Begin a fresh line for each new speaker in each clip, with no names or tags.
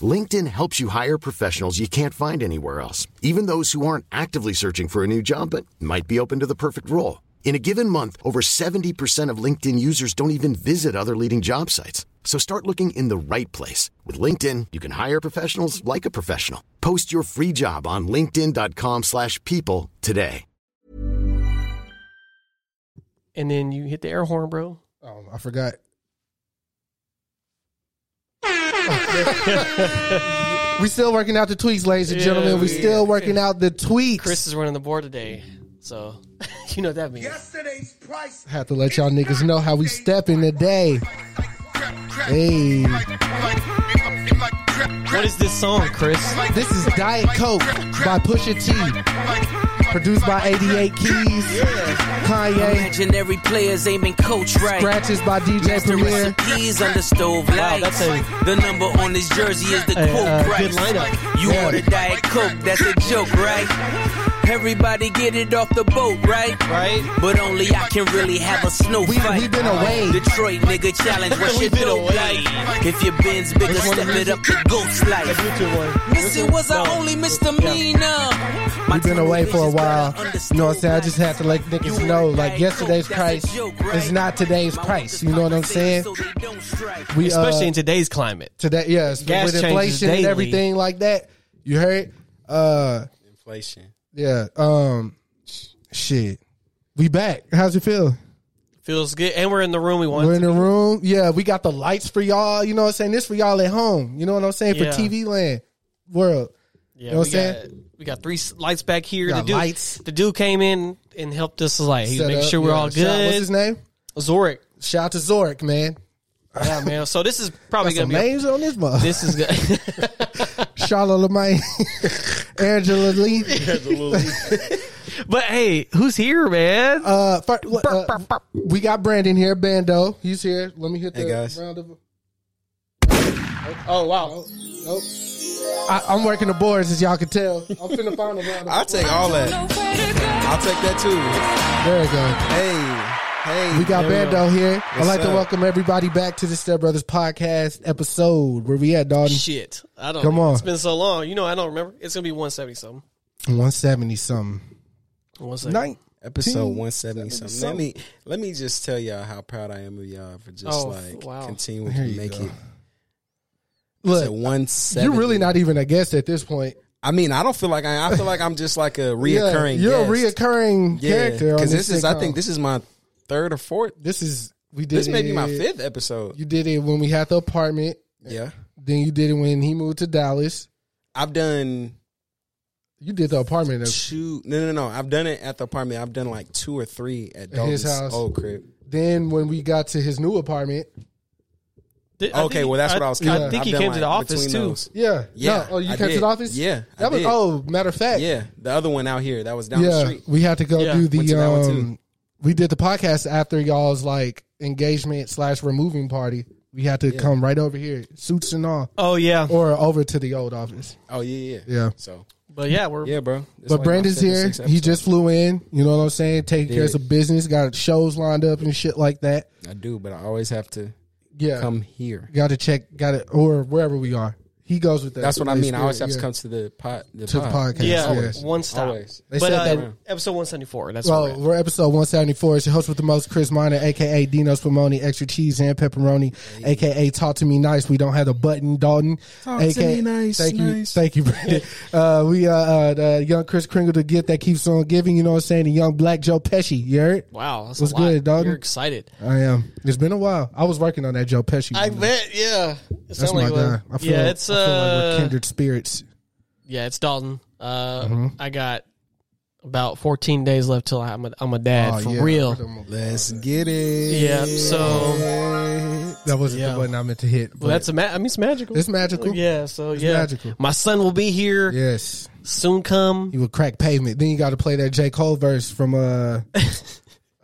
LinkedIn helps you hire professionals you can't find anywhere else, even those who aren't actively searching for a new job but might be open to the perfect role. In a given month, over 70% of LinkedIn users don't even visit other leading job sites. So start looking in the right place. With LinkedIn, you can hire professionals like a professional. Post your free job on linkedin.com/people slash people today.
and then you hit the air horn, bro.
Oh, I forgot. we still working out the tweets, ladies and
Yeah,
gentlemen. We
we-
still working out the tweets.
Chris is running the board today, so you know what that means.
Yesterday's price.
Have to let y'all niggas know how we stepping today. Hey.
What is this song, Chris?
This is Diet Coke by Pusha T, produced by 88 Keys, Kanye,
Legendary players aiming coach right.
scratches by DJ
Master
Premier.
recipes on the stove lights.
that's a-
the number on his jersey is the
a,
quote
uh,
price.
good lineup.
You
Yeah.
order Diet Coke, that's a joke, right? Everybody get it off the boat, right?
Right.
But only I can really have a snow
We-
fight.
we been away.
Detroit nigga challenge, what's
We
your
been
dope
away.
like? If your bin's bigger,
This one
step
is
it up to ghost life. Missing was our only misdemeanor. My
We've been away for a
television's
while.
better
You know what I'm saying? I
understood
just had to let
you
niggas
order
know, like
Diet
yesterday's
Coke, that's a
price
joke, right?
is not today's
My
price.
workers
You know what I'm saying?
compensated so they don't strike.
We uh,
Especially in today's climate.
today, yes,
Gas
with
changes
inflation and
daily.
everything like that. You heard? Uh,
Inflation.
yeah. Um, shit. We back. How's it feel?
Feels good, and we're in the room we want.
We're in the room. Yeah, we got the lights for y'all. You know what I'm saying? This for y'all at home. You know what I'm saying? For
Yeah.
TV land world.
yeah,
know what
we
I'm
got,
saying?
we got three s- lights back here. the
Got
dude,
lights.
the dude came in and helped us. Like, he
Set
make
up.
sure we're
Yeah.
all
Shout- what's
good.
his name?
Zorik,
Shout out to Zork, man.
yeah, man. So this is probably
Got
gonna
some
be.
names on this mother.
This is good.
Charlotte LeMay, Angela Lee.
but hey, who's here, man?
Uh, fir- uh, we got Brandon here, Bando. He's here. Let me hit the
Hey, guys.
round of.
oh wow,
Nope. oh. I, I'm working the boards, as y'all can tell. I'm finna find a round.
I'll
Of,
take all that. I'll take that too.
there we go.
Hey, hey.
We got
There we
Bando here. I'd
What's
like to
up?
welcome everybody back to the Step Brothers podcast episode. Where we at, Dalton?
shit! I don't.
Come on.
it's been so long. You know, I don't remember. It's gonna be one seventy something.
170 something.
One seventy.
Night.
episode one seventy something. Let me let me just tell y'all how proud I am of y'all for just
Oh,
like
wow.
continuing
There
to
you
make
go.
it to
Look,
one seventy.
you're really not even a guest at this point.
I mean, I don't feel like I. I feel like I'm just like a
Yeah,
reoccurring.
you're
guest.
a reoccurring character.
Because
Because
this is, I think, this is my third or fourth.
this is we did.
This may be my
it-
fifth episode.
You did it when we had the apartment.
Yeah,
Then you did it when he moved to Dallas.
I've done
You did the apartment. of-
two. No, no, no. I've done it at the apartment. I've done like two or three at
At his
Dalton's
house.
old crib.
Then when we got to his new apartment,
Did- I
Okay,
think-
well that's what I was.
I
counting.
think
I've
he
done,
came
like,
to the office
between
too.
those.
yeah,
Yeah,
No, oh, you
I
came to
did.
the office.
Yeah, I
that was.
did.
Oh, matter of fact,
Yeah, the other one out here that was down the
yeah,
street.
we had to go
Yeah,
do
went
the
to that one too.
um. We did the podcast after y'all's like engagement slash removing party. We had to come right over here, suits and all,
Oh yeah,
or over to the old office.
Oh yeah, yeah,
Yeah.
So
but yeah, we're
yeah, bro. It's
But
like my
Brandon's
fifth or
here.
sixth
He
episode.
just flew in. You know what I'm saying? Taking care of
Did.
some business. Got shows lined up and shit like that.
I do, but I always have to
Yeah.
come here.
Got to check. Got it or wherever we are. He goes with that.
That's what I
Holy
mean. I always have
Spirit,
to
yeah.
come to the pot. The
to the
pod.
podcast.
yeah,
yes.
one stop.
Always.
They
but
said
uh,
that-
episode one seventy four. That's
Well,
where we're at.
we're episode 174. It's your host with the most, Chris Miner, aka Dino Spumoni, extra cheese and pepperoni, aka Talk to Me Nice. We don't have the button, Dalton.
Talk to me nice,
Thank you,
nice.
thank you, Brandon. Uh, we uh, uh, the young Chris Kringle, the gift that keeps on giving. You know what I'm saying? The young Black Joe Pesci. You heard?
wow. That's
What's
a lot.
good, dog?
You're excited.
I am. It's been a while. I was working on that Joe Pesci.
I
one.
bet. Yeah. It
Mm-hmm. That's
sound
my
like one.
guy. I feel,
yeah, it's
I feel like
uh,
we're kindred Mm-hmm. spirits.
yeah, it's Dalton. Uh, I got about fourteen days left till I'm a, I'm a dad
Oh,
for
yeah.
real.
Let's get it.
Yeah. So
That wasn't
Yeah.
the button I meant to hit.
Well, that's a ma- I mean, it's magical.
It's magical.
Yeah. So yeah,
magical.
my son will be here
yes.
soon. Come.
You would crack pavement. Then you got to play that J Cole verse from uh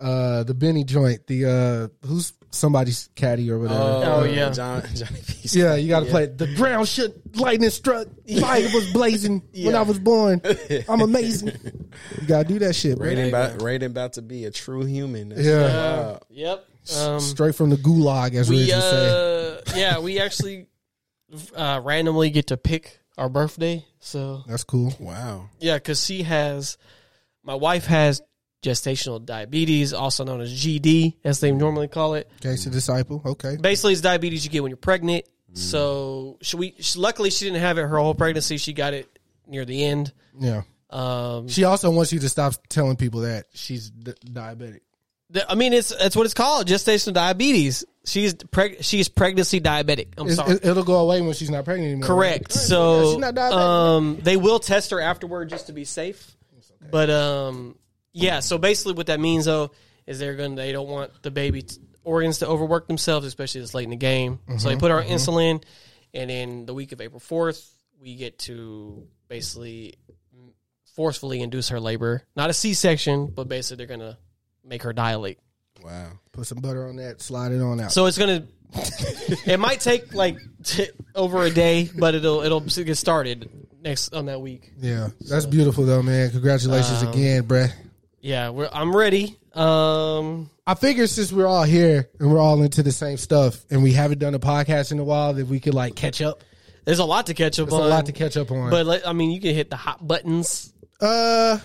uh the Benny joint. The uh who's somebody's caddy or whatever.
Oh, yeah.
John, Johnny P.
Yeah, you got to play the ground shit. Lightning struck. Fire was blazing when I was born. I'm amazing. You got to do that shit, bro.
Raiden about, Raiden about to be a true human. That's
Yeah,
Yep. Um,
straight from the gulag, as we,
we
used to say.
uh, yeah, we actually uh, randomly get to pick our birthday. So
That's cool.
Wow.
yeah, because she has, my wife has gestational diabetes, also known as GD, as they normally call it.
Case of disciple. Okay.
Basically, it's diabetes you get when you're pregnant. So she, we she, luckily she didn't have it her whole pregnancy. She got it near the end.
Yeah.
Um,
She also wants you to stop telling people that she's d- diabetic.
th- I mean, it's that's what it's called, gestational diabetes. She's preg- she's pregnancy diabetic. I'm
It's-
sorry.
it- It'll go away when she's not pregnant anymore.
Correct.
Yeah,
So
she's not diabetic.
um, they will test her afterward just to be safe. But um, yeah. So basically, what that means though is they're going to they don't want the baby t- organs to overwork themselves, especially this late in the game. So they
Mm-hmm.
put her on insulin, and then the week of April fourth, we get to basically forcefully induce her labor. Not a C section, but basically they're going to make her dilate.
Wow.
Put some butter on that. Slide it on out.
So it's gonna. it might take like t- over a day, but it'll it'll get started next on that week.
yeah, that's beautiful though, man. Congratulations
Um,
again, bruh.
Yeah, we're, I'm ready. Um,
I figured since we're all here and we're all into the same stuff, and we haven't done a podcast in a while, that we could like catch up.
there's a lot to catch up
There's
on.
a lot to catch up on.
But let, I mean, you can hit the hot buttons.
uh,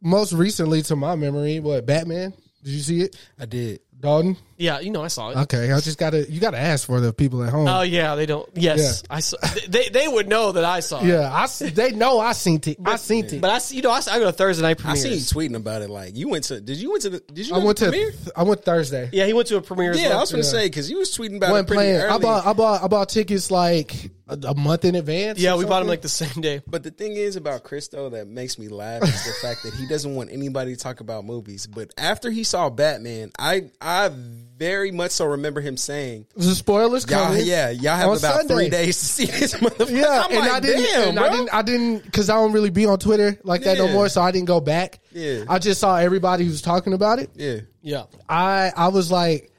most recently to my memory, what Batman? Did you see it,
I did.
Dalton?
Yeah, you know, I saw it.
Okay, I just gotta you gotta ask for the people at home.
Oh yeah, they don't. Yes, I saw. They they would know that I saw. it.
yeah, I s- they know I seen it. I seen it.
But I see, you know, I, saw, I go to Thursday night
I
premieres.
see you tweeting about it. Like you went to? Did you went to? The, did you?
I
go
went
the
to
premiere?
I went Thursday.
Yeah, he went to a premiere. as
Yeah,
well.
I was gonna say because you was tweeting about
wasn't
it pretty
playing.
early.
I bought I bought I bought tickets like a, a month in advance.
Yeah,
or
we bought him
something.
like the same day.
but the thing is about Chris though that makes me laugh is the fact that he doesn't want anybody to talk about movies. But after he saw Batman, I I very much so remember him saying,
the spoilers
"Y'all,
coming.
yeah, y'all have
on
about
Sunday.
three days to see this motherfucker."
Yeah,
I'm
and
like,
I didn't,
"Damn,
and
bro."
I didn't, I didn't, because I don't really be on Twitter like that no
Yeah.
more. So I didn't go back.
Yeah.
I just saw everybody who's talking about it.
yeah,
Yeah,
I, I was like,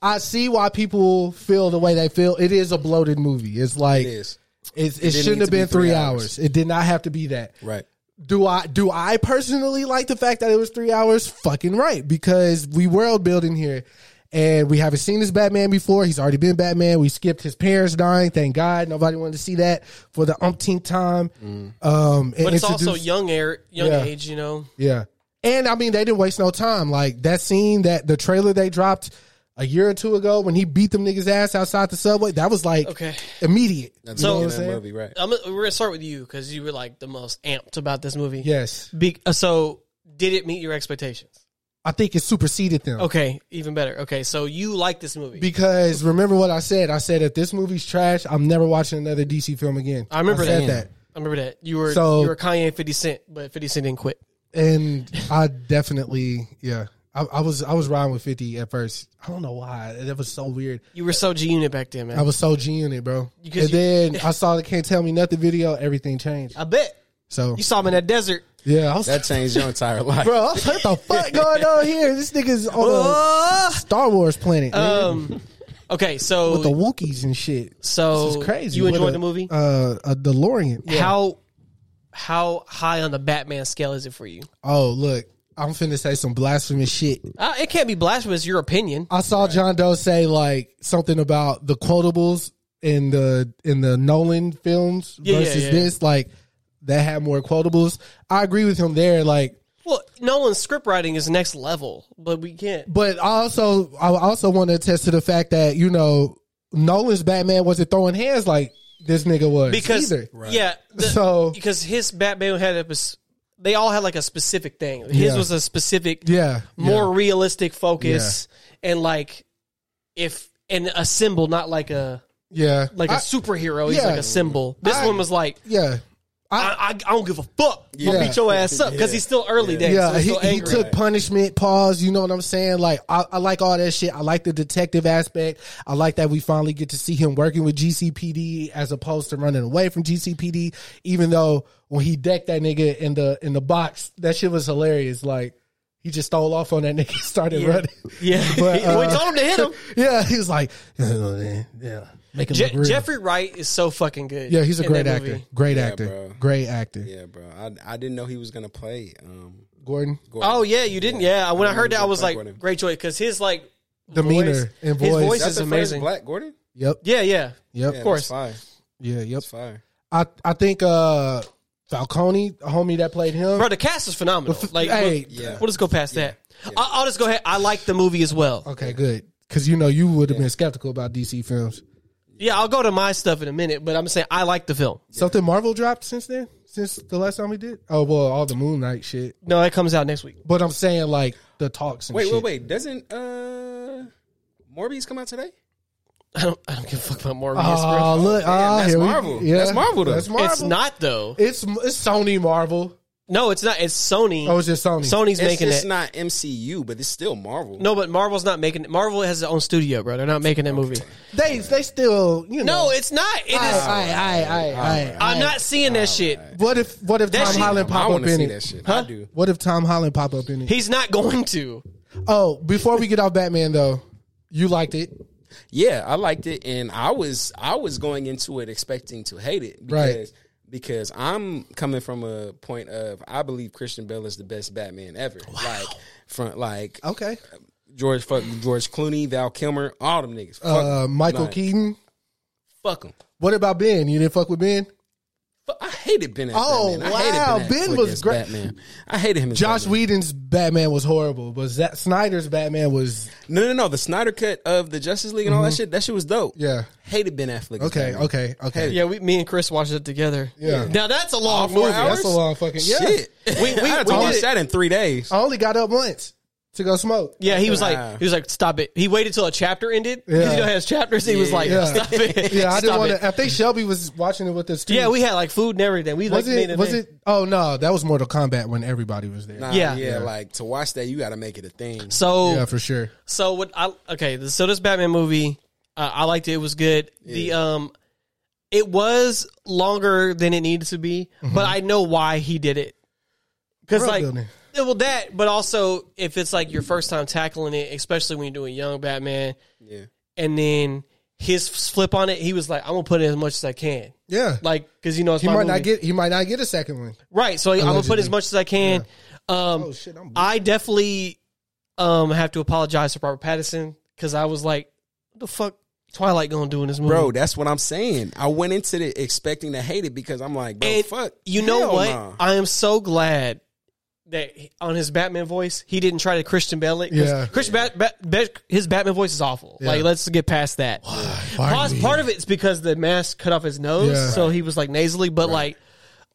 I see why people feel the way they feel. It is a bloated movie. It's like
it is
It, it,
didn't
shouldn't
need
have
to be
been three
three
hours.
hours.
It did not have to be that.
right.
Do I do I personally like the fact that it was three hours? Fucking right, because we world building here, and we haven't seen this Batman before. He's already been Batman. We skipped his parents dying. Thank God, nobody wanted to see that for the umpteenth time. Um, and
Mm. but it's also
introduce-
young air, young
Yeah.
age. You know,
yeah. And I mean, they didn't waste no time. Like that scene that the trailer they dropped a year or two ago when he beat them niggas ass outside the subway. That was like
Okay.
immediate.
That's
So-
so,
You know
in
what I'm
that
saying?
movie, right?
I'm, we're gonna start with you because you were like the most amped about this movie.
Yes,
Be, uh, so, did it meet your expectations?
I think it superseded them.
Okay, even better. Okay, so you like this movie?
Because remember what I said? I said if this movie's trash, I'm never watching another DC film again.
I remember
said
that. I remember that you were
So-
you were Kanye Fifty Cent, but Fifty Cent didn't quit.
that. and I definitely, yeah, I, I was I was riding with Fifty at first. I don't know why that was so weird.
You were so G Unit back then, man.
I was so G Unit, bro. And
Because you-
then I saw the "Can't Tell Me Nothing" video. Everything changed.
I bet
So
you saw him in that desert.
yeah, I was
That changed your entire life.
bro. I was like, what the fuck going on here? This nigga's on a
Ah!
Star Wars planet nigga,
Um, okay,
with the
so
Wookiees and shit.
Oh. so
This is crazy.
You
What
enjoyed
a-
the movie?
Uh, a DeLorean.
How how high on the Batman scale is it for you?
Oh look, I'm finna say some blasphemous shit.
Uh, it can't be blasphemous. Your opinion.
I saw John Doe say like something about the quotables in the in the Nolan films
Yeah, yeah,
versus
yeah.
this, like that had more quotables. I agree with him there, like
Well, Nolan's script writing is next level, but we can't.
but I also I also want to attest to the fact that, you know, Nolan's Batman wasn't throwing hands like this nigga was
because
either.
yeah, the-
So-
because his Batman had a pers- they all had like a specific thing. His
Yeah.
was a specific,
Yeah.
more realistic focus, and like if and a symbol, not like a
yeah.
like a
I-
superhero. He's
yeah.
like a symbol. This
I-
one was like
Yeah.
I, I, I don't give a fuck. I'm gonna
Yeah.
beat your ass up because he's still early days.
Yeah,
so he's
he,
still
he
angry.
took punishment. Pause. You know what I'm saying? Like I, I like all that shit. I like the detective aspect. I like that we finally get to see him working with GCPD as opposed to running away from GCPD. Even though when he decked that nigga in the in the box, that shit was hilarious. Like he just stole off on that nigga, and started running.
Yeah,
But,
we
uh,
told him to hit him.
yeah, he was like, "Oh, man, yeah, make him
Je-
look real.
Jeffrey Wright is so fucking good.
Yeah, he's a
in that
great actor.
movie.
Great
Yeah,
actor.
bro.
Great actor.
Yeah, bro. I, I didn't know he was gonna play. Um,
Gordon,
Gordon.
Oh yeah, you didn't. Yeah, when I heard that, I was
Black
like,
Gordon.
great choice because his like
demeanor
voice-
and
his
voice.
voice
that's
is
the
amazing.
first Black Gordon.
Yep.
yeah, yeah,
Yep.
Yeah,
Yeah.
course.
that's fire.
yep.
That's fire.
I I think uh Falcone, a homie that played him.
bro. The cast is phenomenal.
f-
Like,
hey.
we'll,
Yeah.
we'll just go past that. I, I'll just go ahead. I like the movie as well.
Okay, good. Because you know you would have been skeptical about DC films.
Yeah, I'll go to my stuff in a minute, but I'm saying I like the film.
Something Marvel dropped since then, since the last time we did. Oh well, all the Moon Knight shit.
No, it comes out next week.
But I'm saying like the talks. And
Wait,
shit.
wait, wait. Doesn't uh Morbius come out today?
I don't, I don't give a fuck about Morbius.
Oh,
bro.
look, ah,
that's
here we-
Marvel.
yeah.
That's Marvel, though.
That's Marvel.
It's not though.
It's it's Sony Marvel.
No, it's not. It's Sony.
Oh, it's just Sony.
Sony's
It's,
making
it's
it.
not MCU, but it's still Marvel.
no, but Marvel's not making it. Marvel has its own studio, bro. They're not making that movie.
They they still you know.
No, it's not. It is.
I I I I.
I'm not seeing that shit.
What if what if
That
Tom
shit-
Holland
I
pop up
want to
in
see that
it?
shit.
Huh?
I do.
What if Tom Holland pop up in it?
He's not going to.
Oh, before we get off Batman though, you liked it.
Yeah, I liked it, and I was I was going into it expecting to hate it
Right.
because because I'm coming from a point of I believe Christian Bale is the best Batman ever. Like front like
Okay.
George fuck George Clooney, Val Kilmer, all them niggas. Fuck
Uh,
'em.
Michael
Like,
Keaton.
Fuck them.
What about Ben? You didn't fuck with Ben?
I hated Ben. As
Oh,
Batman. I hated
wow.
Ben,
Ben
Affleck
was
as
great.
Batman. I hated him. As
Josh
Batman.
Whedon's Batman was horrible, but Zack Snyder's Batman was
No, no, no. The Snyder cut of the Justice League and all that shit. That shit was dope.
Mm-hmm. yeah.
Hated Ben Affleck. as
Okay,
Batman.
okay, okay.
Yeah, we, me and Chris watched it together.
Yeah.
Now that's a long
four
movie.
hours?
That's a long fucking yeah.
Shit.
We- we-
I had to
we did
watch
it.
that in three days.
I only got up once to go smoke.
Yeah, he was
Wow.
like, he was like, stop it. He waited till a chapter ended
Yeah.
because he don't has chapters. He was like,
Yeah.
stop it.
Yeah, I didn't
Stop
want
it.
to. I think Shelby was watching it with us too.
Yeah, we had like food and everything. We
was
like made
it.
a
Was
thing.
it? Oh no, that was Mortal Kombat when everybody was there.
Nah,
Yeah.
yeah. like to watch that, you got to make it a thing.
So
Yeah, for sure.
So what I okay, th- so this Batman movie, uh, I liked it. It was good. The um, it was longer than it needed to be,
Mm-hmm.
but I know why he did it. Because
World
like,
building.
yeah, well that, but also if it's like your first time tackling it, especially when you're doing young Batman,
Yeah.
and then his flip on it, he was like, I'm gonna put in as much as I can,
Yeah,
like because you know it's
he
my
might
movie.
not get. He might not get a second one.
Right. So I'm gonna put
Allegedly.
as much as I can. Um,
Oh, shit, I'm-
I definitely um have to apologize to Robert Pattinson because I was like, what the fuck Twilight gonna do in this movie,
Bro, that's what I'm saying. I went into it expecting to hate it because I'm like, bro,
And
fuck.
You know
Hell
what?
nah.
I am so glad that he- on his Batman voice, he didn't try to Christian Bale it. 'cause
Yeah.
Christian Bat, Bat, Bat- his Batman voice is awful. Like, let's get past that. Plus,
me?
part of it's because the mask cut off his nose,
Yeah.
so he was like nasally. But like,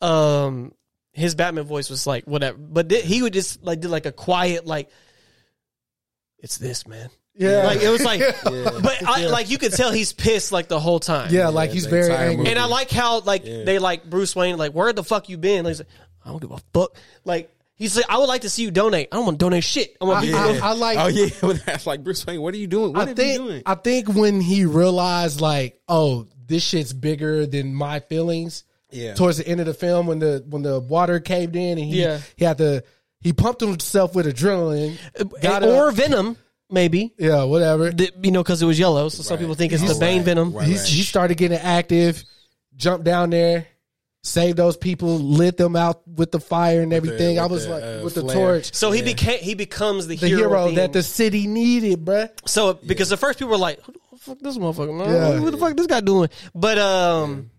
um, his Batman voice was like whatever. But thi- he would just like did like a quiet like, it's this man.
Yeah,
Like it was like, but I, like you could tell he's pissed like the whole time.
yeah, like he's
the
very
entire
angry.
movie.
And I like how like they like Bruce Wayne like where the fuck you been? Like, he's like, I don't give a fuck. Like he's like I would like to see you donate. I don't want to donate shit. I want
I-
people.
I-
to-
I like.
oh yeah, that's like Bruce Wayne. What are you doing? What
I
are
think
you doing?
I think when he realized like, oh, this shit's bigger than my feelings.
Yeah.
Towards the end of the film, when the when the water caved in and he
Yeah.
he had to he pumped himself with adrenaline. Got
or
up.
Venom maybe
yeah, whatever.
The- you know because it was yellow. So some people think it's the Bane Venom.
Right,
He-
right.
He started getting active, jumped down there, saved those people, lit them out with the fire and everything. I
with
was
the,
like
uh,
with the
flare.
torch.
So he became he becomes the,
The hero,
at
that
end.
the city needed, bruh.
so because at first people were like who the fuck this motherfucker man?
Yeah.
what the fuck this guy doing but um.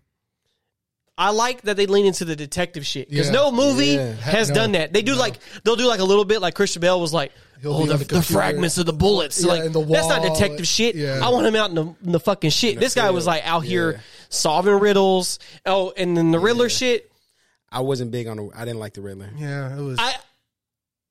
I like that they lean into the detective shit because
Yeah.
no movie
Yeah.
has
No.
done that. They do like they'll do like a little bit like Christian Bale was like,
He'll
oh
be
the,
on the
the
computer.
fragments of the bullets
Yeah,
like
and the
that's not
wall.
detective shit.
Yeah.
I want him out in the, in the fucking shit. this guy was
field.
like out here solving riddles. Oh, and then the Riddler shit.
I wasn't big on. The, I didn't like the Riddler.
Yeah, it was
I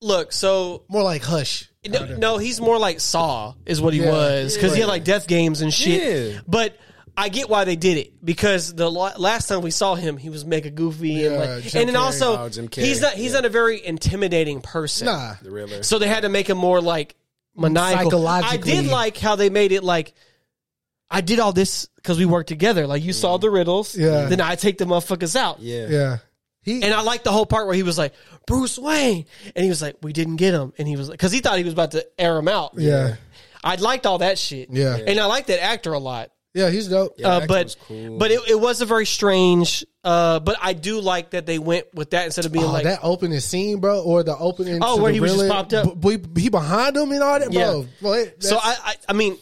look so
more like hush.
No, no, he's more like Saw is what he
Yeah.
was because he had like death games and shit.
Yeah.
But I get why they did it because the la- last time we saw him, he was mega goofy and
Yeah,
like,
Jim
and then
Carrey.
also
Oh, Jim Carrey.
he's not he's not a very intimidating person.
Nah.
The Riddler.
So they had to make him more like maniacal. I
Psychologically.
did like how they made it like I did all this because we worked together. Like you solved the riddles,
Mm. Yeah.
Then I take the motherfuckers out.
yeah.
Yeah. He
And I like the whole part where he was like Bruce Wayne, and he was like, "We didn't get him," and he was like, because he thought he was about to air him out.
yeah.
I liked all that shit.
Yeah.
and I liked that actor a lot.
Yeah, he's dope.
Yeah,
Uh,
that
but
was cool.
but it, it was a very strange. Uh, but I do like that they went with that instead of being
Oh,
like,
that opening scene, bro, or the opening.
Oh,
to
where
the
he was just
Riddler,
popped up.
b- b- he behind him and all that, bro.
Yeah.
What?
so
That's-
I, I I mean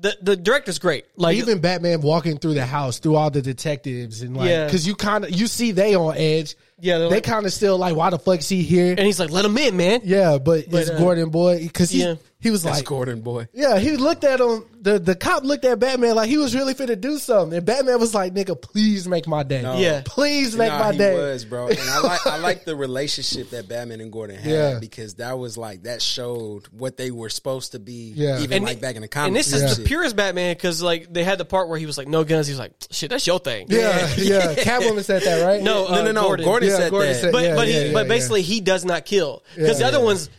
the the director's great. Like
even Batman walking through the house through all the detectives and like,
Yeah.
because you kind of you see they on edge.
Yeah, they're
they
like-
kind of still like, why the fuck is he here?
and he's like, let him in, man.
yeah, but, it's
uh,
Gordon Boy because he
yeah.
he was
That's
like.
Gordon boy.
Yeah, he looked at him. The, the cop looked at Batman like he was really finna do something. And Batman was like, nigga, please make my day.
Yeah.
Please make
Nah,
my
he
day.
was, bro. And I like I like the relationship that Batman and Gordon had
Yeah.
because that was like that showed what they were supposed to be.
Yeah.
even
And
like
it-
back in the comics.
And this is
and
the
shit.
purest Batman because like they had the part where he was like, no guns. He was like, shit, that's your thing.
Yeah, yeah. Catwoman said that, right?
No, uh,
No, no, no. Gordon,
Yeah,
said
Gordon
that.
said-
But
Yeah,
but
yeah,
he,
yeah,
but
yeah.
basically he does not kill because
Yeah.
the other ones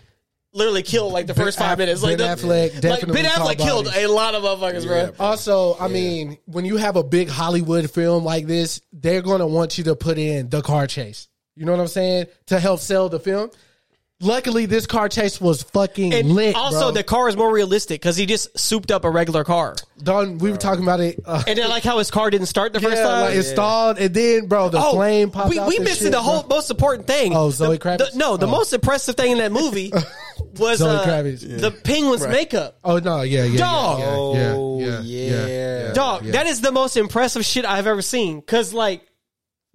literally kill like the first five
Ben
minutes. Like the-
Affleck
like
definitely
Ben Affleck
caught
killed
bodies.
a lot of motherfuckers, bro.
Also, I mean, when you have a big Hollywood film like this, they're going to want you to put in the car chase. You know what I'm saying? To help sell the film. Luckily, this car chase was fucking
And
lit.
also,
bro.
the car is more realistic because he just souped up a regular car.
Don, we were talking about it. Uh,
And then, like how his car didn't start the
yeah,
first time. Oh,
like it stalled, and then, bro, the flame popped
we,
out.
we
the
missing
shit,
the whole
bro.
most important thing.
Oh, Zoe
The-
Kravitz?
the- no, the
Oh.
most impressive thing in that movie was
Zoe
uh,
Kravitz.
the penguin's makeup.
Oh no! Yeah, yeah,
Dog.
yeah, yeah,
Oh
yeah,
yeah,
yeah, yeah.
Dog, that is the most impressive shit I've ever seen. Cause like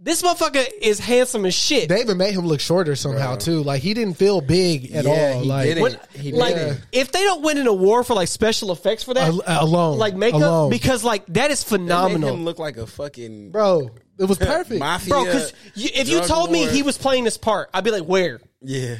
this motherfucker is handsome as shit.
They even made him look shorter somehow too. Like he didn't feel big at
Yeah,
all.
he
like
didn't.
what-
He
like
didn't.
if they don't win an award for like special effects for that,
Al- alone,
like makeup,
alone.
because like that is
Made
phenomenal.
him look like a fucking
bro, it was perfect.
mafia.
Bro, because if you
drug
told me
lord.
he was playing this part, I'd be like, where?
yeah,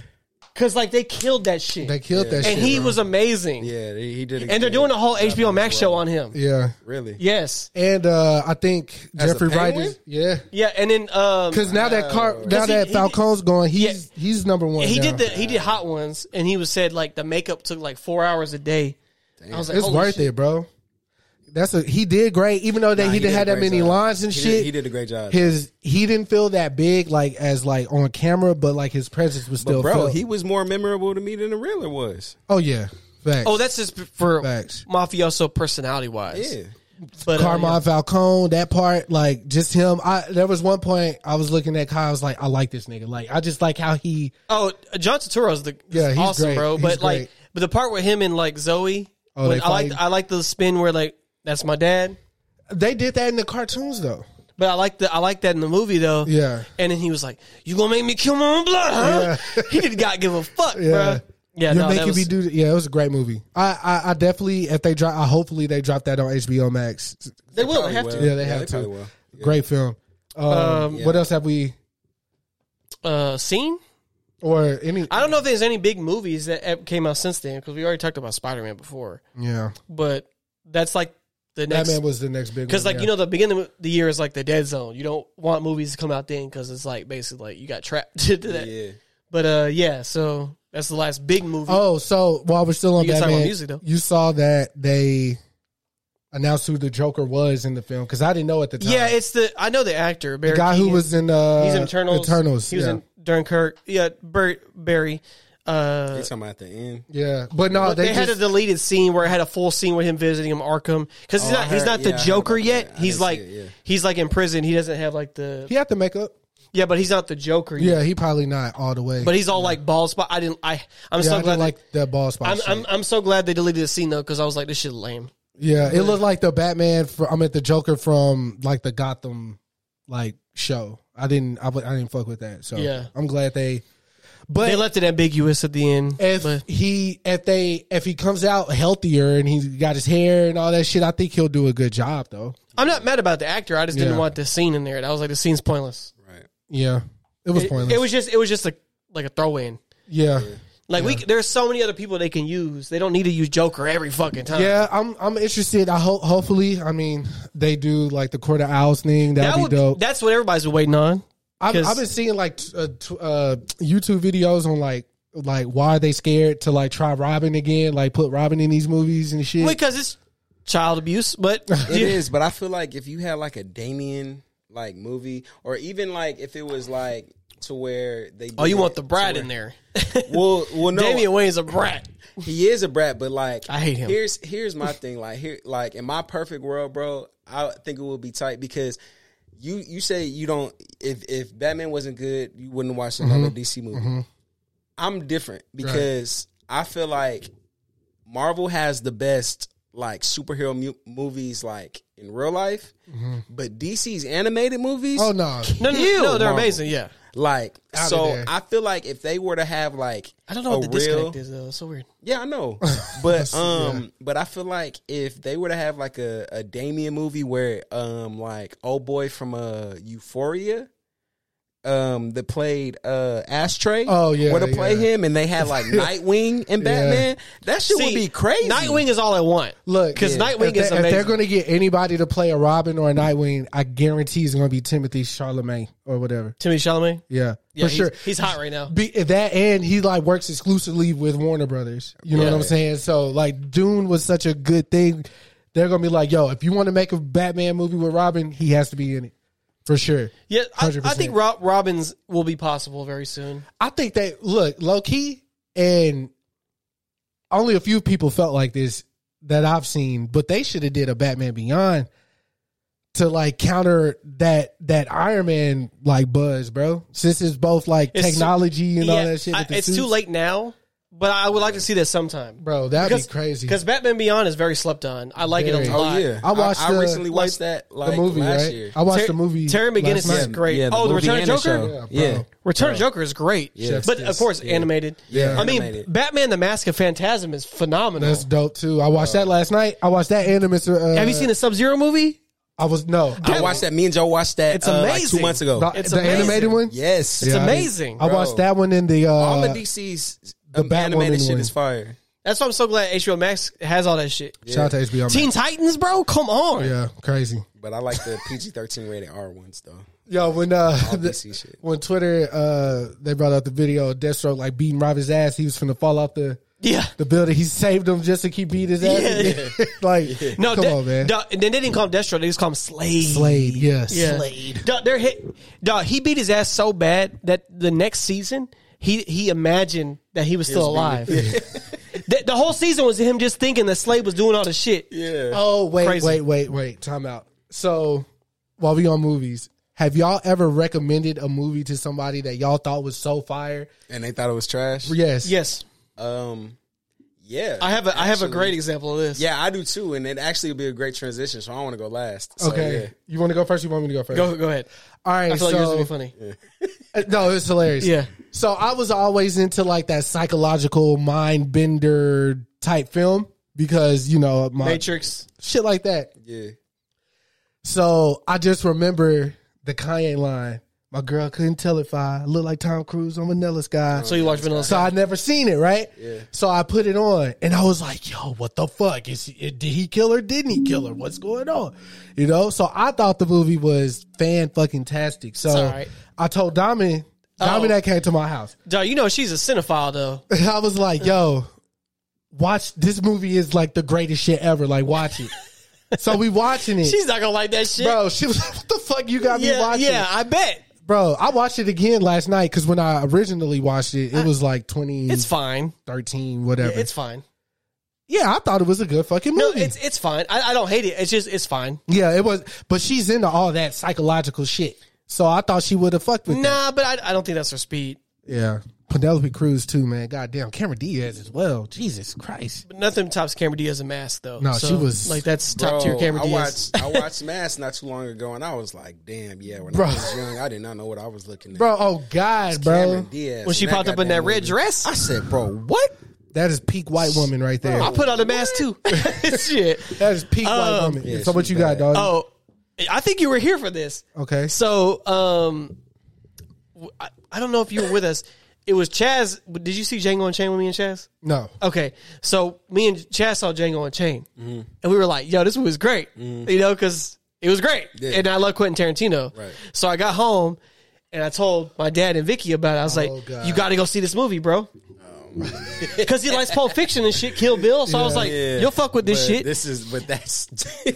Because like they killed that shit,
They killed that shit.
and he
bro.
was amazing.
yeah, he he did. A
And they're
good
doing a whole
job
HBO
on
Max
the
show
role.
on him.
yeah.
Really?
Yes,
And uh, I think
As a
Jeffrey Wright
penguin?
is yeah.
yeah, and then um,
Because now that car, now
he-
that
he-
Falcone's gone, he's he's number one.
he
now.
did the he did hot ones, and he was said like the makeup took like four hours a day. I was like,
It's
holy
worth
shit.
it, bro. That's a he did great, even though that he,
he
didn't
did
have
a
that
great
many
job.
lines and
He did-
shit.
he did a great job.
His he didn't feel that big like as like on camera, but like his presence was still.
But bro,
felt.
he was more memorable to me than the Riddler was.
oh yeah, facts.
Oh, that's just for
Facts.
mafioso personality wise.
Yeah,
but, uh,
Carmine Falcone, that part, like just him. I there was one point I was looking at Kyle, I was like, I like this nigga. Like I just like how he.
Oh, John Turturro's the
Yeah, he's
awesome,
great.
bro.
He's
But
great.
like, but the part with him and like Zoe,
Oh,
when
they
I like
fight.
I like the spin where like that's my dad.
They did that in the cartoons though.
But I like the I like that in the movie though.
Yeah.
And then he was like, "You gonna make me kill my own blood, huh?" he did not give a fuck, bro. Yeah,
You're
no, that
making
was,
me do. th- Yeah, it was a great movie. I, I, I definitely if they drop, I hopefully they drop that on HBO Max.
they will they
Probably
have
will.
to.
Yeah, they have to.
probably will.
Great film. Um, What else have we
Uh, scene.
or any?
I don't know if there's any big movies that have- came out since then because we already talked about Spider Man before,
yeah,
but that's like the next
Batman was the next big.
Because like
one, yeah.
you know, the beginning of the year is like the dead zone. You don't want movies to come out then because it's like basically like you got trapped to that.
Yeah.
But uh, yeah. So that's the last big movie.
Oh, so while we're still on
You can talk about
Batman,
music, though.
you saw that they announced who the Joker was in the film because I didn't know at the time.
yeah, it's the I know the actor Barry
the guy who
Keoghan.
was in uh,
he's in Eternals.
Eternals,
He was
yeah.
in Dunkirk. Yeah, Bert, Barry. Uh,
You talking about at the end?
yeah, but no,
they,
they,
had a
just,
deleted scene where it had a full scene with him visiting him Arkham because he's
Oh, I
not he's
heard-
not
yeah, I
the
heard
Joker
about
yet.
that. I
He's
didn't see
like
it, yeah.
he's like in prison. He doesn't have like the
he had the makeup.
yeah, but he's not the Joker. yet.
Yeah, he probably not all the way,
But he's all like bald spot. I didn't. I I'm
yeah,
so
I
glad.
didn't
Like
like that ball spot.
I'm,
shit.
I'm I'm so glad they deleted the scene though because I was like this shit lame.
yeah, it looked like the Batman. From, I mean, the Joker from like the Gotham like show. I didn't. I, w- I didn't fuck with that. So
Yeah.
I'm glad they. But
They left it ambiguous at the end.
if
but-
he if they if he comes out healthier and he's got his hair and all that shit, I think he'll do a good job though.
I'm not mad about the actor. I just didn't
Yeah.
want this scene in there. And I was like, the scene's pointless.
Right.
Yeah, it was
It,
pointless.
it was just it was just a like a throw in.
yeah.
Like we, there's so many other people they can use. They don't need to use Joker every fucking time.
Yeah, I'm I'm interested. I hope hopefully, I mean, they do like the quarter owls thing. That'd
that
be
would.
dope.
That's what everybody's been waiting on.
I've,
'cause-
I've been seeing like t- uh, t- uh, YouTube videos on like like why are they scared to like try Robin again? Like put Robin in these movies and shit.
because it's child abuse, but
It is, but I feel like if you had like a Damien like movie, or even like if it was like to where they
Oh, you
did
want
it
the
to
brat
where-
in there?
Well, well, no,
Damian Wayne's a brat.
he is a brat, but like
I hate him.
Here's here's my thing. Like here, like in my perfect world, bro, I think it would be tight because you you say you don't. If if Batman wasn't good, you wouldn't watch
Mm-hmm.
another DC movie. I'm different because I feel like Marvel has the best like superhero mu- movies like in real life, but DC's animated movies.
oh no,
Mm-hmm. No, no,
Ew,
no, they're
Marvel.
amazing. Yeah,
Like
Outta
so,
there.
I feel like if they were to have like
I don't know what
a
the
real-
disconnect is though. It's so weird.
yeah, I know. But um but I feel like if they were to have like a, a Damien movie where um like old boy from uh Euphoria um that played uh Ashtray
Oh, yeah,
were to play
yeah.
him and they had like Nightwing and Batman, that shit would be crazy.
Nightwing is all I want.
Look,
because
yeah.
Nightwing
if
is
they, if
amazing.
they're going to get anybody to play a Robin or a Nightwing, I guarantee it's going to be Timothy Charlemagne or whatever.
Timmy Chalamet.
Yeah,
Yeah,
for
he's,
sure.
He's hot right now.
Be, that and he like works exclusively with Warner Brothers. You know what I'm saying? So like Dune was such a good thing. They're gonna be like, yo, if you want to make a Batman movie with Robin, he has to be in it for sure.
Yeah, I, I
100%.
think Rob, Robbins will be possible very soon.
I think that look low key and only a few people felt like this that I've seen, but they should have did a Batman Beyond to like counter that that Iron Man like buzz, bro. Since it's both like
It's too-
technology and all
Yeah,
that shit.
I-
with the
it's too
suits.
late now, but I would like to see that sometime.
bro. That'd be crazy.
Because Batman Beyond is very slept on. I like
Very.
it a
Oh
lot.
yeah.
I watched
I,
the-
recently watched that like
the movie,
last
right?
year.
I watched
Ter-
the movie.
Terry McGinnis
last
is
night.
great. oh, the
movie
Return of
and the
Joker.
show.
Yeah,
Yeah.
bro.
Return of Joker is great,
Chef's
but of
kiss.
course animated.
Yeah,
I mean
animated.
Batman: The Mask of Phantasm is phenomenal.
That's dope too. I watched that last night. I watched that and Mr. Uh,
Oh. Have you seen the Sub Zero movie?
I was no.
I watched that. Me and Joe watched that
It's
uh, like,
amazing.
two months ago.
The,
It's
the
amazing.
animated one.
yes.
It's
Yeah, I did.
amazing.
I watched that one in the uh,
All the DC's
The
um, animated
Batwoman
shit
one.
is fire.
That's why I'm so glad HBO Max has all that shit.
shout out to HBO.
Teen
Max.
Titans, bro, come on.
Yeah, crazy.
But I like the PG thirteen rated R ones though.
Yo, when uh,
All
the-
DC shit.
when Twitter uh, they brought out the video of Deathstroke like beating Robin's ass. He was finna fall off the
Yeah.
the building. He saved him just to keep beating his ass.
Yeah.
like,
No,
come
da-
on, man.
da- and then they didn't call him Destro. They just call him Slade.
Slade, yes.
Yeah. Dawg, they're hit. Dawg, he beat his ass so bad that the next season he he imagined that he was still alive. the, the whole season was him just thinking that Slade was doing all the shit.
Yeah.
Oh wait,
Crazy.
wait, wait, wait. Time out. So while we on movies, have y'all ever recommended a movie to somebody that y'all thought was so fire?
And they thought it was trash.
Yes.
Yes,
Um, yeah,
I have a, I have a great example of this.
yeah, I do too, and it actually would be a great transition. So I want to go last. So,
Okay.
yeah.
You want to go first? You want me to go first?
go go ahead.
All right.
I feel like yours
so
would be funny.
Uh, no, it's hilarious.
Yeah.
So I was always into like that psychological mind bender type film because you know my
Matrix.
shit like that.
yeah,
So I just remember the Kanye line. My girl couldn't tell if I look like Tom Cruise on Vanilla Sky.
So you watch Vanilla
So
Sky?
I'd never seen it, right? Yeah. So I put it on, and I was like, "Yo, what the fuck? Is he, did he kill her? Didn't he kill her? What's going on?" You know. So I thought the movie was fan fucking tastic. So
all right. Oh.
I told Diamond. Diamond that came to my house.
Dawg, you know she's a cinephile though.
I was like, "Yo, watch this movie is like the greatest shit ever. Like, watch it." so we watching it,
She's not gonna like that shit,
bro. She was like, "What the fuck? You got me
Yeah,
watching?"
yeah, I bet
bro. I watched it again last night because when I originally watched it, it was like twenty
it's fine.
thirteen, whatever.
It's fine.
Yeah, I thought it was a good fucking
No,
movie.
it's it's fine. I, I don't hate it. It's just it's fine.
yeah, it was. But she's into all that psychological shit. So I thought she would have fucked with that.
Nah, but I, I don't think that's her speed.
Yeah. Penelope Cruz too, man. Goddamn. Cameron Diaz as well. Jesus Christ.
Nothing tops Cameron Diaz a mask though.
No,
So,
she was-
like that's
Bro,
top tier Cameron
I
Diaz.
watched I watched Mass not too long ago, and I was like, damn, yeah. When
Bro.
I was young, I did not know what I was looking at,
Bro, oh God,
Cameron
bro.
Diaz,
When she
and that
popped up in that
goddamn
red
movie.
dress,
I said, bro, what?
That is peak white woman right there.
I put on a mask too. Shit.
that is peak white
Um,
woman.
Yeah,
so what you
she's bad.
got, dog?
Oh, I think you were here for this.
Okay.
So, um, I, I don't know if you were with us. It was Chaz. Did you see Django and Chain with me and Chaz?
No.
Okay, so me and Chaz saw Django and Chain, and we were like, "Yo, this was great," you know, because it was great, and I love Quentin Tarantino.
Right.
So I got home, and I told my dad and Vicky about it. I was like,
God.
"You got to go see this movie, bro,"
Oh.
because he likes Pulp Fiction and shit, Kill Bill. So I was like, "You'll fuck with this
But
shit."
This is, but that's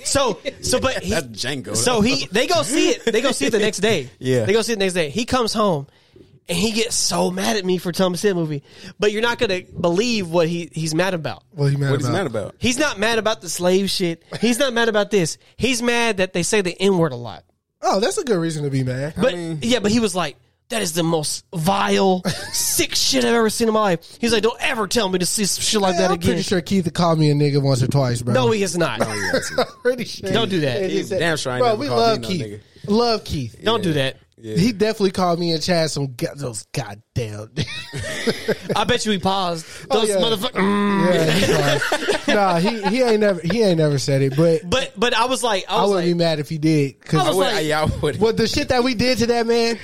so, so, but he,
that's Django.
So he, they go see it. They go see it the next day.
Yeah.
they go see it the next day. He comes home, and he gets so mad at me for telling him to see the movie. But you're not gonna believe what he he's mad about.
What are you mad
what
about?
he's mad about?
He's not mad about the slave shit. He's not mad about this. He's mad that they say the N word a lot.
Oh, that's a good reason to be mad.
But yeah, but he was like, that is the most vile, sick shit I've ever seen in my life. He's like, don't ever tell me to see some shit like
Yeah,
that
I'm
again.
pretty sure Keith called me a nigga once or twice, bro.
No, he is not.
pretty sure.
Don't do that.
And he said-
Damn sure I ain't
bro,
never
we
called
love
me no
Keith.
nigga.
Love Keith.
Don't do that.
He definitely called me and Chad some go- those goddamn.
I bet you he paused.
Oh,
Those
yeah.
motherfuck- Mm.
Yeah, he tried. nah, he he ain't never he ain't never said it, but
But but I was like, I
I
was
wouldn't
like,
be mad if he did.
I
Cause
was
Well,
like-
yeah, I would.
what the shit that we did to that man,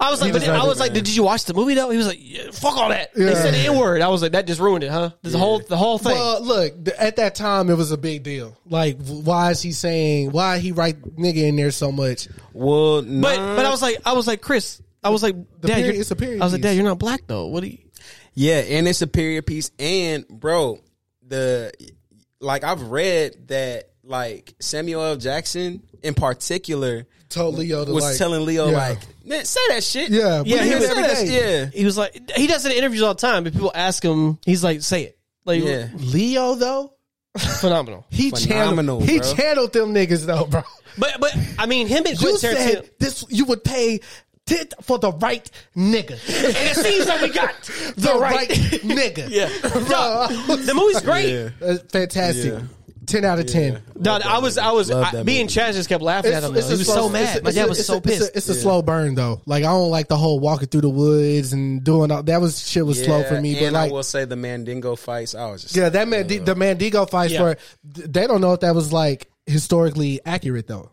I was like, but
deserved
I was
it,
like, did you watch the movie though? He was like, yeah, fuck all that. They
Yeah.
said the N word. I was like, that just ruined it, huh? This whole the whole thing.
Well, look, th- at that time it was a big deal. Like, w- why is he saying why he write nigga in there so much?
Well,
but
nah.
but I was like, I was like, Chris, I was like,
The
Dad,
period-
you're-
it's a period
I was like,
piece.
Dad, you're not black though. What do you?
Yeah, and it's a period piece. And bro, the like I've read that like Samuel L. Jackson in particular
Told Leo to
was
like-
telling Leo
Yeah.
like, man, say that shit.
Yeah,
yeah,
we
he
do
was
it every
saying
day.
that- yeah.
He was like, he does it in interviews all the time. But people ask him, he's like, say it. Like,
Yeah.
Leo though,
phenomenal.
he
Phenomenal,
channeled he
bro.
channeled them niggas though, bro.
But but I mean, him and
You
Quentin Tarantino.
said this you would pay tit for the right nigga,
and it seems like we got
the right nigga.
Yeah,
Bro.
the movie's great.
That's fantastic. Ten out of ten.
No, I was, I was,
Love
I,
that
me and Chaz just kept laughing at him. Though. He was so mad. My
it's a-
dad was
it's
so
a- it's a-
pissed.
It's a slow burn though. Like I don't like the whole walking through the woods and doing all that was shit was slow for me.
and
But like
I will say the Mandingo fights. I was just
yeah, that man the Mandigo fights
Yeah.
for they don't know if that was like historically accurate though.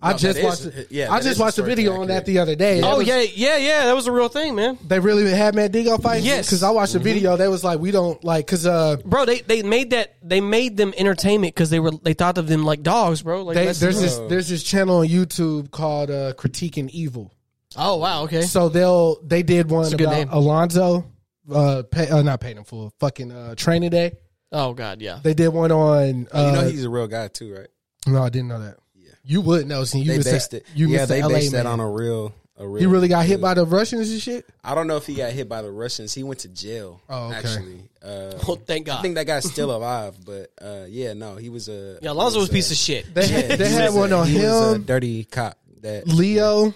I just
that
watched.
is- uh,
the-
yeah,
I
that
just
is
watched a video
historically
on that the other day. That
Oh
was-
yeah, yeah, yeah. That was a real thing, man.
they really had Mandigo fights.
Yes.
because I
Mm-hmm.
watched a video. They was like, we don't like because uh,
Bro, they, they made that they made them entertainment because they were they thought of them like dogs, bro. Like
they,
that's-
there's this there's this channel on YouTube called uh, Critiquing Evil.
oh wow, okay.
So they'll they did one
a good
about
name.
Alonzo, uh, pay, uh, not paying him full, fucking uh, training day.
Oh god, yeah.
They did one on. Uh,
Oh, you know he's a real guy too, right?
no, I didn't know that. You would know since you
They
missed
based
that.
it.
You
yeah,
missed
they
the LA
based
man.
that on a real a real
he really got hit by the Russians and shit.
I don't know if he got hit by the Russians. He went to jail.
Oh, okay.
actually. Uh,
Well, thank
I
God.
think that guy's still alive, but uh, yeah, no, he was a
yeah, Lonzo
he
was a piece of shit.
They had, they had one on
he was a
him,
dirty cop. That
Leo.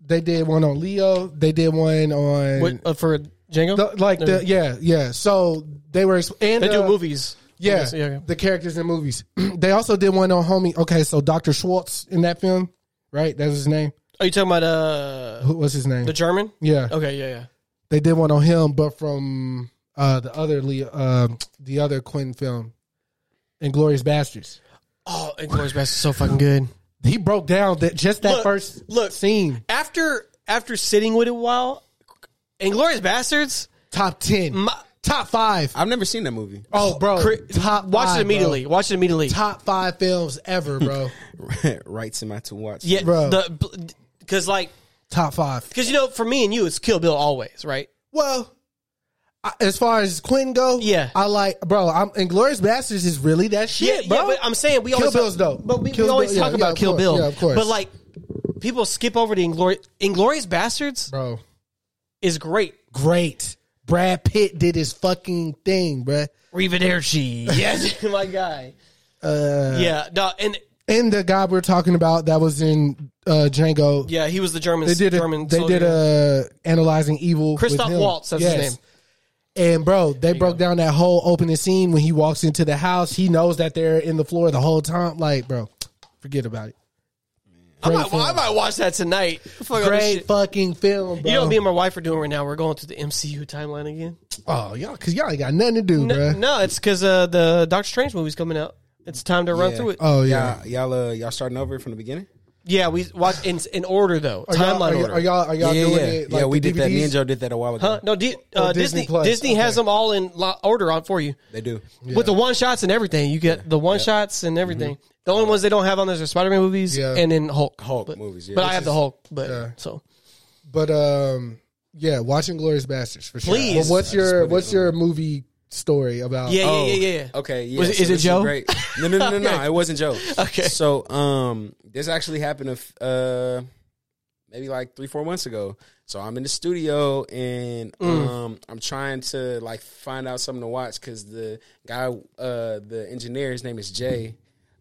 They did one on Leo. They did one on
What, uh, for Django,
the, like the yeah yeah. So they were exp- and
they do
uh,
movies.
Yeah,
Okay, so, yeah, okay.
the characters in movies. they also did one on homie. Okay, so Doctor Schwartz in that film, right? That was his name.
Are you talking about uh
Who was his name?
the German?
yeah,
Okay, yeah, yeah.
they did one on him, but from uh, the other Leo, uh, the other Quentin film, Inglorious Bastards.
Oh, Inglourious Basterds is so fucking good.
He broke down that just that
Look,
first
look.
scene.
After after sitting with it a while, Inglorious Bastards,
Top ten,
my,
top five.
I've never seen that movie.
Oh, bro,
Cri-
top
watch
five,
it immediately.
bro.
Watch it immediately.
Top five films ever, bro.
Rights in my to watch.
yeah,
bro.
the because like
top five.
because you know for me and you it's Kill Bill always right.
Well, I, as far as Quentin go,
Yeah.
I like, bro. I'm Inglorious Bastards is really that shit,
yeah,
bro.
yeah, but I'm saying we
Kill
always
Bill's dope.
But we, we
Kill
always
Bill- yeah,
talk
yeah,
about
of
Kill
course,
Bill.
yeah, of course.
But like people skip over the Inglorious Inglorious Bastards
bro,
is great.
great. Brad Pitt did his fucking thing, bro.
Rivaderci. Yes, my guy.
Uh,
Yeah, no, and
and the guy we're talking about that was in uh, Django.
yeah, he was the German.
They did. A,
German
they
soldier.
did a analyzing evil. with
Christoph
him.
Waltz. That's his name.
And bro, they broke down that whole opening scene when he walks into the house. He knows that they're in the floor the whole time. Like, bro, forget about it.
I
Great
might, well, I
film.
might watch that tonight. Fuck all this
Great
shit.
fucking film, bro.
You know what me and my wife are doing right now? We're going through the MCU timeline again.
Oh, y'all, cause y'all ain't got nothing to do,
No,
bruh.
no it's because uh, the Doctor Strange movie's coming out. It's time to run
Yeah.
through it.
Oh yeah,
y'all, y'all, uh, y'all starting over from the beginning.
Yeah, we watch in in order though.
Are y'all,
Timeline
are, y'all-
order.
are y'all are y'all
yeah,
doing
yeah.
it? Like
yeah, we
the
did that. Me
DVDs?
and Joe did that a while ago.
Huh? No, D, uh,
Oh, Disney
Disney
Plus,
Disney has
okay.
them all in lo- order on for you
They do.
with the one shots and everything. You get the one shots and everything. The only ones they don't have on this are Spider Man movies
Yeah.
and then Hulk
Mm-hmm. Hulk
But-
movies, yeah.
but I
Which
have the
is-
Hulk. But
Yeah.
so
But um, yeah, watching Glorious Bastards for sure.
Please.
But what's your what's your movie story about?
yeah,
Oh,
yeah, yeah, yeah.
Okay, yeah.
Was it- is it
this
Joe?
Great. No, no, no, no, no.
Okay.
It wasn't Joe.
Okay.
So, um, this actually happened a f- uh, maybe like three, four months ago. So I'm in the studio and
Mm.
um, I'm trying to like find out something to watch because the guy, uh, the engineer, his name is Jay.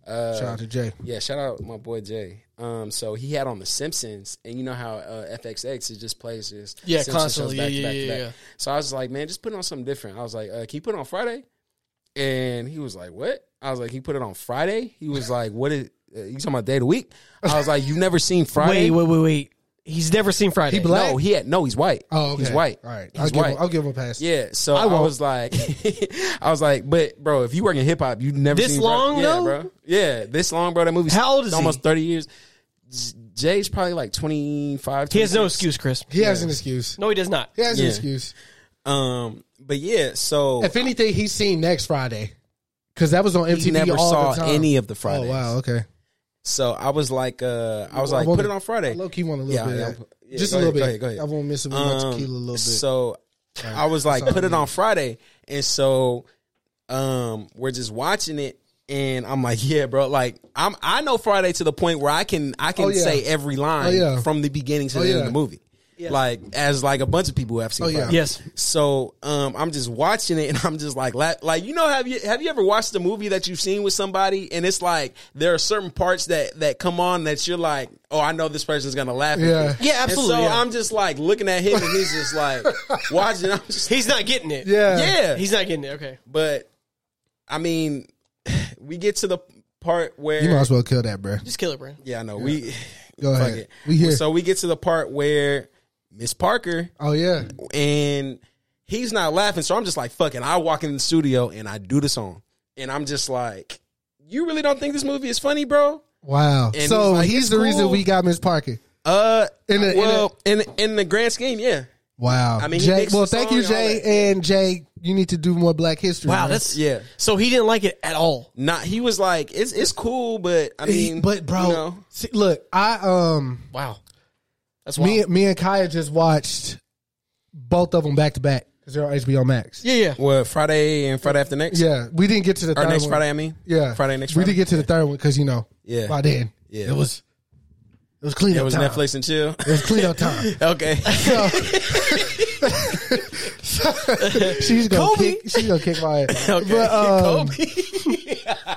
Uh,
Shout out to Jay.
yeah, shout out my boy Jay. Um, so he had on The Simpsons, and you know how uh, FXX it just plays just
Yeah,
Simpsons
constantly.
shows
Yeah,
back to
yeah,
back to
yeah,
back. So I was just like, man, just put on something different. I was like, uh, can you put it on Friday? And he was like, what? I was like, he put it on Friday. He was like, what is? Uh, you talking about day of the week? I was like, you've never seen Friday?
Wait, wait, wait, wait. He's never seen Friday.
He black?
No, he had no. He's white.
Oh, okay.
he's white.
All right,
he's
I'll give
white.
him, I'll give him a pass.
yeah, so I,
won't.
was like, I was like, but bro, if you work in hip hop, you never
This
seen
long,
yeah,
though?
bro. Yeah, this long, bro. That movie's
How old is he?
almost thirty years. J- Jay's probably like 25,
he has no
26.
excuse, Chris.
he has an excuse.
No, he does not.
He has an
Yeah.
excuse.
Um, but yeah, so
If anything, he's seen next Friday because that was on MTV.
he never
all
saw
the time.
any of the
Oh
Fridays.
wow, okay.
So I was like, uh, I was
I
like,
wanna-
put it on Friday.
Low key, want a little bit,
Yeah, yeah,
of that.
I'll put- yeah,
just a
go
little
ahead, go
bit.
ahead, go ahead.
I won't miss it with my
Um,
tequila a little bit.
So I was like, put it on Friday, and so um, we're just watching it, and I'm like, yeah, bro, like I'm I know Friday to the point where I can I can
Oh, yeah.
say every line
Oh, yeah.
from the beginning to
Oh,
the end
yeah.
of the movie, like as like a bunch of people who have seen.
Oh, yeah.
Friday.
Yes.
So um, I'm just watching it, and I'm just like, la- like you know, have you have you ever watched a movie that you've seen with somebody, and it's like there are certain parts that that come on that you're like, oh, I know this person's gonna laugh. at
Yeah.
this.
Yeah,
And
absolutely,
so
yeah.
I'm just like looking at him, and he's just like watching. I'm just
He's not getting it.
yeah,
yeah.
He's not getting it. Okay.
but I mean, we get to the part where
you might as well kill that, bro.
Just kill it, bro.
yeah, I know we
Go
fuck
ahead.
it.
We here.
So we get to the part where Miss Parker
oh yeah,
and he's not laughing. So I'm just like, fucking. I walk in the studio and I do the song, and I'm just like, you really don't think this movie is funny, bro?
wow.
he's
So
like,
he's
it's
the reason
cool.
we got Miss Parker.
Uh,
In the- in
well, in in, the grand scheme, yeah,
Wow.
I mean, he
Jay,
mixed
well,
the
thank
song
you,
and all
Jay.
that.
And Jay, you need to do more Black History.
Wow,
man.
that's
Yeah.
So he didn't like it at all.
not. He was like, it's it's cool, but I
He-
mean,
but bro,
you know,
see, look, I um,
Wow. That's wild.
me me and Kaya just watched both of them back to back because they're on HBO Max.
yeah, yeah.
what Friday and Friday after next,
Yeah, we didn't get to the
or
third
next
one.
Friday, I mean,
Yeah,
Friday next
We
Friday.
didn't get to the third one because you know,
Yeah.
by then,
Yeah.
it was it was clean
It
up
was
time.
Netflix and chill.
It was clean up time.
okay,
So, she's gonna
Kobe.
kick. She's gonna kick my ass.
okay.
But, um,
Kobe.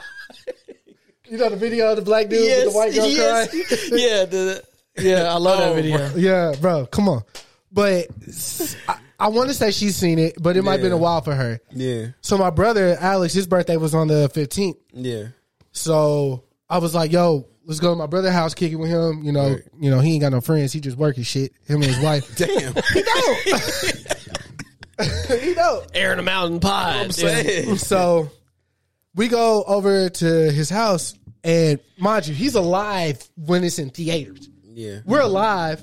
You know the video of the black dude with the white girl crying.
yes. yeah, the, yeah, I love that
Oh,
video.
Yeah, bro, come on. But s- I, want to say she's seen it, but it might have been a
Yeah.
while for her.
yeah,
So my brother Alex, his birthday was on the fifteenth.
yeah,
So I was like, "Yo, let's go to my brother's house, kick it with him." You know, you know, he ain't got no friends. He just working shit. Him and his wife.
damn.
he don't.
Aaron the Mountain Pie.
So we go over to his house, and mind you, he's alive when it's in theaters.
yeah,
We're alive,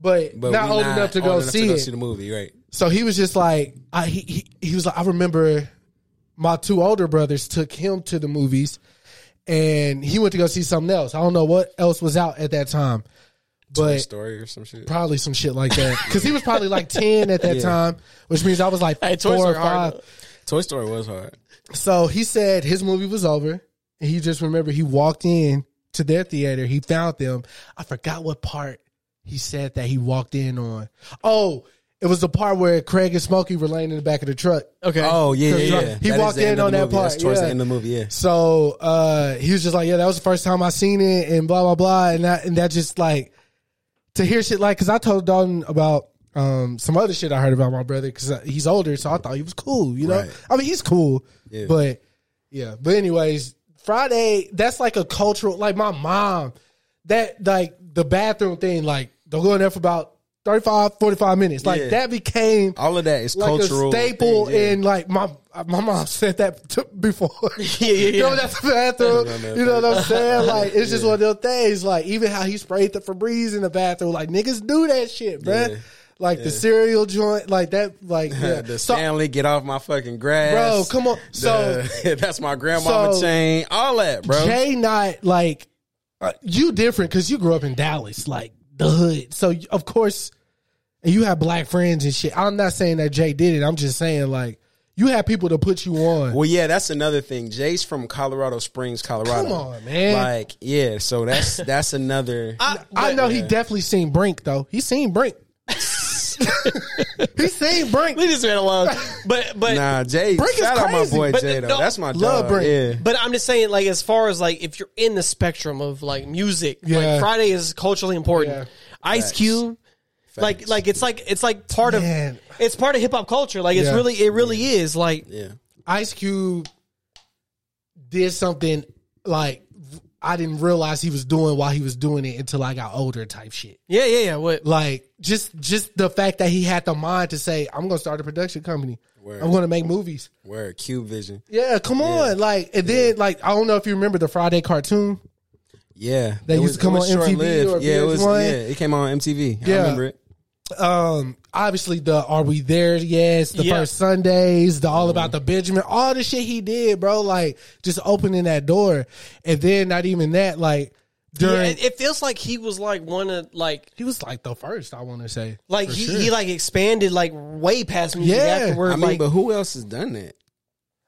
but,
Mm-hmm. But
not
we
old enough to
old
go
enough
see
to go
it.
see the movie, right?
So he was just like, I, he, he he was like, I remember my two older brothers took him to the movies, and he went to go see something else. I don't know what else was out at that time, but
Story or some shit.
probably some shit like that. Because he was probably like ten at that time, which means I was like
Hey, toys
four or
are hard,
five.
Toy Story was hard.
So he said his movie was over, and he just remembered he walked in to their theater. He found them. I forgot what part he said that he walked in on. Oh, it was the part where Craig and Smokey were laying in the back of the truck.
Okay.
Oh yeah, yeah,
Because
yeah.
he
That is
walked
the
in
end of
on
the
that
movie.
part,
That's towards
yeah.
the end of the movie. Yeah,
So uh, he was just like, "Yeah, that was the first time I seen it," and blah blah blah, and that and that just like to hear shit like because I told Dalton about um, some other shit I heard about my brother because he's older, so I thought he was cool. You know,
Right.
I mean he's cool,
Yeah.
but yeah. But anyways, Friday that's like a cultural. Like my mom, that like the bathroom thing, like they'll go in there for about 35, 45 minutes. Like
Yeah.
that became
all of that is
like
cultural
a staple
thing, yeah.
in like my I- my mom said that to, before.
Yeah, yeah,
You know,
yeah.
that's the bathroom. You know what I'm saying? Like, it's just one of those things. Like, even how he sprayed the Febreze in the bathroom. Like, niggas do that shit, bruh.
Yeah.
Like, the cereal joint, like that, like, yeah.
the
So-
Stanley, get off my fucking grass,
Bro, come on.
The- that's my grandmama
so-
chain, all that, bro.
Jay not like uh, you different because you grew up in Dallas, like the hood. So you- of course, and you have black friends and shit. I'm not saying that Jay did it. I'm just saying like you have people to put you on.
Well, yeah, that's another thing. Jay's from Colorado Springs, Colorado.
Come on, man.
Like, yeah, so that's that's another.
I know he definitely seen Brink though. He seen Brink. he seen Brink.
Leave this man alone. But but
nah, Jay.
Brink is
shout out my
crazy,
boy
but
Jay though.
no-
that's my
Love
dog.
Brink.
Yeah.
But I'm just saying, like, as far as like if you're in the spectrum of like music,
Yeah.
like Friday is culturally important.
Yeah.
Ice Cube, like, like it's like it's like part
Man.
of it's part of hip hop culture. Like, it's
Yeah.
really it really is. Like,
Yeah.
Ice Cube did something like I didn't realize he was doing while he was doing it until I got older type shit.
yeah, yeah, yeah. What?
like just just the fact that he had the mind to say i'm gonna start a production company
Word.
i'm gonna make movies
Word. Cube Vision.
yeah come on like and then like i don't know if you remember the friday cartoon
Yeah.
They
It
used to come
it
on MTV
short-lived.
or
yeah, it was.
VH1.
Yeah, it came on MTV. I
Yeah.
remember it.
um obviously the are we there yes the
Yeah. Mm-hmm.
first sundays the all about the benjamin all the shit he did bro like just opening that door and then not even that like
Yeah,
during
it, it feels like he was like one of like
he was like the first i want to say
like
for
he,
sure.
he like expanded like way past music
Yeah.
afterward.
I mean,
like,
but who else has done that?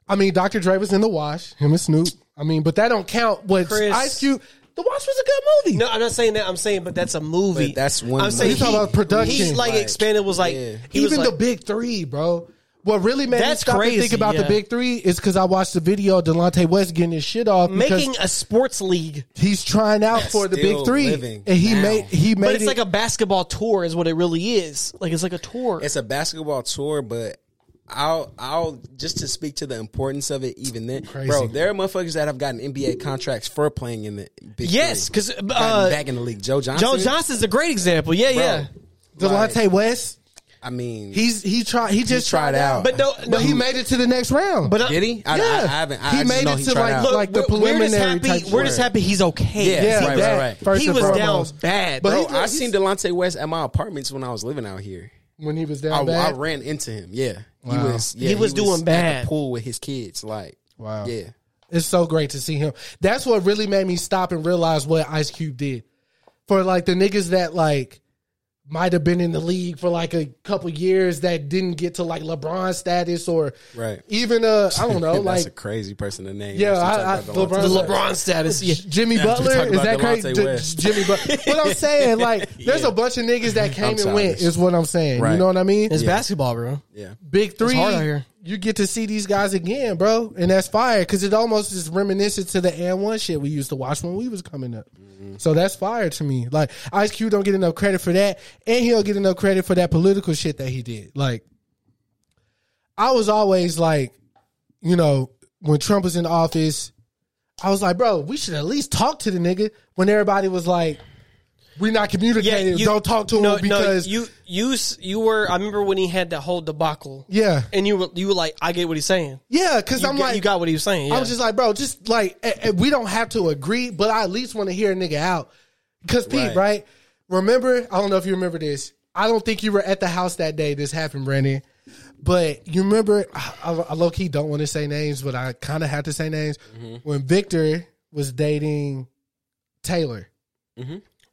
I mean, Dr. Dre was in The Wash, him and Snoop. I mean, but that don't count. What
Chris-
Ice Cube, The Wash was a good movie.
no, I'm not saying that. I'm saying, but that's a movie.
But that's one
I'm saying
movie. You talking about production.
He like,
Like,
expanded was like
yeah.
he was,
Even
like-
the big three, bro. What really made me
That's
stop and think
crazy,
about the
yeah.
big three is because I watched the video of Delonte West getting his shit off because
making a sports league.
he's trying out for the big
still
three,
living
and he
now.
made he made
But it's
it.
like a basketball tour, is what it really is. Like it's like a tour.
It's a basketball tour, but I'll I'll just to speak to the importance of it. Even then, bro, there are motherfuckers that have gotten NBA contracts for playing in the big
Yes,
Three.
because
Gotten
uh,
back in the league, Joe Johnson.
Joe Johnson's a great example. Yeah,
Bro,
yeah.
Delonte West,
I mean,
he's he tried he just
tried
tried out,
out.
But no, no
but he made it to the next round.
But uh,
did he? I,
yeah,
I, I haven't. I,
he
I just
made
know
it
he
to
tried
like
out.
look,
like the
we're- We're just
preliminary
happy.
type
we're just
shit.
happy he's okay.
Yeah,
yeah,
right, right,
that,
right.
first
he
and
was down
foremost.
bad.
But
But
Bro,
he's-
I
he's-
seen Delonte West at my apartments when I was living out here.
when he was down
I, I
bad.
ran into him. Yeah, he
Wow.
was. Yeah,
He was doing
at
bad.
the pool with his kids. Like,
Wow.
Yeah,
It's so great to see him. That's what really made me stop and realize what Ice Cube did. For like the niggas that like might have been in the league for like a couple years that didn't get to like LeBron status or
Right.
even uh I don't know
that's
like
a crazy person to name.
Yeah,
Let's
I-
talk
I-
about
LeBron-
the
Delonte.
LeBron status. Yeah.
Jimmy
we
Butler
talking
is
about
that
Delonte
crazy? J-
West.
Jimmy Butler. what I'm saying like there's a bunch of niggas that came and went
childish.
is what I'm saying. You
Right.
know what I mean?
It's basketball, bro.
Yeah,
Big three,
hard out here.
you get to see these guys again, bro, and that's fire because it almost is reminiscent to the and one shit we used to watch when we was coming up.
Mm-hmm.
So that's fire to me. Like Ice Cube don't get enough credit for that, and he don't get enough credit for that political shit that he did. Like, I was always like, you know, when Trump was in office, I was like, bro, we should at least talk to the nigga. When everybody was like, we're not communicating,
you-
don't talk to
no,
him because
no, you you s- you were. I remember when he had that whole debacle.
yeah,
and you were you were like, I get what he's saying.
yeah, because
You
I'm
got,
like,
you got what he was saying. Yeah.
I was just like, bro, just like eh, eh, we don't have to agree, but I at least want to hear a nigga out. Cause Pete, right.
Right.
Remember, I don't know if you remember this. I don't think you were at the house that day this happened, Brandon. But you remember, I, I, I low key don't want to say names, but I kind of have to say names. When Victor was dating Taylor,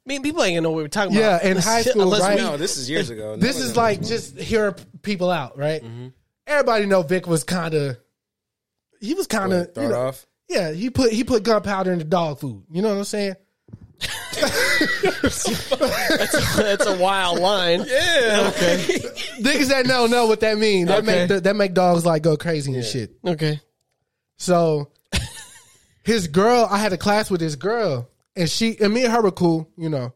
I mean, people ain't gonna know what we're talking
Yeah,
about.
in high school,
unless
right?
we-
no, this is years ago.
this
No,
is
no, no.
like just hearing people out, right? Everybody know Vic was kind of, he was kind of
Start off.
Yeah, he put he put gunpowder in the dog food. You know what I'm saying?
that's a wild line.
Yeah. Okay.
Niggas that know know what that means. That
Okay.
make the, that make dogs like go crazy and shit.
Okay.
So his girl, I had a class with his girl, and she and me and her were cool, you know.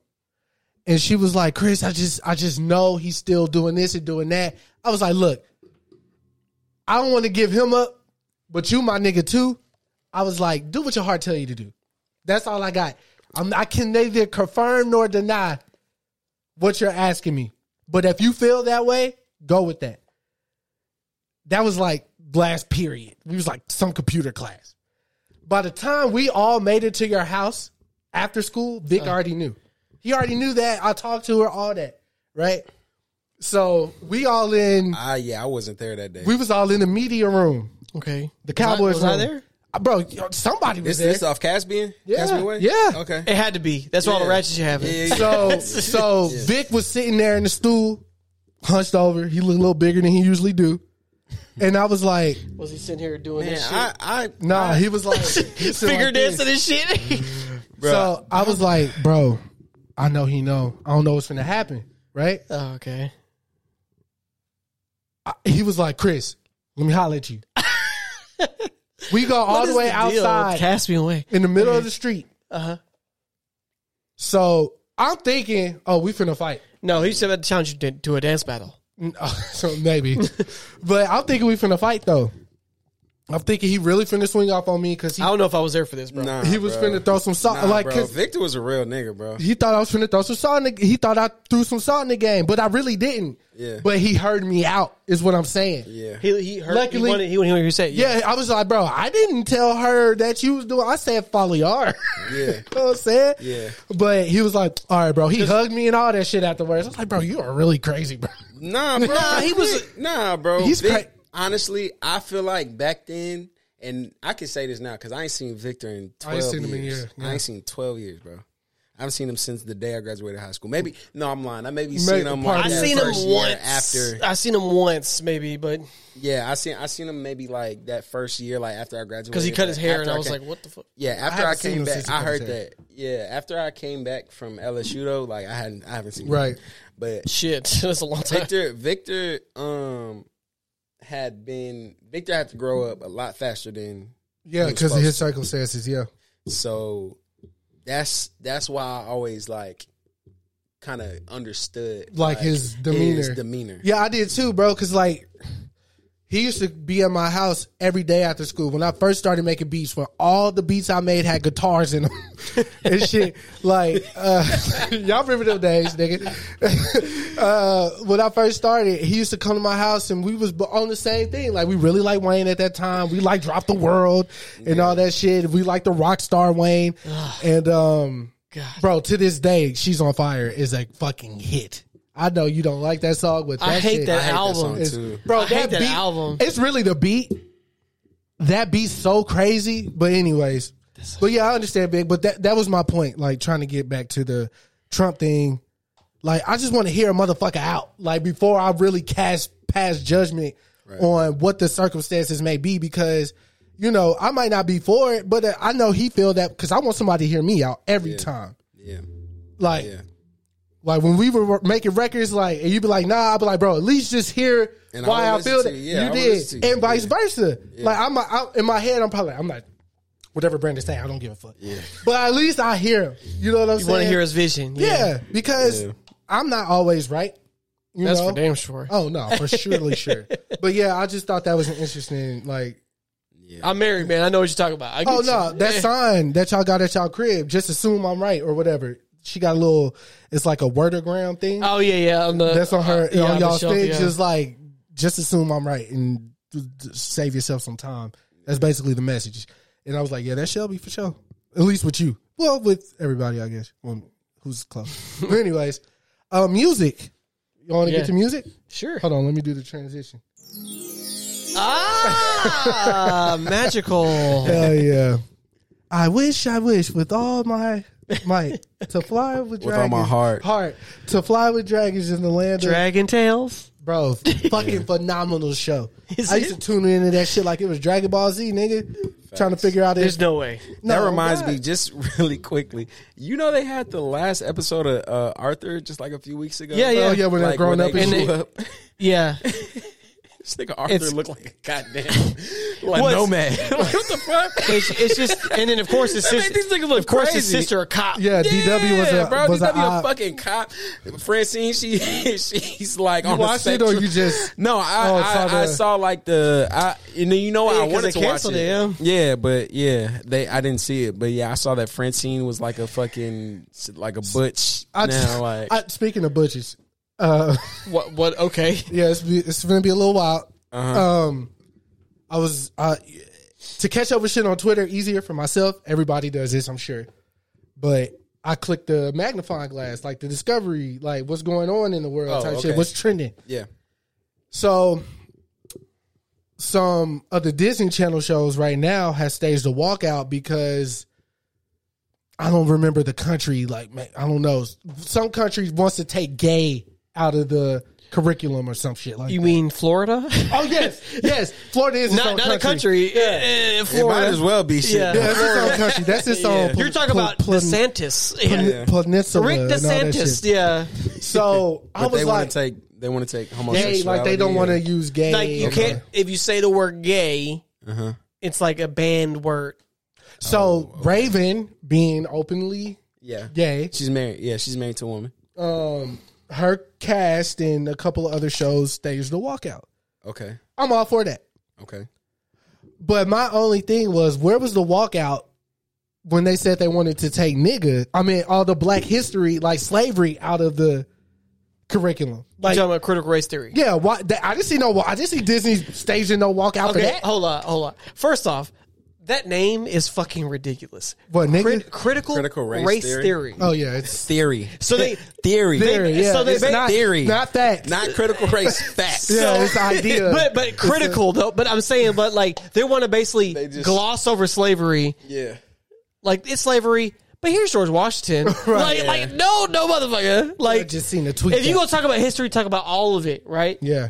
And she was like, "Chris, I just I just know he's still doing this and doing that." I was like, "Look, I don't want to give him up, but you my nigga too." I was like, "Do what your heart tell you to do." That's all I got. I'm, I can neither confirm nor deny what you're asking me. But if you feel that way, go with that. That was like last period. We was like some computer class. By the time we all made it to your house after school, Vic already knew. He already knew that. I talked to her, all that, right? So we all in.
Ah, yeah, I wasn't there that day.
We was all in the media room,
Okay.
the Cowboys
was I
room.
there?
Uh, bro? yo, Somebody was
this
there.
this off Caspian?
Yeah,
Caspian Way?
yeah.
Okay.
It had to be. That's all the
Yeah.
ratchets you have.
Yeah, yeah, yeah.
So so Vic was sitting there in the stool, hunched over. He looked a little bigger than he usually do. And I was like,
Was he sitting here doing
Man,
this shit?
I, I,
nah, he was like, he was sitting
Finger
like this.
dancing and shit.
So I was like, bro, I know he know. I don't know what's gonna happen, right?
oh, okay.
I- he was like, Chris, let me holler at you. we go all the way outside
Caspian Way.
in the middle
Mm-hmm.
of the street.
Uh
Uh-huh.
huh.
So I'm thinking, oh, we finna fight. uh,
No, he said about to challenge you to- to a dance battle.
so maybe. but I'm thinking we finna fight though. I'm thinking he really finna swing off on me because he,
I don't know if I was there for this, bro.
nah,
he was
bro.
finna throw some salt.
Nah,
like,
bro.
'cause
Victor was a real nigga, bro.
he thought I was finna throw some salt in the, he thought I threw some salt in the game, but I really didn't.
Yeah.
But he heard me out, is what I'm saying.
Yeah.
He he heard
Luckily-
he wanted he wanted to say yeah.
Yeah, I was like, bro, I didn't tell her that you was doing. I said follow y'all. you
Yeah.
know what I'm saying?
Yeah.
But he was like, all right, bro. He hugged me and all that shit afterwards. I was like, bro, you are really crazy, bro.
Nah, bro.
Nah, he was-
Nah, bro.
He's
Vic,
cra-
honestly, I feel like back then, and I can say this now because I ain't seen Victor in
I
twelve
ain't seen
years.
him in a year, yeah.
I ain't seen twelve years, bro. I haven't seen him since the day I graduated high school. Maybe no, I'm lying. I maybe, seen him. Like
part
I
of Yeah,
that
it.
seen him
first year
once.
after.
I seen him once, maybe, but
Yeah, I seen I seen him maybe like that first year, like after I graduated.
because he cut his hair,
After
and I was
came-
like, "What the fuck?"
Yeah, after I,
haven't seen
came
him
back,
since he
I
cut
heard
his hair.
that. Yeah, after I came back from LSU though, like I hadn't, I haven't seen him.
Right.
But
Shit, that's a long time.
Victor, Victor, um, had been Victor had to grow up a lot faster than
Yeah,
He was
because of his
supposed
circumstances. Yeah.
so. That's that's why I always like kind of understood
Like his demeanor.
demeanor.
Yeah, I did too, bro. Because like he used to be at my house every day after school when I first started making beats. When all the beats I made had guitars in them and shit. Like uh, y'all remember those days, nigga. uh, when I first started, he used to come to my house and we was bo- on the same thing. Like we really liked Wayne at that time. We like Drop the World and all that shit. We like the rock star Wayne and um. Bro, to this day, "She's on Fire" is a fucking hit. I know you don't like that song, but that
I hate
shit-
that
hate that
album.
song,
it's-
too.
I
Bro, that,
hate that
beat,
album.
It's really the beat. That beat's so crazy. But anyways, but yeah, I understand, big. But that that was my point. Like trying to get back to the Trump thing. Like I just want to hear a motherfucker out. Like before I really cast pass judgment on what the circumstances may be, because you know I might not be for it, but uh, I know he feel that because I want somebody to hear me out every time.
yeah,
Like.
Yeah.
Like when we were making records, like and you'd be like, "Nah," I'd be like, "Bro, at least just hear
And I
why I,
would listen
feel
to
that
you. Yeah, I
you
would listen
did,"
to you.
and vice
Yeah.
versa. Like I'm, I, in my head, I'm probably, like, I'm not, whatever Brandon saying, I don't give a fuck. But at least I hear him. You know what I'm
You
saying?
want to hear his vision?
yeah, because I'm not always right. You
that's
know?
for damn sure.
Oh no, for surely sure. But yeah, I just thought that was an interesting like.
I'm married, man. I know what you're talking about. I
Oh
get
no,
you.
that
Yeah.
sign that y'all got at y'all crib. Just assume I'm right or whatever. She got a little. It's like a wordogram thing.
Oh yeah, yeah. On the,
That's on her
uh, yeah,
on
the
y'all
shelf,
stage.
yeah.
Just like, just assume I'm right and d- d- save yourself some time. That's basically the message. And I was like, yeah, that's Shelby for sure. At least with you. Well, with everybody, I guess. Well, who's close? but anyways, uh, music. You want to
Yeah.
get to music?
sure.
Hold on, let me do the transition.
Ah, magical.
Hell yeah! I wish, I wish, with all my might, to fly with dragons.
With all my heart.
heart to fly with dragons in the land of
Dragon Tales.
Bro, fucking phenomenal show.
Is
I used
it?
to tune into that shit like it was Dragon Ball Z, nigga. Trying to figure out
There's
if
no oh way.
No,
that reminds
God.
me just really quickly. You know they had the last episode of uh, Arthur just like a few weeks ago.
Yeah, yeah.
Oh yeah, when they're
Like,
growing
when
up
they
and
grew
shit.
up.
Yeah.
This nigga Arthur
It's-
looked like a goddamn like
What's-
nomad. like, what the fuck?
It's, it's just, and then of course his
That made
sister.
these niggas look
of course his
crazy.
sister a cop.
Yeah, DW was
Yeah,
a
bro.
was a
DW a,
odd-
fucking cop. Francine, she she's like on the
watched it or
spectrum.
you just-
no? I
Oh,
I,
saw the-
I saw like the I you know you know what
Yeah,
I
'cause
wanted
they
to watch
canceled
it.
it, yeah.
yeah, but yeah, they I didn't see it, but yeah, I saw that Francine was like a fucking like a butch
I,
now. Like
I, speaking of butches, uh,
What? What? Okay.
Uh-huh.
yeah, it's, be- it's gonna be a little while. Um, I I was uh, to catch up with shit on Twitter easier for myself. Everybody does this, I'm sure. But I clicked the magnifying glass, like the discovery, like what's going on in the world
Oh,
type
okay.
shit, what's trending.
Yeah.
So some of the Disney Channel shows right now has staged a walkout because I don't remember the country. Like man, I don't know. Some countries wants to take gay out of the curriculum or some shit like.
You
that.
mean Florida?
Oh yes, yes. Florida is its
not
own
not a country. eh, eh,
It
Florida.
might as well be shit.
Yeah.
Yeah, that's its own country. That's its own. pl-
You're talking
pl-
about
pl-
DeSantis. Yeah.
peninsula.
Rick
and all that
DeSantis.
shit.
Yeah.
So I
But
was
they
like,
want to take. They want to take homosexuality.
gay. Like they don't want to
and-
use gay.
Like you can't if you say the word gay, it's like a banned word.
So Raven being openly
Yeah.
gay,
She's married. Yeah, she's married to a woman.
um, her cast and a couple of other shows staged a walkout.
Okay.
I'm all for that.
Okay.
But my only thing was, where was the walkout when they said they wanted to take nigga? I mean, all the black history, like slavery, out of the curriculum.
you
Like,
talking about critical race theory.
yeah, why, that, I didn't see no. wa- I didn't see Disney staging no walkout for
Okay,
that.
hold on, hold on. First off, that name is fucking ridiculous.
What, nigga?
critical,
Critical
race,
race
theory.
theory?
Oh yeah, it's
Theory.
So they-
theory.
theory. Yeah,
so they
it's
ba-
not,
theory.
not that.
Not critical race facts.
yeah, it's the idea.
But but critical though. But I'm saying, but like they want to basically
just-
gloss over slavery.
Yeah.
Like it's slavery. But here's George Washington. like, like no, no motherfucker.
I
Like
just seen a tweet.
if you
that-
gonna talk about history, talk about all of it, right?
yeah,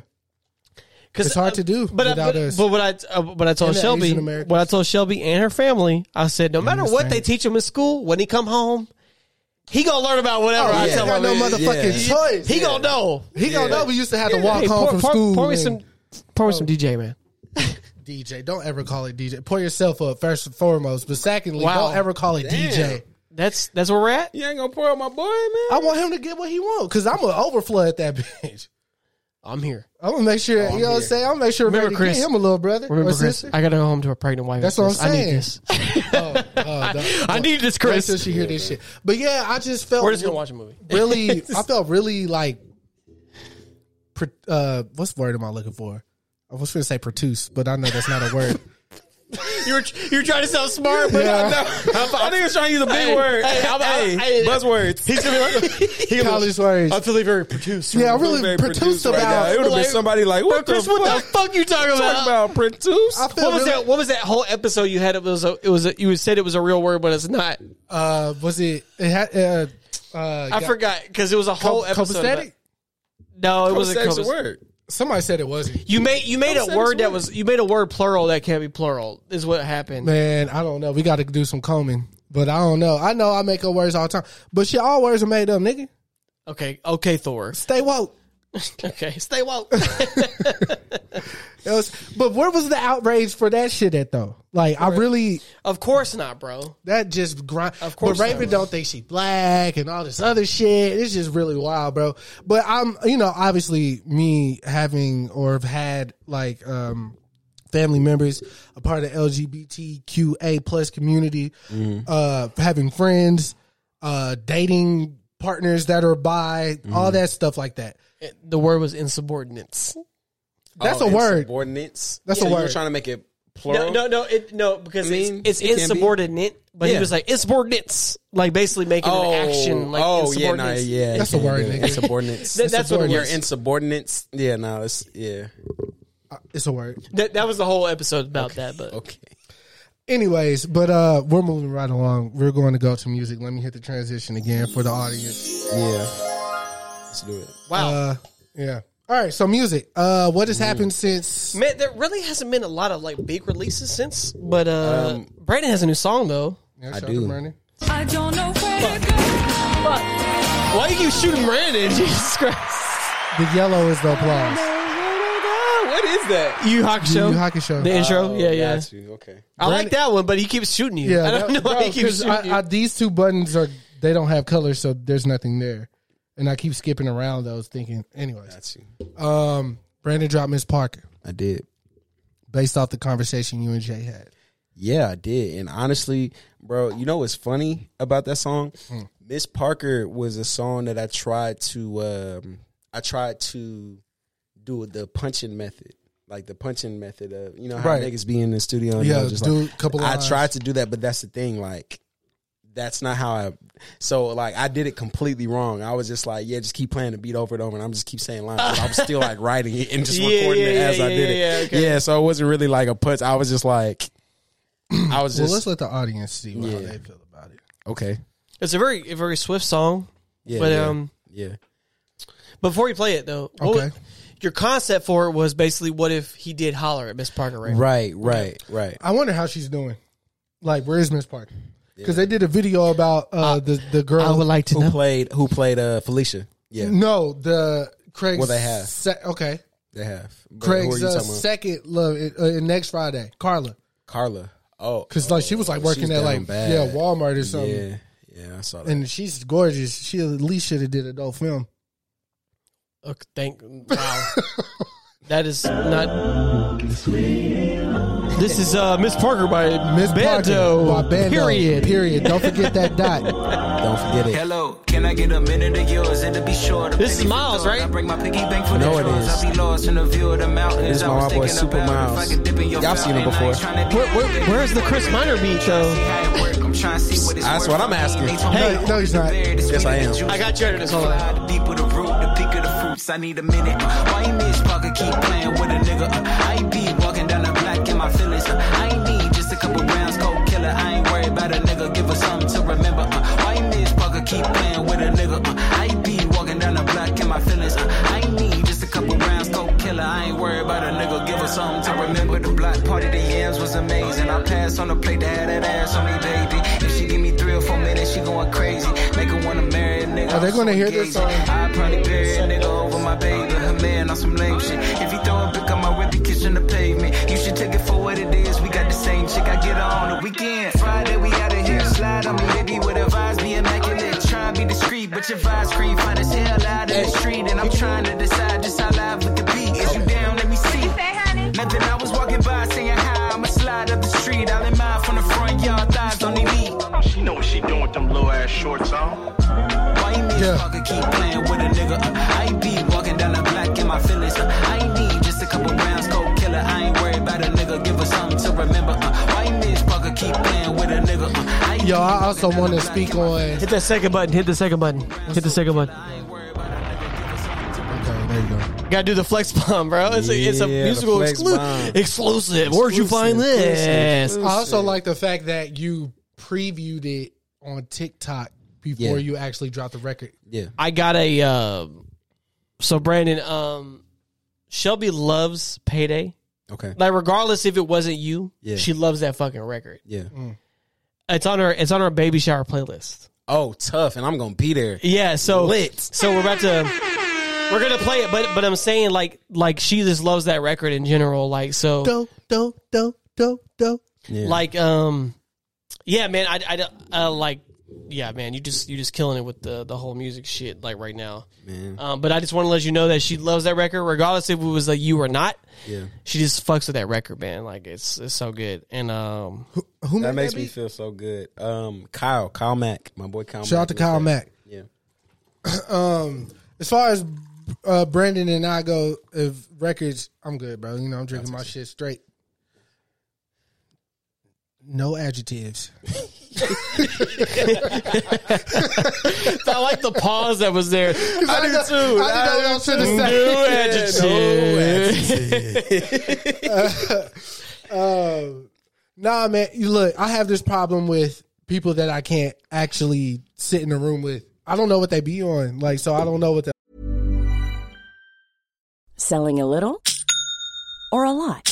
Because
It's hard to do
uh, But I-
without
but,
us.
but what I uh, what I told
And the
Shelby,
Asian Americans.
what I told Shelby and her family, I said no matter what they teach him in school, when he come home, he gonna learn about whatever. Oh, I
he ain't
tell
got
him.
no
man,
motherfucking
yeah.
choice.
He gonna know.
He gonna know we used to have to walk
Hey,
home
pour,
from
pour-
school.
Pour me
and-
some, pour me some DJ, man.
DJ. Don't ever call it DJ. Pour yourself up first and foremost, but secondly,
Wow.
don't ever call it DJ.
That's that's where we're at.
You ain't gonna pour out my boy, man.
I want him to get what he wants because I'm gonna overflood that bitch.
I'm here. Oh,
I'm gonna make sure you know what I'm saying. I'm gonna make sure
Remember,
Randy get
Chris-
him a little brother.
Remember,
or
Chris?
sister.
I gotta go home to a pregnant wife.
That's what I'm
Chris. I need
saying.
this.
Oh, don't-
I need this,
wait till
Chris.
she hear this shit. But yeah, I just felt
We're just gonna watch a movie.
really. I felt really like, pr- uh, what's the word am I looking for? I was gonna say produce, but I know that's not a word.
You're you're trying to sound smart, but
Yeah.
I think it's trying to use a big
Hey,
word.
hey, I'm- I'm-
Hey,
hey.
buzzwords.
he's gonna be like, he gonna be
College words.
like, I'm feeling very produced.
Yeah, I really
Very
produced
produced right now.
about.
it would have
Like,
been somebody like, what
Chris,
the
what
fuck?
the fuck you talking
Talk about produce.
I feel
what was
really-
that? What was that whole episode you had? It was a, it was a, you said it was a real word, but it's not.
Uh, was it? It had. Uh, uh,
I
got-
forgot because it was a whole
co-
episode.
copacetic?
about- no, it wasn't.
Sex a
copas-
word.
Somebody said it wasn't.
You made you made a
Copacetic's
word that
word.
was you made a word plural that can't be plural. Is what happened.
Man, I don't know. We got to do some combing, but I don't know. I know I make up words all the time, but shit, all words are made up, nigga.
Okay, okay, Thor.
Stay woke.
Okay, stay woke.
It was- but where was the outrage for that shit at though? Like, I really
of course not, bro.
that just grind. Of
course
but Raven
not.
don't think she black and all this other shit. It's just really wild, bro. But I'm, you know, obviously me having or have had like um family members a part of LGBTQA plus community, uh, having friends, uh, dating partners that are bi, all that stuff like that.
The word was insubordinates.
That's
Oh,
a word.
Subordinates.
That's
So
a
You're
word.
trying to make it
No,
plural.
no, no, it, no, because
I mean,
it's,
it can
it's
be.
insubordinate. But he
Yeah.
was like insubordinates, like basically making
Oh,
an action. Like
oh yeah, nah,
insubordinates.
yeah.
That's
you
a
can't
word,
do it.
nigga.
Insubordinates.
That- that's what it
Your
was.
insubordinates. Yeah, no, it's yeah.
Uh, It's a word.
That, that was the whole episode about that. But
Okay.
Anyways, but uh we're moving right along. We're going to go to music. Let me hit the transition again for the audience.
Yeah. Let's do it.
wow,
Uh yeah. All right, so music. Uh what has happened since
man, there really hasn't been a lot of like big releases since. But uh,
Um,
Brandon has a new song though.
Yeah,
I
shout out
do.
to Brandon.
I don't know where to go.
Why you keep shooting Brandon? Jesus Christ!
The yellow is the applause.
What is that?
You Hawk show,
Yu Hakusho.
the intro. yeah, yeah.
Got you. Okay.
I like that one, but he keeps shooting you.
Yeah,
I don't
that-
know why
bro,
he keeps
'cause
shooting you.
I, I, these two buttons are they don't have color, so there's nothing there. And I keep skipping around those thinking anyways.
Got you.
Um Brandon dropped Miss Parker
I did.
based off the conversation you and Jay had.
Yeah, I did. And honestly, bro, you know what's funny about that song? Miss Parker was a song that I tried to um I tried to do the punching method. like the punching method of you know how
Right.
niggas be in the studio. And
Yeah,
they'll just
do
like,
a couple of
I
lines.
tried to do that, but that's the thing. Like that's not how I. So like I did it completely wrong. I was just like, yeah, just keep playing the beat over and over, and I'm just keep saying lines. But I was still like writing it and just
Yeah,
recording it
yeah,
as
yeah,
I did
yeah,
it.
yeah, okay.
yeah, so it wasn't really like a punch. I was just like, I was
Well,
just
let's let the audience see how
Yeah.
they feel about it.
okay.
It's a very a very swift song.
Yeah,
But,
yeah,
um,
yeah.
Before you play it though, what
Okay.
would- your concept for it was basically what if he did holler at Miss Parker Ray?
Right, right, right.
I wonder how she's doing. Like, where is Miss Parker? Because they did a video about uh, the the girl.
like
Who played? Who played? Uh, Felicia. Yeah,
No, the Craig.
Well, they have.
se- okay,
they have. But who are
Craig's
you
uh,
talking about?
second love uh, next Friday, Carla.
Carla. Oh,
Because like she was like working
she's
at
down
like
bad.
yeah Walmart or something,
Yeah, yeah, I saw that.
and she's gorgeous. She at least should have did adult film.
Okay, thank wow. that is not. This is uh, Miss Parker by
Miss
Miss Bando.
Parker, by Bando,
Period.
Period. Don't forget that dot.
Don't forget it.
Hello, can I get a minute of yours? It'll be short.
This is Miles, right?
I bring my piggy bank for the
No, it
drawers.
is.
I'll be lost in the view of the mountains.
This is
I
my
was
boy,
thinking
Super
about if I
Miles.
could dip in your
Y'all seen him
fountain. I
before.
ain't tryna be
Where- where- where's the Chris Minor beat though?
how it work. I'm tryna see what it's
That's
worth
what I'm
for
asking.
me. They told me
Hey. No, he's not.
Yes, I am.
I got you under this. Hold on.
The deep of the root, the peak of the fruits. I need a minute. Uh, Why you miss Parker keep playing with a nigga? Uh, I be walking down the block in my feelings. Uh, I ain't need just a couple rounds, cold killer. I ain't worried about a nigga. Give her something to remember. Uh, Why you miss Parker keep playing with a nigga? Uh, I be walking down the block in my feelings. Uh, I ain't need just a couple rounds, cold killer. I ain't worried about a nigga. Give her something to remember. The block party, the yams was amazing. I passed on the plate to have that ass on me, baby. If she give me three or four minutes, she going crazy. Make her wanna marry a nigga.
Are they gonna hear this song?
I probably bury a nigga over my baby. Her man on some lame shit. If he throw a pick on my whip, he kissing the pavement. You should take it for what it is. We got the same chick. I get her on the weekend. Friday, we out of here. Slide on me, baby, with her vibes be immaculate. Try and be discreet, but your vibes cream fine as hell out in the street. And I'm trying to decide just how live with the beat. Is you down? Let me see. Nothing, I was walking by saying hi. I'ma slide up the street. I'll in mine from the front yard. Thighs on the knee.
She know what she doing with them little ass shorts on.
Why you mean
Yeah.
fucker keep playing with a nigga? Uh, I be walking down the block in my feelings. Uh, I need just a couple rounds, cold killer. I ain't worried about a nigga. Give her something to remember. Uh, why you mean fucker keep playing with a nigga? Uh, I
Yo, I also want to speak on. Okay,
Hit that second button. Hit the second button. Hit the second button.
there you go.
Gotta do the flex bomb, bro. It's a, it's a
Yeah, the
musical
flex
exclu-
bomb.
exclusive. Where'd you find
Exclusive,
this?
exclusive.
I also like the fact that you previewed it on TikTok before
Yeah.
you actually dropped the record.
Yeah,
I got a. um so Brandon, um, Shelby loves Payday.
okay,
Like regardless if it wasn't you,
Yeah.
she loves that fucking record.
yeah.
mm.
It's on her. It's on her baby shower playlist.
Oh, tough, and I'm gonna be there.
Yeah. So
Lit.
So we're about to. We're gonna play it, but but I'm saying like like she just loves that record in general. Like so.
Do do do do do.
Yeah.
like um yeah man i i don't- uh, like yeah man you just you just killing it with the the whole music shit like right now
man,
um but i just want to let you know that she loves that record regardless if it was like you or not
yeah,
she just fucks with that record man like it's it's so good and um
Who
that
made
makes
that
me
beat?
feel so good. Um, Kyle, Kyle Mack, my boy Kyle.
Shout out to Kyle
made
Mack.
that. Yeah,
Um, as far as uh, Brandon and I go, if records, I'm good, bro. You know, I'm drinking my shit straight. No adjectives.
i like the pause that was there
I, do too. I didn't know what I was finna
new
say.
adjective
Um, nah, man. You look, I have this problem with people that I can't actually sit in a room with. I don't know what they be on, like, so I don't know what the
Selling a little or a lot?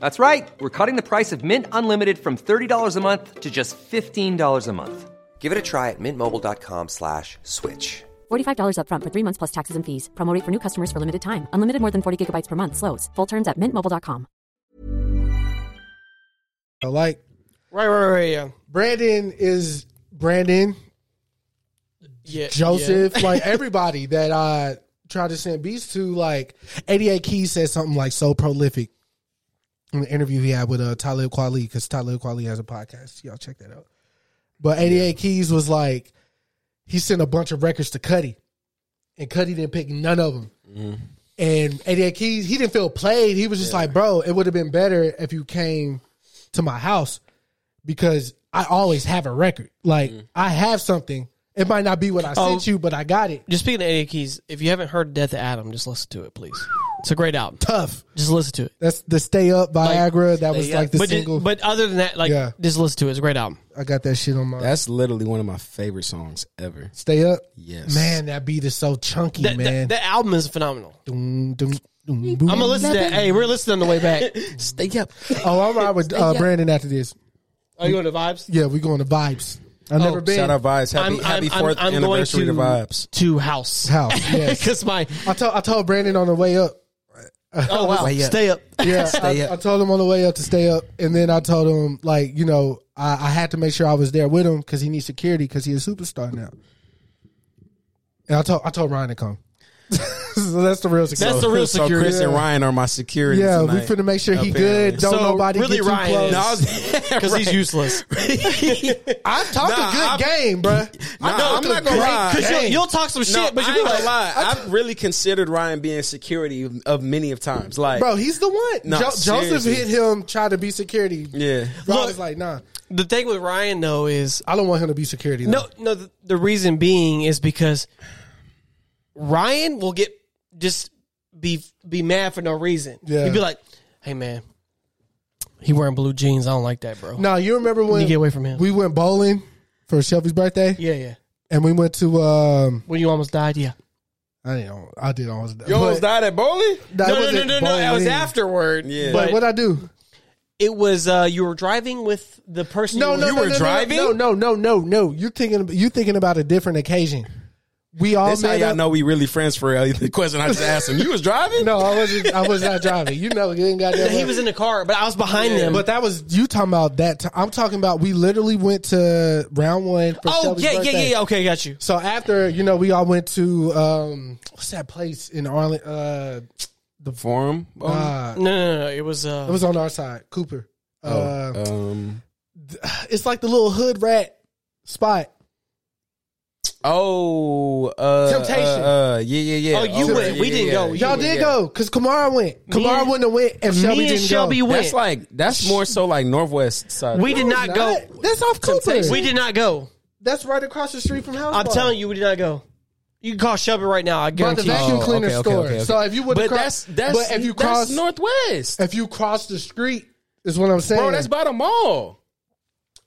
That's right. We're cutting the price of Mint Unlimited from $30 a month to just $15 a month. Give it a try at mintmobile.com slash switch.
$45 upfront for three months plus taxes and fees. Promo rate for new customers for limited time. Unlimited more than 40 gigabytes per month. Slows. Full terms at mintmobile.com.
So, like
Right, right, right. Yeah.
Brandon is Brandon
yeah
Joseph,
yeah.
like everybody that I tried to send beats to, like 88 Keys said something like so prolific in the interview he had with uh, Talib Kweli, because Talib Kweli has a podcast. Y'all check that out. But 88 Keys was like, he sent a bunch of records to Cuddy, and Cuddy didn't pick none of them.
Mm-hmm.
And 88 Keys, he didn't feel played. He was just like, bro, it would have been better if you came to my house because I always have a record. Like,
Mm.
I have something. It might not be what I
Oh.
sent you, but I got it.
Just speaking of any keys, if you haven't heard Death of Adam, just listen to it, please. It's a great album.
Tough.
Just listen to it.
That's the Stay Up Viagra. that was like the
but, ju-
single.
but other than that, like
Yeah.
just listen to it. It's a great album.
I got that shit on my
That's literally one of my favorite songs ever.
Stay Up.
Yes.
Man, that beat is so chunky,
That,
man.
that, that album is phenomenal.
Doom, doom, doom,
I'm
boom.
gonna listen to that. Hey, we're listening on the way back.
Stay up.
Oh, I'm riding with uh, Brandon after this.
Are you on the vibes?
Yeah, we going to Vibes. I've
Oh,
never been.
Shout out Vibes. Happy,
I'm-
happy
I'm- I'm-
4th
I'm going
anniversary to
to-
Vibes.
To house,
House, yes.
Because my
I told I told Brandon on the way up.
oh wow,
Way up.
stay up.
Yeah,
Stay
I,
up.
I told him on the way up to stay up, and then I told him like you know I, I had to make sure I was there with him because he needs security because he's a superstar now. And I told I told Ryan to come. so that's the real success.
That's the real
So
security.
Chris and Ryan are my security.
yeah, we
tonight.
finna make sure he good. Don't
So,
nobody
really
get too
Ryan
close.
is-
No, I was-
Because he's useless.
I talk
Nah,
a good
I'm-
game, bro.
Nah, I'm not gonna lie.
Because you'll,
Hey.
you'll talk some shit,
No,
but
I
you
ain't
be
gonna
like,
lie. I've really considered Ryan being security of, of many of times. Like,
Bro, he's the one.
Nah,
jo- Joseph
seriously.
hit him trying to be security.
yeah,
Rob
Look-
was like, nah,
the thing with Ryan though is
I don't want him to be security. though.
No, no. The, the reason being is because Ryan will get just be be mad for no reason.
Yeah.
He'd be like, "Hey, man, he wearing blue jeans. I don't like that, bro."
No, you remember when
You get away from him.
We went bowling for Shelby's birthday,
Yeah, yeah.
and we went to. um
When you almost died, yeah.
I didn't. know- I did almost.
you almost died at bowling.
No, no, no, no, no. That was afterward.
Yeah.
But
but
what I do?
it was uh, you were driving with the person.
No,
you
no,
were,
no,
were
no, no,
driving?
No, no, no, no, no. You're thinking. You thinking about a different occasion. We
oh,
all
That's how
met
y'all
up-
know we really friends for real. The question I just asked him, you was driving?
No, I wasn't. I was not driving. You know, you didn't got
He was in the car, but I was behind him.
But that was you talking about that. i I'm talking about. We literally went to round one. For
oh,
Shelby's
yeah, yeah,
birthday.
yeah, yeah. Okay, got you.
So after you know, we all went to um, what's that place in Arlington? Uh,
The forum. bowling?
uh,
No, no, no. no, It was. Uh,
It was on our side, Cooper.
Oh.
Uh,
Oh. um,
it's like the little hood rat spot.
oh, uh,
Temptation.
Uh, uh, yeah, yeah, yeah.
Oh, you went. We didn't go.
Y'all did go because Kamara went. Kamara
and-
wouldn't have went if Shelby
me and
didn't
Shelby
go.
went.
That's like that's more so like northwest side.
we did
No,
not
not.
go.
That's off Cooper.
We did not go.
That's right across the street from house.
I'm telling you, we did not go. You can call Shelby right now. I
by the
guarantee. you.
vacuum
Oh,
cleaner
okay, okay,
store.
okay, okay.
So if you would,
but
have
that's that's
but if you
that's
cross
northwest,
if you cross the street is what I'm saying.
bro. That's by the mall.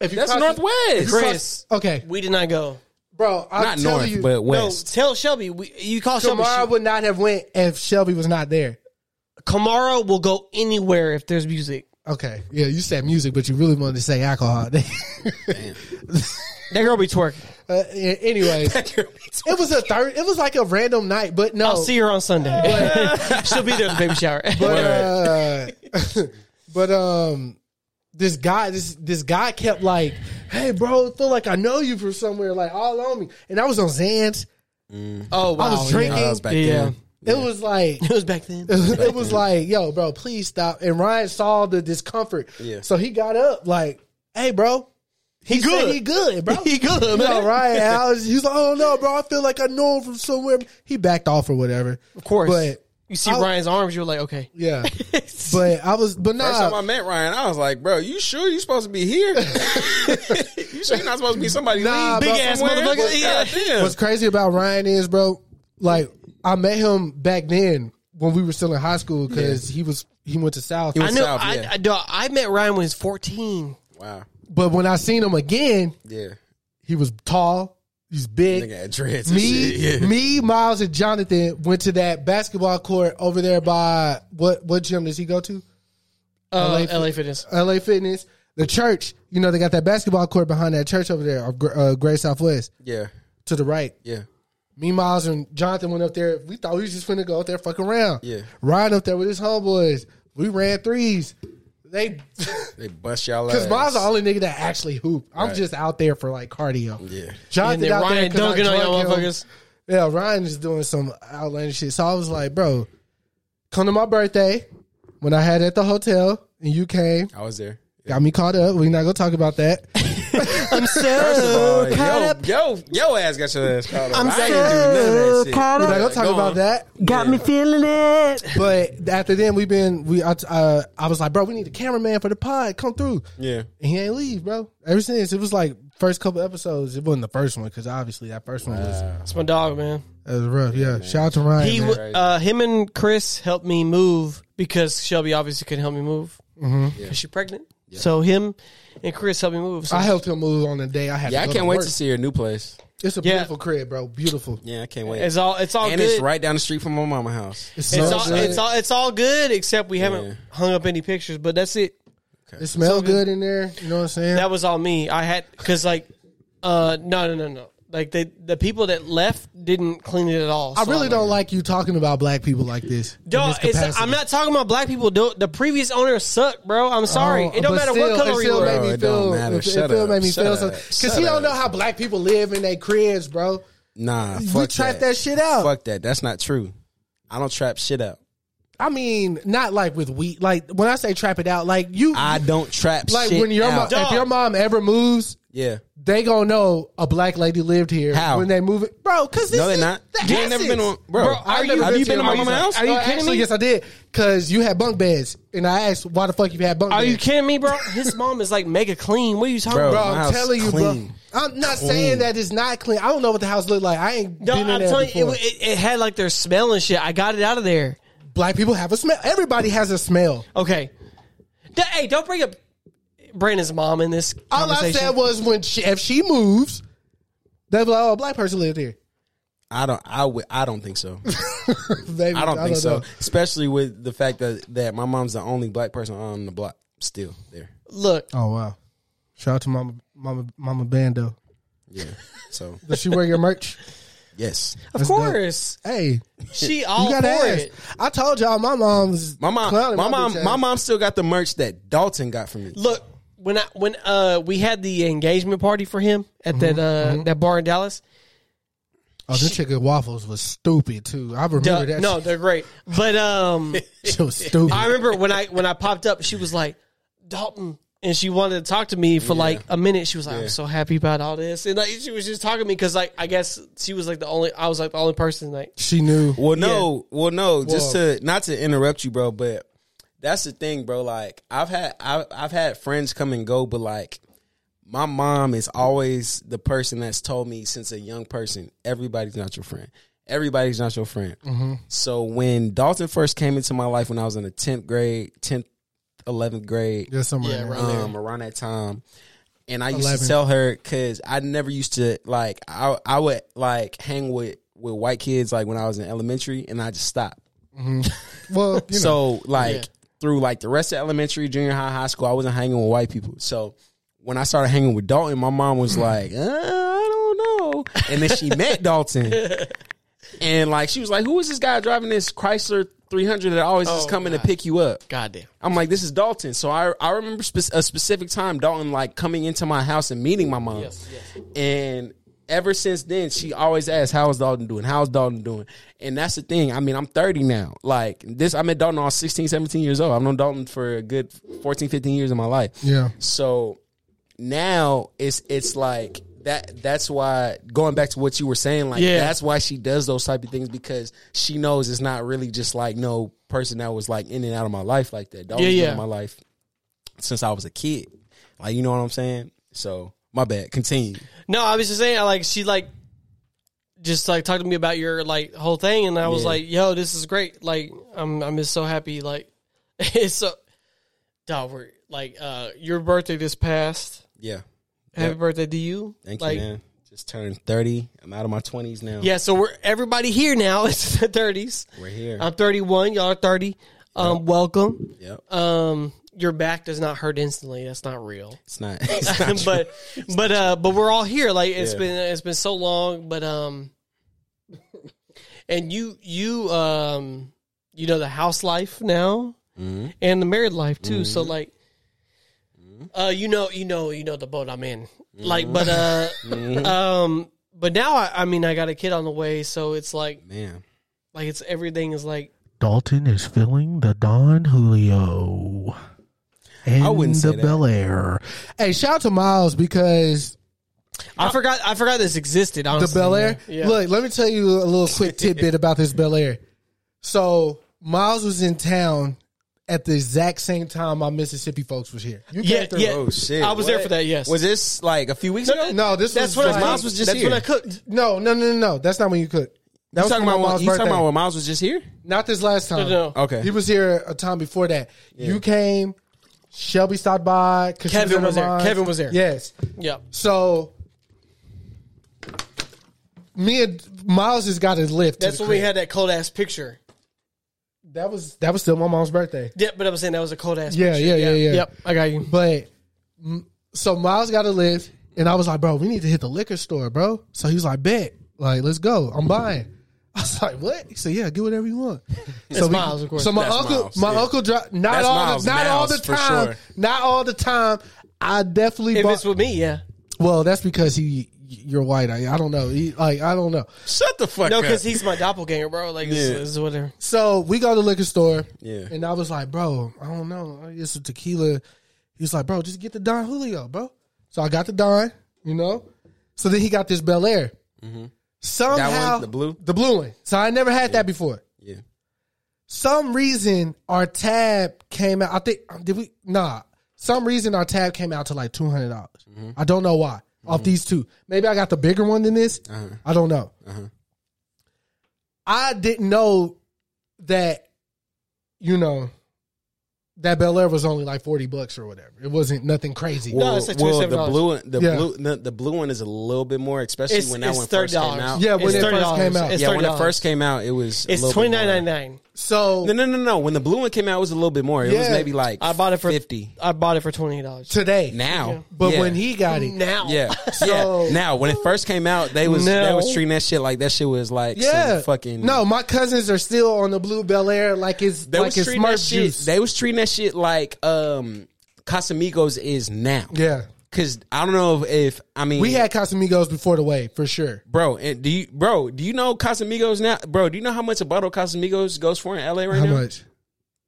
if you
That's
cross the-
northwest.
if you cross-
Chris.
okay,
We did not go.
bro. I'm
Not
telling
north,
you,
but west.
No, tell Shelby. We, you call Shelby.
Kamara
she-
would not have went if Shelby was not there.
Kamara will go anywhere if there's music.
Okay, yeah, you said music, but you really wanted to say alcohol.
That girl be twerking.
Uh, a- anyways, it was a third. It was like a random night, but no.
I'll Oh, see her on Sunday. She'll be there at the baby shower.
but, uh, but um, this guy, this this guy kept like, "Hey, bro, feel like I know you from somewhere, like all on me." And I was on Zans.
oh wow,
I was drinking.
I was back
Yeah.
then.
It was like.
It was back then.
It was like, yo, bro, please stop. And Ryan saw the discomfort,
Yeah.
so he got up, like, "Hey, bro, he, said
good.
he good, bro,
He good,
You
man.
know, Ryan, and I was, he was like, "Oh no, bro, I feel like I know him from somewhere." He backed off or whatever,
Of course.
But
you see
I-
Ryan's arms, you're like, okay.
Yeah. but I was but
First time I
nah,
met Ryan, I was like, "Bro, you sure you supposed to be here? you sure you're not supposed to be somebody
Nah,
leading
bro.
big ass
Somewhere?
motherfucker?
Yeah.
Goddamn.
what's crazy about Ryan is, bro, like I met him back then when we were still in high school because he was He went to South.
I know. I, I, dog, I met Ryan when he was fourteen.
Wow.
but when I seen him again,
Yeah.
he was tall. He's big.
Nigga had dreads and
Me,
shit, yeah.
me, Miles, and Jonathan went to that basketball court over there by what? What gym does he go to?
Uh,
LA
LA, Fitness.
LA Fitness, the church. You know they got that basketball court behind that church over there, of Gr- uh, Gray Southwest
Yeah.
to the right.
Yeah.
Me, Miles, and Jonathan went up there. We thought we was just finna go up there fuck around.
Yeah.
Ryan up there with his homeboys. We ran threes. They,
They bust y'all out.
because Miles the only nigga that actually hoop. I'm
Right.
just out there for like cardio.
Yeah.
And
Jonathan
then
out there
Ryan
'cause I
dunking on y'all
drug him.
motherfuckers.
Yeah, Ryan is doing some outlandish shit. So I was like, bro, come to my birthday when I had it at the hotel and you came.
I was there.
Got me caught up. We're not gonna talk about that.
I'm
First of
so
all, yo, yo, yo ass got your ass caught up.
I'm
I ain't do none of that shit.
We're not gonna talk
Go
about
on.
that.
Got me
feeling it. But after then, we've been we. I, uh, I was like, bro, we need a cameraman for the pod. Come through.
Yeah.
And he ain't leave, bro. Ever since it was like first couple episodes. It wasn't the first one because obviously that first one was,
That's my dog, man.
that was rough. Yeah. Shout out to Ryan.
He,
man.
w- uh, him and Chris helped me move because Shelby obviously couldn't help me move. Mm-hmm. She's pregnant, so him and Chris helped me move. So
I helped him move on the day I had.
Yeah,
to
I
go
can't
to
wait
work.
to see your new place.
It's a
Yeah.
beautiful crib, bro. Beautiful.
Yeah, I can't wait.
It's all it's all
and
good.
it's right down the street from my mama house.
It
It's
smells
all,
good.
it's all it's all good except we haven't
Yeah.
hung up any pictures. But that's it.
it smells good. in there. You know what I'm saying?
That was all me. I had because like, uh, no, no, no, no. Like they, the people that left didn't clean it at all.
I
so
really
I'm
don't like you talking about black people like this. in
Dog,
this
it's,
capacity.
I'm not talking about black people. Don't- The previous owner sucked, bro. I'm sorry.
Oh,
it don't
but
matter
still-
what color
it
you
still
were.
made me
Bro, it don't
feel.
matter.
It, it
Shut
still
up.
made me
Shut
feel
up.
something because
Shut
he don't
up.
know how black people live in their cribs, bro.
Nah,
We
fuck
trap that shit out.
Fuck that. That's not true. I don't trap shit out.
I mean, not like with wheat. Like when I say trap it out, like you,
I don't trap
like
shit
when your mom,
out.
if your mom ever moves,
yeah.
they gonna know a black lady lived here
How?
when they move it, bro. Because
No, they not. You ain't never been on, bro.
Bro,
I've
are
never
you-
have you been
to
to my mama house?
Are you kidding me? Yes, I did. Because you had bunk beds, and I asked why the fuck you had bunk
Are
beds.
you kidding me, bro? His mom is like mega clean. What are you talking
Bro,
Bro,
about?
My
I'm
house
telling you,
clean.
bro. I'm not saying that it's not clean. I don't know what the house looked like. I ain't
No,
been in
I'm
there
telling
before.
you, it, it, it had like their smell and shit. I got it out of there.
Black people have a smell. Everybody has a smell.
Okay. D- hey, don't bring up Brandon's mom in this
All I
conversation.
said was when she, if she moves, they'll be like, "Oh, a black person lived here."
I don't. I would. I don't think so.
Baby,
I don't think so.
know.
Especially with the fact that that my mom's the only black person on the block still there.
Look,
Oh wow! Shout out to Mama Mama Mama Bando.
Yeah. So
Does she wear your merch?
yes,
of course,
Hey,
she
you
all
gotta
for
ask.
it.
I told y'all my mom's
my mom.
clowning
my mom.
bitch ass.
My mom still got the merch that Dalton got for me.
Look, when I when uh we had the engagement party for him at
Mm-hmm.
that uh that bar in Dallas.
Oh, the chicken waffles was stupid too. I remember
Duh,
that.
no, they're great, but um.
shit was stupid.
I remember when I when I popped up, she was like, Dalton. And she wanted to talk to me for like a minute. She was like, "I'm so happy about all this," and like she was just talking to me because, like, I guess she was like the only. I was like the only person. Like,
she knew.
Well, no, well, no. Just to not to interrupt you, bro, but that's the thing, bro. Like I've had I've, I've had friends come and go, but like my mom is always the person that's told me since a young person, everybody's not your friend. Everybody's not your friend. So when Dalton first came into my life when I was in the tenth grade, tenth, eleventh grade,
Yeah, somewhere.
Yeah,
in there.
right.
um, around that time. And I used
11.
to tell her because I never used to like I I would like hang with with white kids like when I was in elementary, and I just stopped.
Well, you know,
so like through like the rest of elementary, junior high, high school, I wasn't hanging with white people. So when I started hanging with Dalton, my mom was like, uh, I don't know. And then she met Dalton, and like she was like, Who is this guy driving this Chrysler 300 that always is
Oh,
coming
God.
to pick you up?
goddamn,
I'm like, this is Dalton. So I I remember spe- a specific time Dalton like coming into my house and meeting my mom. And ever since then, she always asks, "How's Dalton doing? How's Dalton doing?" And that's the thing. I mean, I'm 30 now. Like this, I met Dalton when I was 16, 17 years old. I've known Dalton for a good 14, 15 years of my life.
Yeah.
So now it's it's like that. That's why going back to what you were saying, like
Yeah.
that's why she does those type of things because she knows it's not really just like no person that was like in and out of my life like that.
Yeah,
Dalton's been
yeah.
in my life since I was a kid. Like you know what I'm saying. So my bad. Continue.
no, I was just saying, I, like, she like just like talked to me about your like whole thing, and I was
Yeah.
like, "Yo, this is great. Like, I'm I'm just so happy. Like, It's so, dog. We're like uh, your birthday just passed.
Yeah.
Happy
Yep.
birthday to you.
Thank
Like,
you, man. Just turned thirty. I'm out of my twenties now.
Yeah, so we're everybody here now. It's the thirties.
We're here.
I'm 31. Y'all are 30. Um, welcome.
Yep.
Um, your back does not hurt instantly. That's not real.
It's not. It's not true.
but but uh, but we're all here. Like it's
Yeah.
been it's been so long. But um, and you you um you know the house life now
Mhm.
and the married life too.
Mm-hmm.
So like. Uh, you know, you know, you know the boat I'm in.
Mm-hmm.
Like, but uh, um, but now I, I mean, I got a kid on the way, so it's like,
man,
like it's everything is like
Dalton is filling the Don Julio. And
I wouldn't say
the
that.
Bel Air. Hey, shout out to Miles because
I forgot, I forgot this existed. Honestly,
the Bel Air.
Yeah.
Look, let me tell you a little quick tidbit about this Bel Air. So Miles was in town at the exact same time my Mississippi folks was here. You
yeah, yeah.
Oh shit!
I was there
What?
for that. Yes,
Was this like a few weeks ago?
No, this
that's
was
when I
like-
Miles was just
that's
here.
when I cooked.
No, no, no, no, no. That's not when you cooked. That
You talking
for my
about when-
mom's
you talking
birthday.
about when Miles was just here?
Not this last time.
No, no.
Okay.
He was here a time before that. You came. Shelby stopped by. 'cause she
Kevin
in her
was there.
mind.
Kevin was there.
Yes.
Yeah,
So me and Miles has got his lift. to
that's
the
when we
crib.
had that cold ass picture.
That was that was still my mom's birthday.
Yeah, but I was saying that was a cold ass.
Yeah,
picture.
yeah, yeah, yeah.
Yep, I got you.
But mm, so Miles got a lift, and I was like, "Bro, we need to hit the liquor store, bro." So he was like, "Bet, like, let's go. I'm buying." I was like, "What?" He said, "Yeah, get whatever you want." so we-
Miles, of course.
So my
That's
uncle,
Miles,
my
yeah.
uncle, dri- not
That's
all,
Miles,
the, not all the
Miles, for
time,
sure.
not all the time. I definitely
If
bought.
it's with me, yeah.
well, that's because he, you're white. I, I don't know. He, like, I don't know.
Shut the fuck
No,
up.
because he's my doppelganger, bro. Like, this,
Yeah.
this is whatever.
So we go to the liquor store.
Yeah.
And I was like, bro, I don't know. It's a tequila. He was like, bro, just get the Don Julio, bro. So I got the Don, you know? So then he got this Bel Air. Somehow.
Mm-hmm. That one, the blue?
The blue one. So I never had that before.
Yeah.
Some reason our tab came out. I think, did we? Nah. Some reason our tab came out to like $200. dollars
Mm-hmm.
I don't know why. Off these two. Maybe I got the bigger one than this.
Uh-huh.
I don't know. I didn't know that, you know, that Bel Air was only like 40 bucks or whatever. It wasn't nothing crazy.
Well,
it's like
well, the
$27.
blue one, the
Yeah.
blue, the, the blue one is a little bit more, especially
It's,
when that
it's
one
thirty
first came out.
dollars.
Yeah, when
it's
it first
$30.
came out.
It's
yeah. When it
$30.
first came out, it was a
it's
little
twenty
bit
nine
more.
ninety nine.
So
No, no, no, no. When the blue one came out, it was a little bit more. It was
Yeah.
maybe like
I bought it for
fifty.
I bought it for twenty dollars.
today.
Now,
But
Yeah.
when he got it.
Now,
yeah,
So-
yeah. Now, when it first came out, they was they
No.
was treating that shit like that shit was like
Yeah.
some fucking
No, my cousins are still on the blue Bel Air like it's
They
like
was
it's
treating that
Smurf
shit.
juice.
They was treating that shit like um Casamigos is now.
yeah.
Cause I don't know if, if I mean
We had Casamigos before the wave, for sure.
bro. And do you bro? Do you know Casamigos now? Bro, do you know how much a bottle of Casamigos goes for in LA right
How
now?
much?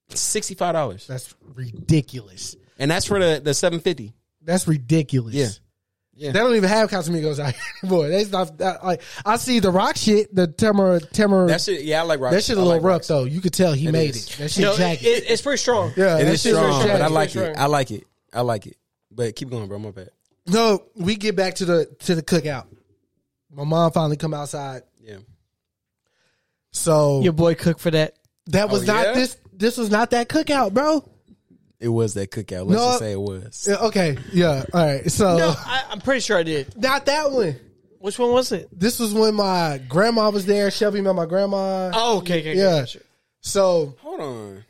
Sixty five dollars,
That's ridiculous.
and that's for the the seven fifty.
That's ridiculous.
Yeah. Yeah.
They don't even have Casamigos out here anymore. They stop that, like I see the rock shit, the Temor Temor
That shit, yeah, I like rock.
That shit a
I
little
like
rough
Roxy.
though. You could tell he made
is.
it. That shit
No, it,
jagged.
it, it's pretty strong.
yeah,
It
that
is
shit's
strong,
jagged.
but I like
Strong.
it. I like it. I like it. But keep going, bro. My bad.
No, we get back to the to the cookout. My mom finally come outside,
Yeah,
so
Your boy cooked for that.
that was
Oh,
not
yeah?
this. This was not that cookout, bro.
it was that cookout. Let's
No,
just say it was.
Yeah, okay, yeah, all right. So
No, I, I'm pretty sure I did.
not that one.
Oh. Which one was it?
This was when my grandma was there. Shelby met my grandma.
Oh, okay, okay, okay.
yeah. So
Hold on.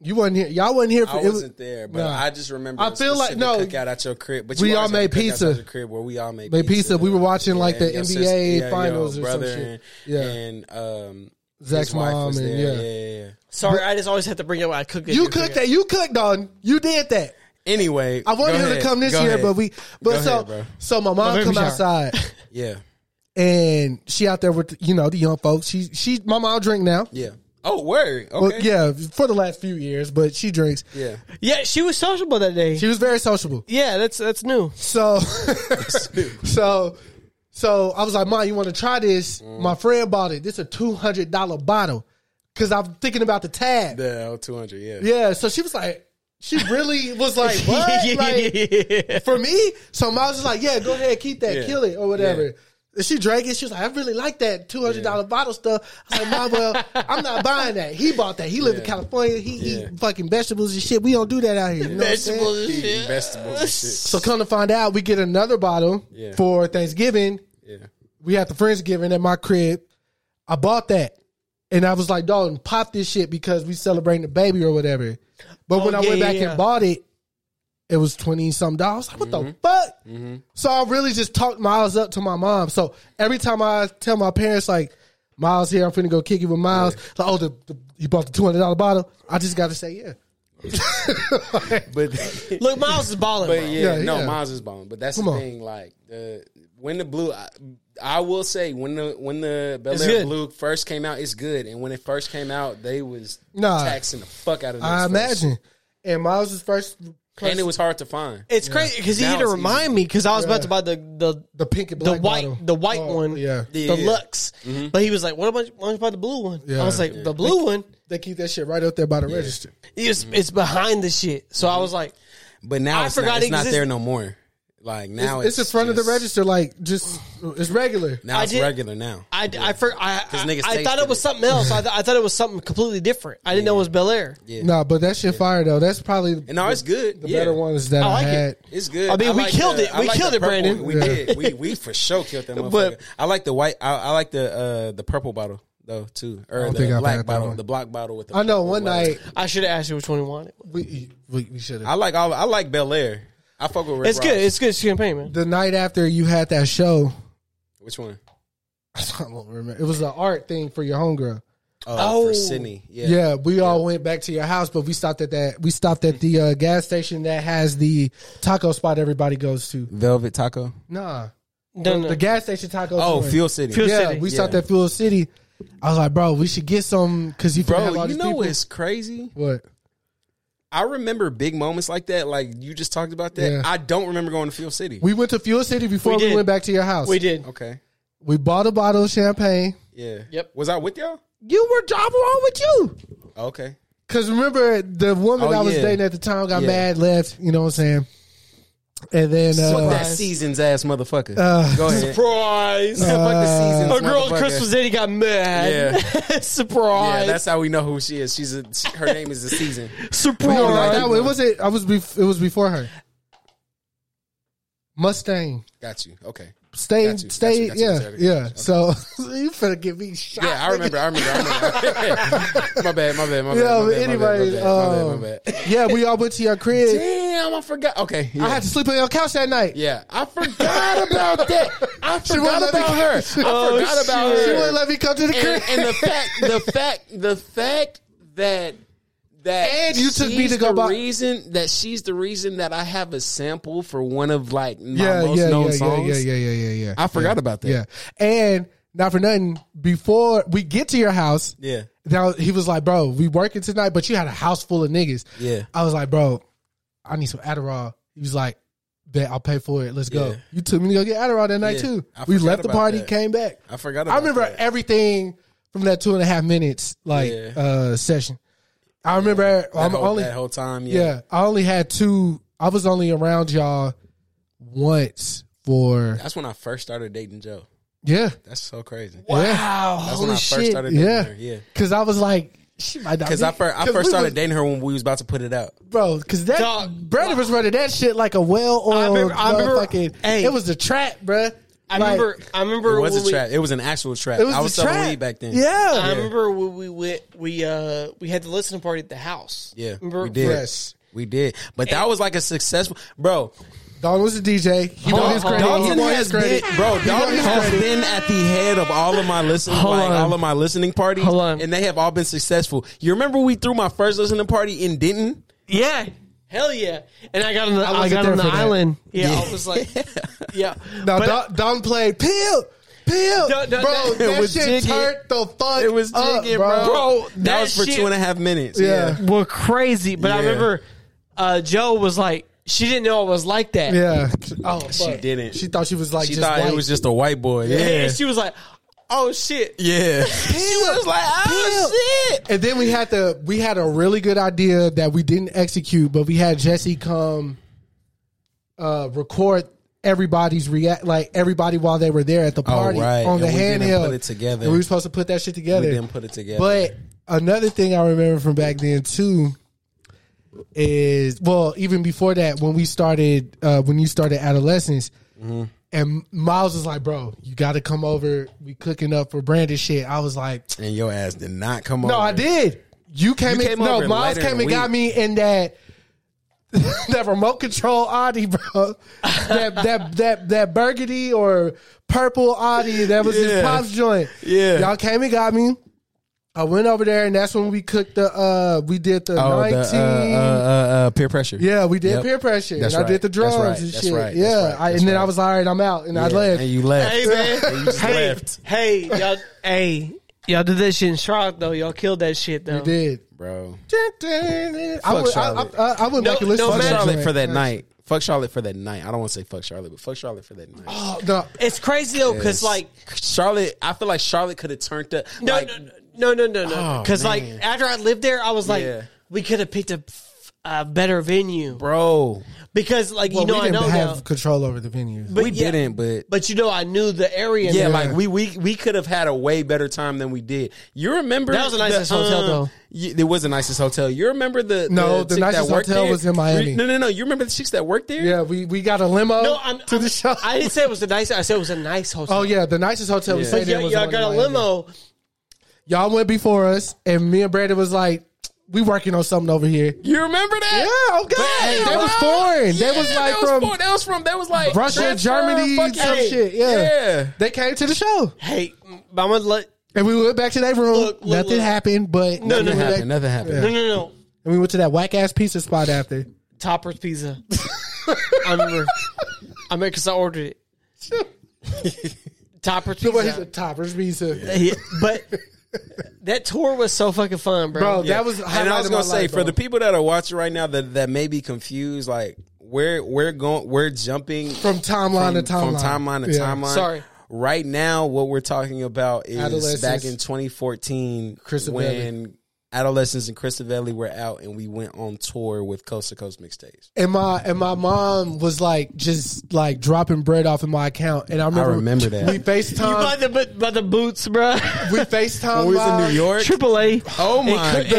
you wasn't here. Y'all wasn't here. For,
I
it was-
wasn't there, but
Nah.
I just remember.
I
a
feel like-
specific
no,
cookout at your crib, but
we
you
all
always
made
have cookouts at
pizza.
your crib where we all made,
Made pizza. We were watching, like, the
and your
NBA finals
your
or some
brother
shit.
And,
Yeah.
and um,
Zach's
his wife
mom
was
and-
there.
yeah.
yeah, yeah, yeah.
Sorry, I just always had to bring up. I cooked it.
you
during
cooked
cookout.
that. You cooked on. You did that.
Anyway,
I wanted
go
him
ahead.
to come this
Go
year,
ahead.
but we. But
Go
so
ahead, bro.
so my mom
baby
come
shower.
outside
yeah,
and she out there with you know the young folks. She she my mom drink now.
yeah. Oh, word. Okay.
Well, yeah, for the last few years, but she drinks.
yeah.
Yeah, she was sociable that day.
She was very sociable.
yeah, that's that's new.
So, so, so I was like, "Ma, you want to try this?"
Mm.
My friend bought it. This a two hundred dollar bottle because I'm thinking about the tab.
The two hundred. Yeah.
Yeah. So she was like, she really was like, "What?" Like,
yeah.
for me. So Miles was like, "Yeah, go ahead, keep that,
Yeah.
kill it, or whatever." And she drank it. She was like, I really like that two hundred dollar bottle stuff. I was like, Mom, well, I'm not buying that. He bought that. He live in California. He eat fucking vegetables and shit. We don't do that out here. You know what I'm saying?
He eating Vegetables and shit.
So come to find out, we get another bottle
Yeah.
for Thanksgiving.
Yeah.
We had the Friendsgiving at my crib. I bought that. And I was like, Dalton, pop this shit because we celebrating the baby or whatever. But
Oh,
when I
yeah,
went back
yeah, yeah.
and bought it, it was 20 something dollars. I was like,
Mm-hmm.
what the fuck? So I really just talked Miles up to my mom. So every time I tell my parents, like, Miles here, I'm finna go kick it with Miles. Like, oh, the, the, you bought the $200 bottle? I just got to say, yeah.
But
Look, Miles is balling.
but yeah,
Yeah,
no,
yeah.
Miles is bomb. But that's
Come
the
on.
thing. Like the when the blue, I, I will say when the when the Bel Air
good.
Blue first came out, it's good. And when it first came out, they was
Nah.
taxing the fuck out of.
I
those first.
imagine. And Miles' was first,
and it was hard to find.
It's crazy because he
Now
had to
it's
remind me because I was about to buy the the
the pink and
the
black
white
bottle.
the white
Oh,
one,
Yeah.
the Lux. But he was like, "What about why don't you buy the blue one?"
Yeah.
I was like, "The blue one
They keep that shit right up there by the register.
is it's behind the shit." So I was like,
But now
I
it's,
forgot
not,
it
it's not
existed.
there no more. Like now,
It's, it's
it's,
in front of the
just-
register, like just it's regular.
Now
I
it's
did-
regular now.
"I I for, I, I,
niggas
I thought
tasted
it was
it.
something else. I, th- I thought it was something completely different. I didn't know it was Bel Air.
Nah, but that shit fire though. That's probably
And no, it's good.
the
yeah.
better one is that I,
I like it.
had.
It's good.
I mean, we
like
killed
the-
it.
I
We
like
killed
the
it,
purple
Brandon.
one. We
Yeah.
did. We we for sure killed that motherfucker.
But-
I like the white. I, I like the uh, the purple bottle though too, or
don't
the
think I've had
black
that
bottle,
one.
the black bottle with. The
I know
purple
one
letters.
night
I should have asked you which one you wanted.
we we, we should
I
have.
like all. I like Bel Air. I fuck with. Rick
It's good.
Ross.
It's good champagne, man.
The night after you had that show,
Which one?
I don't remember. It was an art thing for your homegirl.
Oh,
Oh.
for Sydney. Yeah.
Yeah, we all went back to your house, but we stopped at that. We stopped at the uh, gas station that has the taco spot everybody goes to.
Velvet Taco.
Nah,
No, no.
the gas station taco.
Oh,
joint.
Fuel City.
Fuel
Yeah,
City.
we
Yeah.
stopped at Fuel City. I was like, bro, we should get some because you finna have
Bro,
all
you
these
know
people.
what's crazy?
what?
I remember big moments like that, like you just talked about that.
Yeah.
I don't remember going to Fuel City.
We went to Fuel City before
We
we,
did.
went back to your house.
we did.
okay.
We bought a bottle of champagne.
Yeah.
Yep.
Was I with y'all?
You were driving along with you.
Okay.
Cause remember the woman
Oh,
I was
yeah.
dating at the time got
Yeah.
mad, left. You know what I'm saying? And then
Fuck that
uh,
seasons ass motherfucker.
Uh,
Go ahead.
Surprise!
Fuck the seasons.
a girl
motherfucker.
Christmas Day got mad.
Yeah,
Surprise!
that's how we know who she is. She's a, she- her name is the season.
Surprise!
no, like that one. it wasn't. I was. Bef- it was before her. Mustang.
Got you. Okay.
Stay,
Got you, got
stay,
you, got you,
yeah,
got you.
yeah. So you finna get me shot.
Yeah, I
nigga.
remember. I remember. I remember. my bad. My bad.
Yeah, but
My bad. my bad, my bad,
anyways,
my bad, my
um,
bad, my bad.
Yeah, we all went to your crib.
Damn, I forgot. Okay. Yeah.
I had to sleep on your couch that night.
yeah, I forgot about that. I forgot
wouldn't let me- Oh,
about her. I forgot about
She
her.
wouldn't let me come to the crib.
and, and the fact, the fact, the fact that that
And you took me
she's
to go
the
buy-
reason that she's the reason that I have a sample for one of like my
yeah,
most
yeah,
known
yeah,
songs.
yeah, yeah, yeah, yeah, yeah.
I forgot about that.
Yeah. And not for nothing, before we get to your house,
yeah.
now he was like, Bro, we working tonight, but you had a house full of niggas.
Yeah.
I was like, Bro, I need some Adderall. He was like, Bet I'll pay for it. Let's go.
Yeah.
You took me to go get Adderall that night
Yeah.
too.
I
We
forgot
left the
about
party,
that.
came back.
I forgot about
I remember
that.
everything from that two and a half minutes like
Yeah.
uh session. I remember
That
I'm
whole,
only
that whole time.
yeah.
Yeah.
I only had two. I was only around y'all once for
That's when I first started dating Joe.
yeah.
That's so crazy.
Yeah.
That's
Holy
when I first
shit.
started dating
Yeah,
her. Yeah.
Because I was like, she might not.
Because
be-
I first, I
'cause
first
we
started
was-
dating her when we was about to put it out.
bro. Because that
Dog.
Brandon was running that shit like a well-oiled
I remember- I remember-
motherfucking.
hey.
it was the trap, bro.
I remember. I remember.
It was
when
a
we-
trap. It was an actual trap.
It was
I
the
was
trap
selling weed back then.
Yeah.
I remember when we went. We uh we had the listening party at the house.
Yeah.
remember?
We did.
Yes.
We did. But that was like a successful, bro.
Dalton was a DJ. He
Hold
won
on,
his
hold on.
credit. He
Dalton
won
has
his credit.
been, bro. Dalton
his
has
credit.
been at the head of all of my listening,
Hold
like
on.
all of my listening parties,
Hold on.
and they have all been successful. You remember we threw my first listening party in Denton?
Yeah. Hell yeah! And I got on the I,
wasn't
got
there
on the
for that.
island. Yeah, I was like, yeah.
No,
But-
Don, Don played pill, pill,
No, no,
bro.
that-
That
It was
shit
jigging.
turned the fuck.
It was
up,
jigging,
bro.
bro.
Bro,
that,
that
was for
shit-
two and a half minutes.
Yeah.
Yeah,
were crazy. But I
Yeah.
remember uh, Joe was like, she didn't know I was like that.
Yeah. Oh,
she
fuck.
didn't.
She thought she was like
She
just
thought
white.
it was just a white boy. Yeah,
And she was like, oh shit.
yeah. she was like, oh shit.
And then we had the we had a really good idea that we didn't execute, but we had Jesse come uh record everybody's react like everybody while they were there at the party
Oh, right.
on
And
the
we didn't
handheld.
put it together.
And we were supposed to put that shit together.
We didn't put it together.
But another thing I remember from back then too is well, even before that, when we started uh when you started adolescence,
Mm-hmm.
and Miles was like, Bro, you gotta come over, we cooking up for branded shit. I was like,
and your ass did not come
No,
over.
I did. You came
Oh, You
in
came
no,
over
Miles
later
came
than
and got
we-
me in that that remote control Audi, bro. That that that that burgundy or purple Audi that was his
Yeah.
pop's joint.
Yeah.
y'all came and got me. I went over there, and that's when we cooked the. uh We did the
Oh,
nineteen.
the, uh, uh, uh, uh, peer pressure.
yeah, we did
Yep.
peer pressure.
That's
and I did
right.
the drums
That's right.
and
That's
shit.
right. That's
yeah,
right.
I, and
That's
then I
right.
was like, all right, I'm out, and I
Yeah.
left.
And you left.
Hey man,
And you just
hey,
left.
hey, y'all, hey, y'all did that shit in Charlotte though. Y'all killed that shit though.
We did.
Bro.
I would, I,
Charlotte.
I, I, I would
No-
make a list
no
of
Fuck
matter-
Charlotte for that night. Fuck Charlotte for that night. I don't want to say fuck Charlotte, but fuck Charlotte for that night.
Oh, no.
It's crazy though, because
Yes.
Oh, like
Charlotte, I feel like Charlotte could have turned up.
no,
like,
no, no, no, no, no,
Oh,
because like
man.
after I lived there, I was like,
Yeah.
we could have picked a, a better venue
bro,
because like
Well,
you know
we
I
didn't
know
have
now,
control over the venue.
but
we
yeah,
didn't. But
But you know I knew the area.
yeah,
now.
like we we we could have had a way better time than we did. You remember
That was the nicest hotel, though.
y- it was the nicest hotel. You remember the
No, the
chick that
nicest
worked
hotel
there?
was in Miami.
Re- No, no, no. You remember the chicks that worked there?
Yeah, we, we got a limo
no, I'm,
to
I'm-
the show.
I didn't say it was a nice. I said it was a nice hotel.
oh yeah, the nicest hotel we
But
stayed in
y'all,
was
y'all
one
got
in
a
Miami.
limo.
Y'all went before us, and me and Brandon was like, "We working on something over here."
You remember
Yeah,
that?
okay.
Hey,
that was
wow.
foreign.
Yeah,
that was like
that was
from
foreign. that was from that was like
Russia,
that's
Germany,
from fucking-
some
Hey,
shit. Yeah.
yeah.
they came to the show,
Hey, I'm gonna let.
and we went back to their room.
Look, look,
Nothing
look.
happened,
No,
but we
no,
went back-
Happened, nothing happened.
No, no, no.
And we went to that whack ass pizza spot after.
Topper's pizza. I remember. I remember because I ordered it. Topper's
So what, he's
pizza.
a toppers pizza,
Yeah, but that tour was so fucking fun, bro.
bro.
yeah.
That was the
and
highlight
I was
of my
gonna say
life,
for
bro.
the people that are watching right now that that may be confused, like we're we're going we're jumping
From timeline to
from
timeline.
timeline to
Yeah.
timeline.
Sorry.
right now what we're talking about is
Adolescence.
back in 2014
Christabelli.
when adolescents and Cristavelli were out and we went on tour with Coast to Coast mixtapes.
and my and my mom was like just like dropping bread off in my account, and I remember,
remember that.
we
you
Facetime.
by the bu- by the boots, bro.
we FaceTime
When we was in
live.
New York.
Triple A.
Oh my
could- the-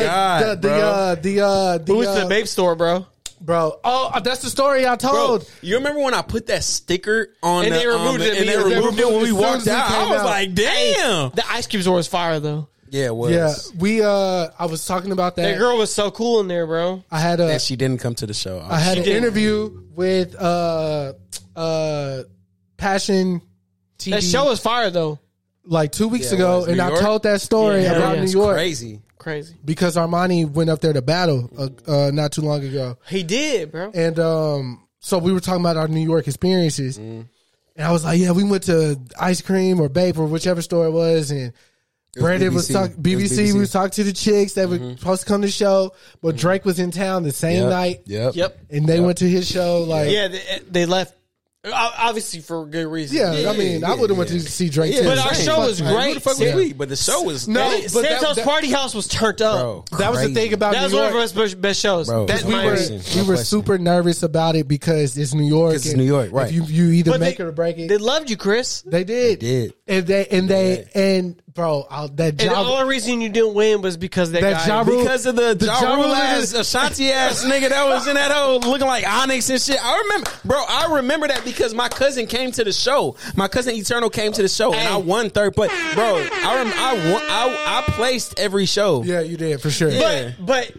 god,
The, the,
bro.
uh, the, uh, the,
Who was
uh,
the vape store, bro?
bro. Oh, that's the story I
Bro,
told.
you remember when I put that sticker on
And
the,
they
on
removed
the-
it
and they
immediately.
removed it when
As
we
soon as
walked
we
out. I
came
was
out.
like, damn.
The ice cubes were was fire though.
Yeah, it was.
Yeah, we. Uh, I was talking about that.
That girl was so cool in there, bro.
I had a.
that she didn't come to the show.
I had
she
an
did.
interview with uh, uh, Passion TV.
That show was fire though.
like two weeks
Yeah, it
ago,
was.
and
New
I
York?
told that story
Yeah,
about
yeah.
New
It's
York
crazy.
Crazy.
because Armani went up there to battle uh, uh, not too long ago.
He did, bro.
And um, so we were talking about our New York experiences. And I was like, yeah, we went to ice cream or Bape or whichever store it was. And Brandon was
BBC.
talking,
It was
BBC, we was talking to the chicks that were supposed to come to the show. But Drake was in town the same night.
Mm-hmm. Yep.
Yep.
And they went to his show. Like,
Yeah,
yeah,
they, they left. O- Obviously for good reason.
I mean, I would have went to see Drake
Yeah,
too.
But our
same.
show was
Like, who
great.
the fuck was
Yeah.
we? But the show was
No,
that-
Hey,
but that-
Santos
that-
Party House was turned up.
bro.
that was the
crazy.
thing about
That was
New
one
York.
of our best, best shows.
Bro,
That's
no
we
Miami.
were,
question.
we
No
were
question.
super nervous about it because it's New York.
'Cause it's
and
New York,
if
right.
You, you either
But
make
they-
it or break it.
They loved you, Chris.
They did.
They did.
And they and they and bro, i that
And the
job
only reason you didn't win was because that,
That
guy.
Ja Rule-
Because of the,
The
the
Ja
ja
Rule
Rule ass
niggas-
Ashanti ass nigga that was in that hole looking like Onyx and shit. I remember, bro. I remember that because my cousin came to the show. My cousin Eternal came to the show, and I won third place, bro. I rem- I, won, I I placed every show.
Yeah, you did for sure.
Yeah.
but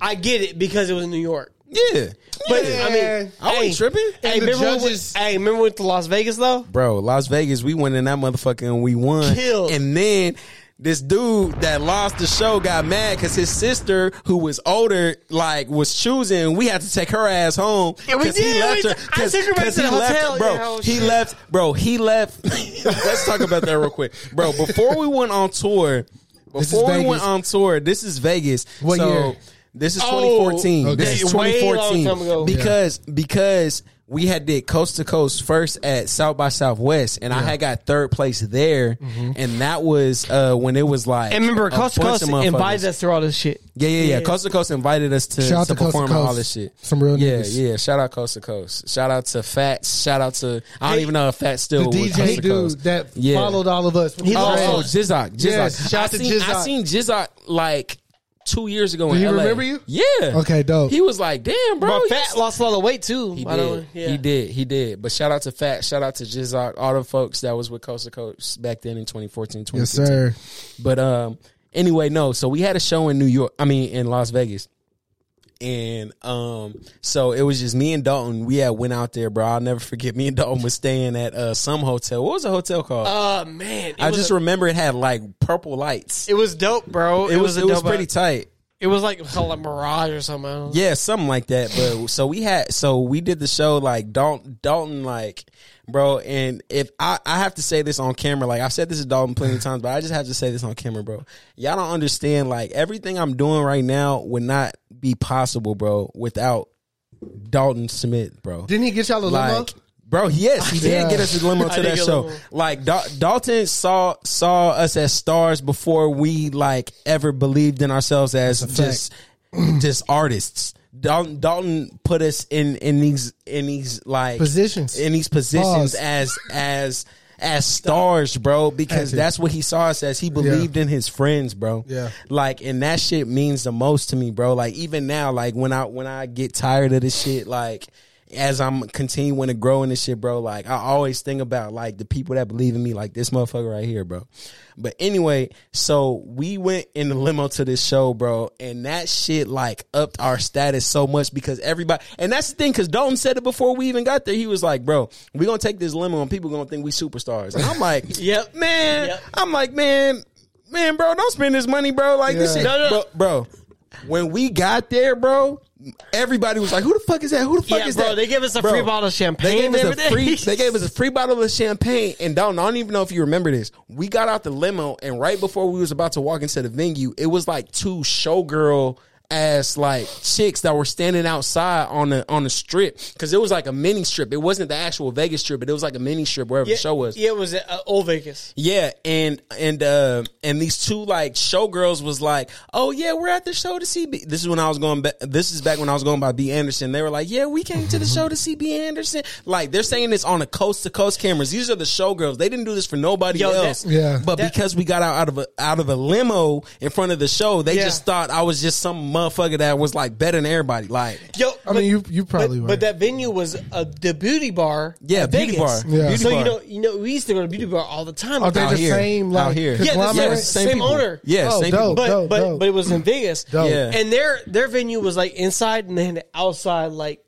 I get it because it was New York.
yeah.
But
Yeah.
I mean,
I wasn't
hey,
tripping.
Hey,
And the
remember when we,
judges-
hey, remember when we went to Las Vegas though?
Bro, Las Vegas, we went in that motherfucker and we won.
Killed.
And then this dude that lost the show got mad because his sister, who was older, like was choosing. We had to take her ass home.
Yeah, we
'cause
did. We- I took her back to
he
the
left,
hotel.
Bro,
Yeah, oh,
he
shit.
left. Bro, he left. Let's talk about that real quick, bro. Before we went on tour,
is
before we
Vegas.
went on tour, this is Vegas.
What
so
year?
This is
Oh,
2014.
okay.
This is
Yeah, way long
2014
time ago.
because because we had did coast to coast first at South by Southwest, and I
Yeah.
had got third place there,
Mm-hmm.
and that was uh, when it was like.
And remember,
a
Coast to
bunch of
Coast
motherfuckers.
invited us through all this shit.
Yeah, yeah, yeah. Coast to Coast invited us to,
Shout out
to
to Coast to
perform and all
Coast.
this shit.
Some real
yeah,
niggas.
yeah. Shout out Coast to Coast. Shout out to Fats. Shout out to I don't
Hey,
even know if Fats still
the
with
DJ
Coast to
dude
Coast.
that followed all of us.
He oh,
lost.
Jizzock. Jizzock.
Yes, shout
I
out to
seen, I
Jizzock.
seen Jizzock like two years ago.
Do
in
he
LA.
remember you?
Yeah.
Okay, dope.
He was like, "Damn, bro,
But
you
Fat
s-
lost a lot of weight too.
He
by the way.
did.
Yeah.
He did. He did. But shout out to Fat. Shout out to Jizzock. All the folks that was with Coast to Coast back then in 2014,
Yes,
2015.
sir.
But um, anyway, no. So we had a show in New York. I mean, in Las Vegas. And um, so it was just me and Dalton. We had went out there, bro. I'll never forget. Me and Dalton was staying at uh, some hotel. What was the hotel called?
Uh man, it
I
was
just
a-
remember it had like purple lights.
it was dope, bro.
It, was,
a
it was
dope-
pretty tight.
It was like called like Mirage or something. I don't know.
Yeah, something like that. But so we had so we did the show like Dalton Dalton like bro and if I, I have to say this on camera like I've said this to Dalton plenty of times but I just have to say this on camera bro y'all don't understand like everything I'm doing right now would not be possible bro without Dalton Smith bro
Didn't he get y'all a limo?
like bro yes he
Yeah.
did get us a limo
I
to
did
that
get a
show
limo.
like Dal- dalton saw saw us as stars before we like ever believed in ourselves as just just artists dalton, dalton put us in in these in these like
Positions.
in these positions
Pause.
as as as stars bro because
Acted.
that's what he saw us as he believed in his friends bro
Yeah.
like and that shit means the most to me bro like even now like when i when i get tired of this shit like as i'm continuing to grow in this shit bro like i always think about like the people that believe in me like this motherfucker right here bro but anyway so we went in the limo to this show bro and that shit like upped our status so much because everybody and that's the thing because dalton said it before we even got there he was like bro we gonna take this limo and people gonna think we superstars and i'm like
Yep.
man
Yep.
i'm like man man, bro, don't spend this money, bro. Like this
Yeah.
shit,
No, no.
Bro, bro. When we got there, bro, everybody was like, "Who the fuck is that? Who the fuck
Yeah,
is
bro,
that?"
they gave us a free bottle of champagne
They gave, us
and
a free,
everything.
they gave us a free bottle of champagne, and Dalton, I don't even know if you remember this. We got out the limo, and right before we was about to walk into the venue, it was like two showgirl ass like chicks that were standing outside on the on the strip because it was like a mini strip. It wasn't the actual Vegas strip, but it was like a mini strip wherever
Yeah,
the show was.
Yeah, it was at uh, Old Vegas.
Yeah, and and uh, and these two like showgirls was like, "Oh yeah, we're at the show to see." B. This is when I was going. Ba- this is back when I was going by B Anderson. They were like, "Yeah, we came to the show to see B Anderson." Like they're saying this on the coast to coast cameras. These are the showgirls. They didn't do this for nobody
Yo, that-
else.
Yeah.
but
that-
because we got out, out of a out of a limo in front of the show, they
Yeah.
just thought I was just some motherfucker that was like better than everybody. Like
Yo,
I mean, you- you probably
but,
were.
But that venue was uh, the beauty bar.
Yeah,
at
beauty
Vegas.
bar. Yeah. Beauty
so
bar.
you know, you know, we used to go to beauty bar all the time.
Are Oh, they
Out
the
here.
same?
Out
Like,
here. Yeah, this-
yeah, the
conglomerate?
same,
same
same,
people.
owner.
Yeah,
Oh,
same
dope,
people.
but
dope,
but
dope.
but it was in Vegas.
Dope.
Yeah.
and their their venue was like inside and then outside, like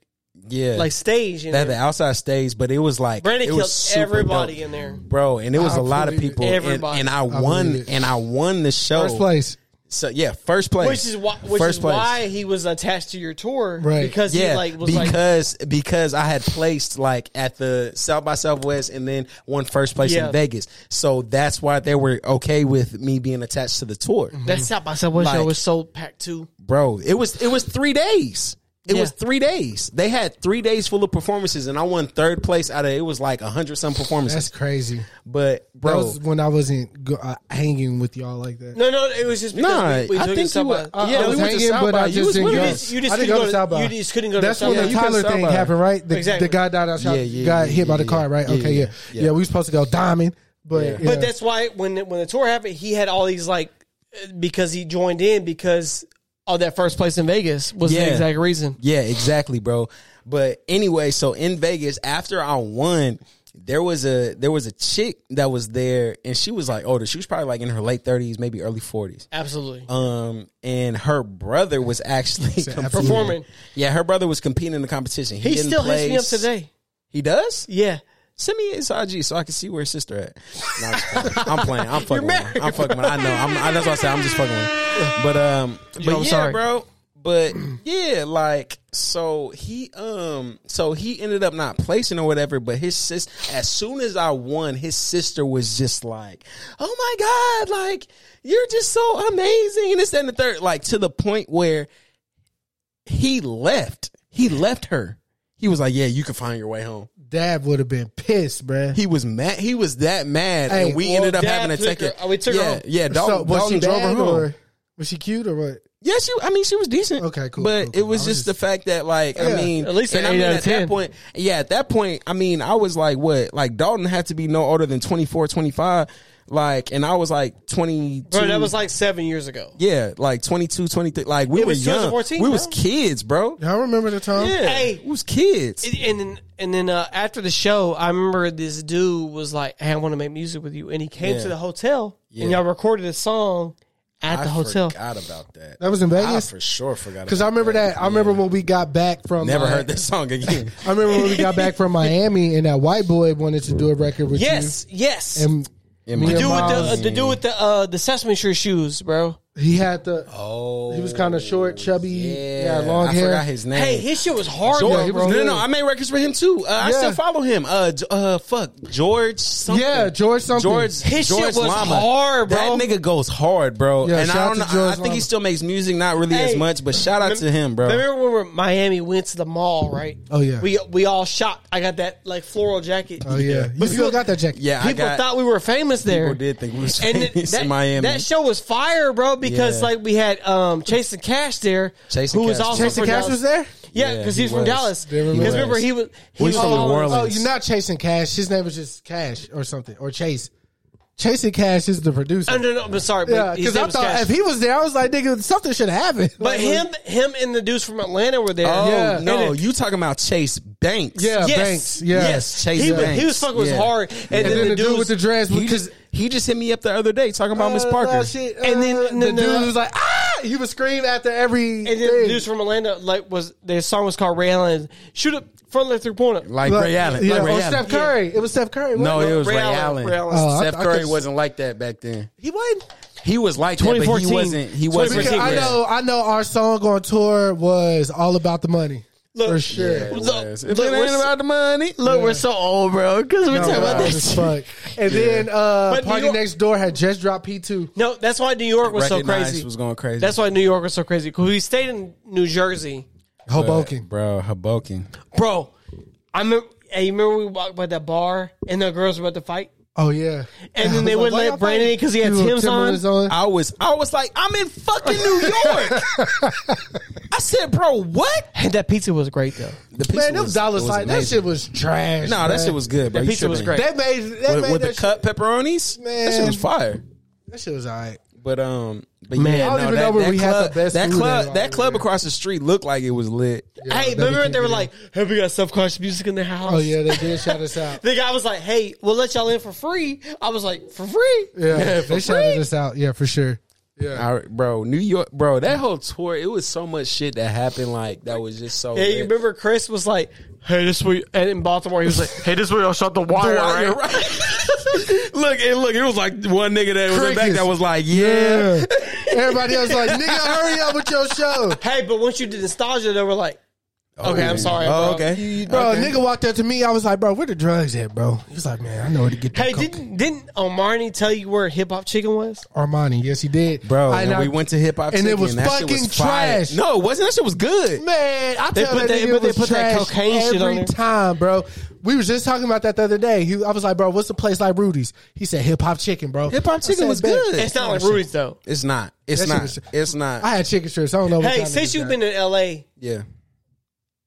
yeah,
like stage. And
They had the outside stage, but it was like
Brandon
it
killed
was super
everybody
dope.
in there.
bro. And it was
I
a lot of
believe it.
people, and,
Everybody.
and I,
I
won,
believe it.
and I won the show.
First place.
so yeah, first place,
Which is why, which is why he was attached to your tour,
Right.
Because
yeah,
he like was like,
because because I had placed like at the South by Southwest and then won first place
Yeah.
in Vegas, so that's why they were okay with me being attached to the tour,
that South by Southwest show
Like-
was so packed too.
bro. It was it was three days. It
Yeah.
was three days. They had three days full of performances, and I won third place out of it was like a hundred some
That's
performances.
crazy.
but bro,
That was when I wasn't go, uh, hanging with y'all like that.
No, no, it was just because
Nah,
we, we
I
took
think uh,
it South
you
by-
were-
I-
Yeah,
I
we
was
went to
hanging,
South
but
by.
I
You
just
was-
didn't
you
go.
just-
you just
I
couldn't
didn't go
go
to
to-
South by.
you just couldn't go to
That's
South
when
by.
the
You couldn't
Tyler
South
thing
by.
happened, right? The,
Exactly.
the guy died outside.
Yeah, yeah,
got
yeah,
hit by the
yeah,
car, right?
yeah,
okay,
yeah,
yeah.
yeah.
yeah, We was supposed to go diamond, but yeah.
But that's why when when the tour happened, he had all these like uh, because he joined in because all that first place in Vegas was
Yeah.
the exact reason.
Yeah, exactly, bro. But anyway, so in Vegas, after I won, there was a there was a chick that was there, and she was like older. She was probably like in her late thirties, maybe early forties.
Absolutely.
Um, and her brother was actually competing.
Performing.
Yeah, her brother was competing in the competition. He,
He
didn't
still hits me up
place.
today.
He does.
Yeah.
Send me his IG so I can see where his sister at. No, I'm, just playing. I'm playing. I'm fucking. with him. I'm fucking. with him. I know. I'm, I, that's what I said. I'm just fucking. With him. But um. But
Yo, I'm
yeah,
sorry.
bro. But yeah, like so he um so he ended up not placing or whatever. But his sis, as soon as I won, his sister was just like, "Oh my god, like you're just so amazing," and this that, and the third, like to the point where He left. He left her. He was like, "Yeah, you can find your way home."
Dad would have been pissed, bruh.
He was mad. He was that mad,
Hey,
and we
well,
ended up
Dad
having to
took
take
her-
it.
oh, we took her
yeah,
home.
yeah. Dalton,
So, was she
Dalton drove her
bad
home.
or- Was she cute or what?
Yeah, she. I mean, she was decent. Okay, cool. But it was just the fact that, like, I
Yeah.
mean,
At least
and
an
I
eight
mean,
out of
at that
10.
point, yeah, at that point, I mean, I was like, what? Like, Dalton had to be no older than 24, 25. Like, and I was like 22.
Bro, that was like seven years ago.
yeah, like 22, 23. Like, we
It
were
was
young.
2014,
we
bro.
was kids, bro.
I remember the time.
Yeah.
Hey,
we was kids.
And, and then and then uh, after the show, I remember this dude was like, "Hey, I want to make music with you," and he came
Yeah.
to the hotel and
Yeah.
y'all recorded a song at
I
the hotel.
forgot about that.
That was in Vegas?
I for sure forgot
Because I remember that. I remember when we got back from.
Never
uh,
heard that song again.
I remember when we got back from Miami and that white boy wanted to do a record with
Yes, yes.
you. And
Yeah,
me
the
and
dude with the
Miles,
uh, the dude with the uh, the Sesame Street shoes, bro.
he had the.
Oh,
He was kind of short, chubby. Yeah, long
I
hair.
forgot his name.
Hey, his shit was hard,
George,
though,
he was
bro.
no, no, no, I made records for him too. Uh, I
Yeah.
still follow him. Uh, J- uh, fuck, George. Something.
Yeah, George something.
George.
His shit was
George Llama.
hard, bro.
That nigga goes hard, bro.
Yeah,
and
shout
I don't.
out
know.
to George
I think
Llama.
he still makes music, not really
Hey,
as much, but shout out to him, bro.
Remember when we were in Miami, went to the mall, right?
Oh, yeah.
we we all shopped. I got that like floral jacket.
Oh yeah, you
But
still
people-
got that jacket.
Yeah, I
people
got-
thought we were famous there.
People did think we was
And th-
famous
that,
in Miami.
that show was fire, bro, because
Yeah.
like we had um Chasing Cash there,
Jason
who was
Cash.
also
Jason
from
Cash
Dallas.
was there?
Yeah,
Yeah,
because
he
he was from
was.
Dallas.
They remember
Because remember
us.
he was he
We
was
from New
all-
Orleans.
Oh, you're not chasing Cash. His name was just Cash or something, or Chase. Chasing Cash is the producer.
Oh, no, no, I'm sorry, but
yeah,
his
because
name
I
was
thought
Cash.
if he was there, I was like, nigga, something should happen. uh,
But him, him, and the dudes from Atlanta were there.
Oh
Yeah.
no,
And it-
you talking about Chase Banks?
Yeah,
yes,
Banks. Yeah.
yes,
Chase
he,
Banks.
Was, he was fucking was
Yeah.
hard, and,
And, then, the dude
dudes-
with the dress,
he
because
just he just hit me up the other day talking about Miss
Uh,
Parker.
no, shit, uh,
And then- and
the
then,
dude
uh,
was like, ah! He would scream after every.
And then the
thing.
dudes from Atlanta, like, was their song was called Ray Allen's "Shoot Up Front Left Three Pointer."
like Oh,
Like,
Ray Allen.
Yeah,
like Ray
or
Allen.
Steph Curry. It was Steph Curry. wasn't
No,
it?
it was Ray,
Ray Allen,
Allen.
Ray Allen.
Oh, I-
Steph
I
Curry
guess-
wasn't like that back then.
he wasn't.
He was like that, but he
2014.
wasn't. He wasn't.
Because I know, I know. Our song on tour was all about the money.
Look,
For sure.
It
Look,
was.
look,
If it
we're
ain't
so-
about the money,
look, we're so old, bro. Because we're
No,
talking
wow,
about
as
this. shit.
Oh, fuck. And then uh,
But New
Party
York-
Next Door had just dropped P2.
No, that's why New York was so
Recognized
crazy.
was going crazy.
That's why New York was so crazy. Because we stayed in New Jersey,
Hoboken.
bro. Hoboken.
bro. I remember. Hey, you remember we walked by that bar and the girls were about to fight,
Oh, yeah.
and
I
then
was
they
like,
wouldn't
why
let
y'all
Brandon
fighting?
because he had
You know,
Tim's on.
Timberlands on.
I was. I was like, I'm in fucking New York. I said, bro, what?
And that pizza was great though.
The pizza
Man, them
was-
dollar
was
signs. That
amazing.
shit was trash.
No, that
man.
shit was good. Bro.
That
You
pizza was
tripping.
great.
They made they
With,
made
with
that
the
shit-
cut pepperonis, that shit
Man.
was fire.
That shit was all right.
But um, but
Man,
yeah,
I don't
no,
even
that,
know where
that
we had
club,
the best
that
food
club,
at.
that club across the street looked like it was lit.
hey,
that'd be
remember they were
kidding.
like, "Hey, we got subconscious music in the house."
Oh, yeah, they did shout us out.
The guy was like, "Hey, we'll let y'all in for free." I was like, "For free?"
Yeah,
for
they shouted us out. Yeah, for sure. Yeah.
I- bro, New York, bro, that whole tour, it was so much shit that happened. Like that was just so.
Yeah,
lit.
you remember Chris was like, "Hey, this way," and in Baltimore he was like, "Hey, this way I shot the wire."
The wire,
right?
right? look, and look, it was like one nigga that was in back
Crickets.
that was like, yeah.
Everybody else like, nigga, hurry up with your show.
Hey, but once you did nostalgia, they were like, "Okay, I'm sorry,
Oh,
bro."
okay.
Bro,
Okay.
a nigga walked up to me. I was like, bro, where the drugs at, bro? He was like, man, I know where to get that
Hey,
coke.
didn't didn't Omani tell you where hip hop chicken was?
Armani. Yes, he did.
Bro,
I-
and
I-
we went to hip hop,
and it
Chicken,
was
that shit
fucking
fire.
trash.
No, it wasn't. That shit was good.
Man, I
They
tell
put
that,
that-
nigga
but they
it was
put that
trash
cocaine shit
every
on there.
time, bro. We was just talking about that the other day. He, I was like, bro, what's a place like Rudy's? He said, hip hop chicken, bro.
Hip hop
I
chicken
said,
was
"Bet."
good.
It's not like Rudy's though.
It's not. It's
That shit
not.
was-
it's not.
I had chicken strips. I don't know. what
Hey,
time
since
it
you've
was
been in L.A.,
yeah.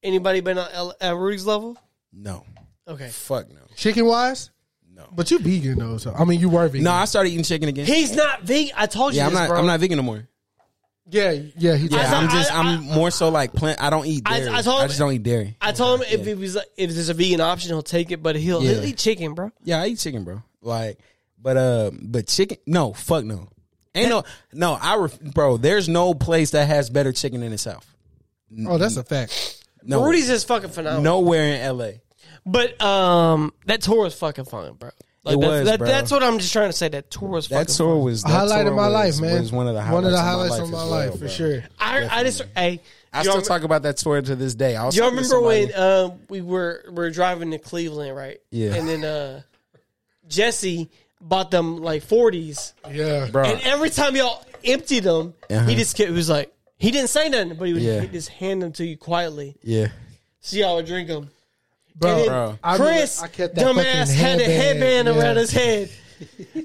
anybody been on L- at Rudy's level?
No.
Okay,
Fuck no.
at. chicken wise,
No.
but you vegan though. So I mean, you were vegan.
No, I started eating chicken again.
he's not vegan. I told you,
Yeah, I'm
this,
not.
bro.
I'm not vegan no more.
yeah, yeah, he
Yeah,
did.
I'm
I-
just.
I-
I'm
I-
more so like plant. I don't eat
I-
dairy.
I
I,
told-
just don't eat dairy.
I told him if it was if there's a vegan option, he'll take it, but he'll,
Yeah.
he'll eat chicken, bro.
Yeah, I eat chicken, bro. Like, but uh, but chicken? No, fuck no. Ain't no, no. I ref, bro. There's no place that has better chicken in the South.
oh, that's a fact.
No,
Rudy's is fucking phenomenal.
nowhere in L.A.
But um, that tour was fucking fun, bro. Like
It
that's,
was,
that,
bro.
That's what I'm just trying to say. That tour was fucking
That tour
fun.
was that
Highlight
tour
of my
was-
life, man.
Was one of the highlights.
one of the
of my
highlights
life
of my
as
life,
well,
for
bro.
sure.
I, I just hey,
I
y'all
still
rem-
talk about that tour to this day. I was
Y'all
talking to
remember when
somebody-
uh, we were we were driving to Cleveland, right?
Yeah.
And then uh, Jesse bought them like forties,
Yeah,
bro?
Uh-huh. and every time y'all emptied them,
Uh-huh.
he just kept, he was like, He didn't say nothing, but he would
Yeah.
he'd just hand them to you quietly.
Yeah.
See how I would drink them.
Bro,
and then
Bro. I remember
Chris,
I kept that
dumbass,
fucking
had a
headband,
headband
yeah.
around his head.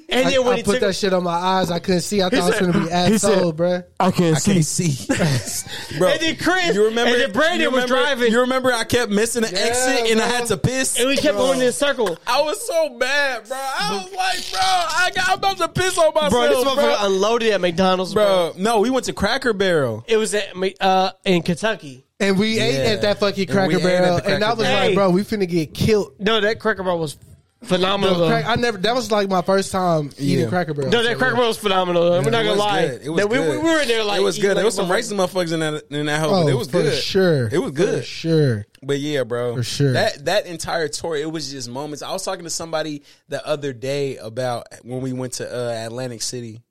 And
I,
then when
I
he
put
took
that shit on my eyes, I couldn't see. I thought I was gonna be asshole, bro.
I can't see.
Bro,
uh, and then Chris,
you remember?
and then Brandon
you
was
remember-
driving.
You remember? I kept missing the
Yeah,
exit, and I
bro.
had to piss.
And we kept going in a circle.
I was so mad, bro. I was like, bro, I got, I'm about to piss on myself,
Bro, this motherfucker
bro. uh,
unloaded at McDonald's, bro.
No, we went to Cracker Barrel.
It was at Ma- uh, in Kentucky.
And we ate
Yeah.
at that fucking
And
Cracker
we ate at
Barrel,
the
and I
Cracker
was
Barrel.
like, bro, we finna get killed.
No, that Cracker Barrel was
No,
phenomenal. though.
crack, I never. That was like my first time eating
Yeah.
Cracker Barrel.
no, that Cracker Barrel was phenomenal. though. We're not
It
gonna
was
lie.
good. It was
That we,
good.
we were in there like
it was
eating
good. There
like
was
a
some
motherfucker.
racist motherfuckers in that in that hole,
Oh,
but it was
for
good.
sure.
It was
For
good.
sure.
But yeah, bro.
For sure.
That that entire tour, it was just moments. I was talking to somebody the other day about when we went to uh, Atlantic City.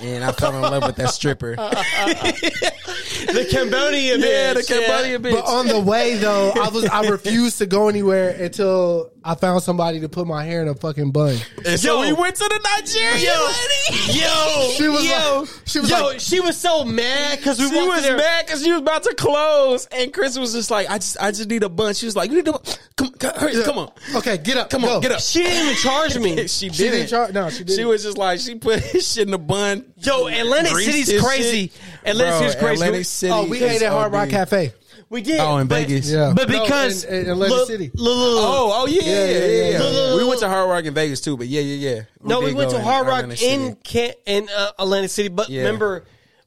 And I fell in love with that stripper.
The Cambodian
yeah, the
bitch,
Cambodian bitch.
But on the way though, I was I refused to go anywhere until I found somebody to put my hair in a fucking bun.
And so
Yo.
we went to the Nigerian
Yo.
lady.
Yo,
She was
yo,
like- she was
yo,
like-
she was so mad because we
She
walked in
was
there.
mad because she was about to close, and Chris was just like, "I just, I just need a bun." She was like, "You need a bun? Come, come, hurry, come on,
Okay, get up.
come
go.
on, get up."
She didn't even charge me.
she didn't.
She didn't charge. No, she didn't.
She was just like, she put his shit in the bun.
Yo, Atlantic
greased
City's
his
crazy. Atlantic
Bro,
City's crazy.
Atlantic City
Oh, we ate
is
at Hard Rock
OD.
Cafe.
We did.
Oh, in
but-
Vegas.
Yeah.
But
No,
because
in- in Atlantic
look-
City.
look, look, look.
Oh, oh yeah, yeah, yeah. yeah,
yeah,
yeah. We went to Hard Rock in Vegas too, but yeah, yeah, yeah.
no, we
did
went
go
to Hard Rock
Atlantic City.
in Kent in uh, Atlantic City. But
Yeah.
remember,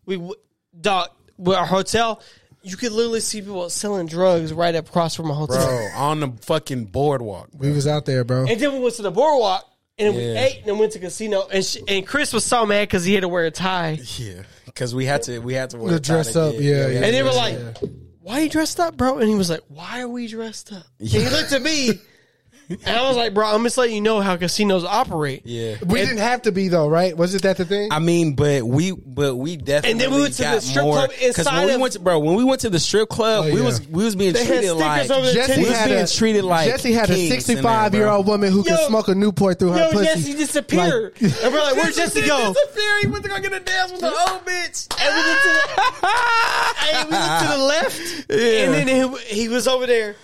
we w- dog with our hotel. You could literally see people selling drugs right up across from a hotel.
bro on the fucking boardwalk. bro.
We was out there, bro.
And then we went to the boardwalk and we
Yeah.
ate and then went to casino. And she, and Chris was so mad because he had to wear a tie.
Yeah, because we had to, we had to wear
To
a tie
dress
to
up,
get-
yeah, yeah.
we had
And they
to
were
dress
like, "Why you dressed up, bro?" And he was like, "Why are we dressed up?" And he looked at me, and I was like, "Bro, I'm just letting you know how casinos operate."
yeah.
We didn't have to be though, right? Wasn't that the thing?
I mean, but we, but we definitely
then we went to the
got
strip
more-
club
'cause
inside
when we
of-
went to, bro, when we went to the strip club,
Oh,
we
yeah.
was we was being
They had
treated
stickers
like
over their
we
Jesse
was
had
being
a-
treated like
Jesse had a
kings in there,
65 year
bro.
old woman who could
Yo.
smoke a Newport through her
Yo,
pussy.
Jesse disappeared, and we're like, "Where'd Jesse go?"
Fury went to go get a dance with the old bitch.
And we looked to the, and we looked to the left, and then he, he was over there.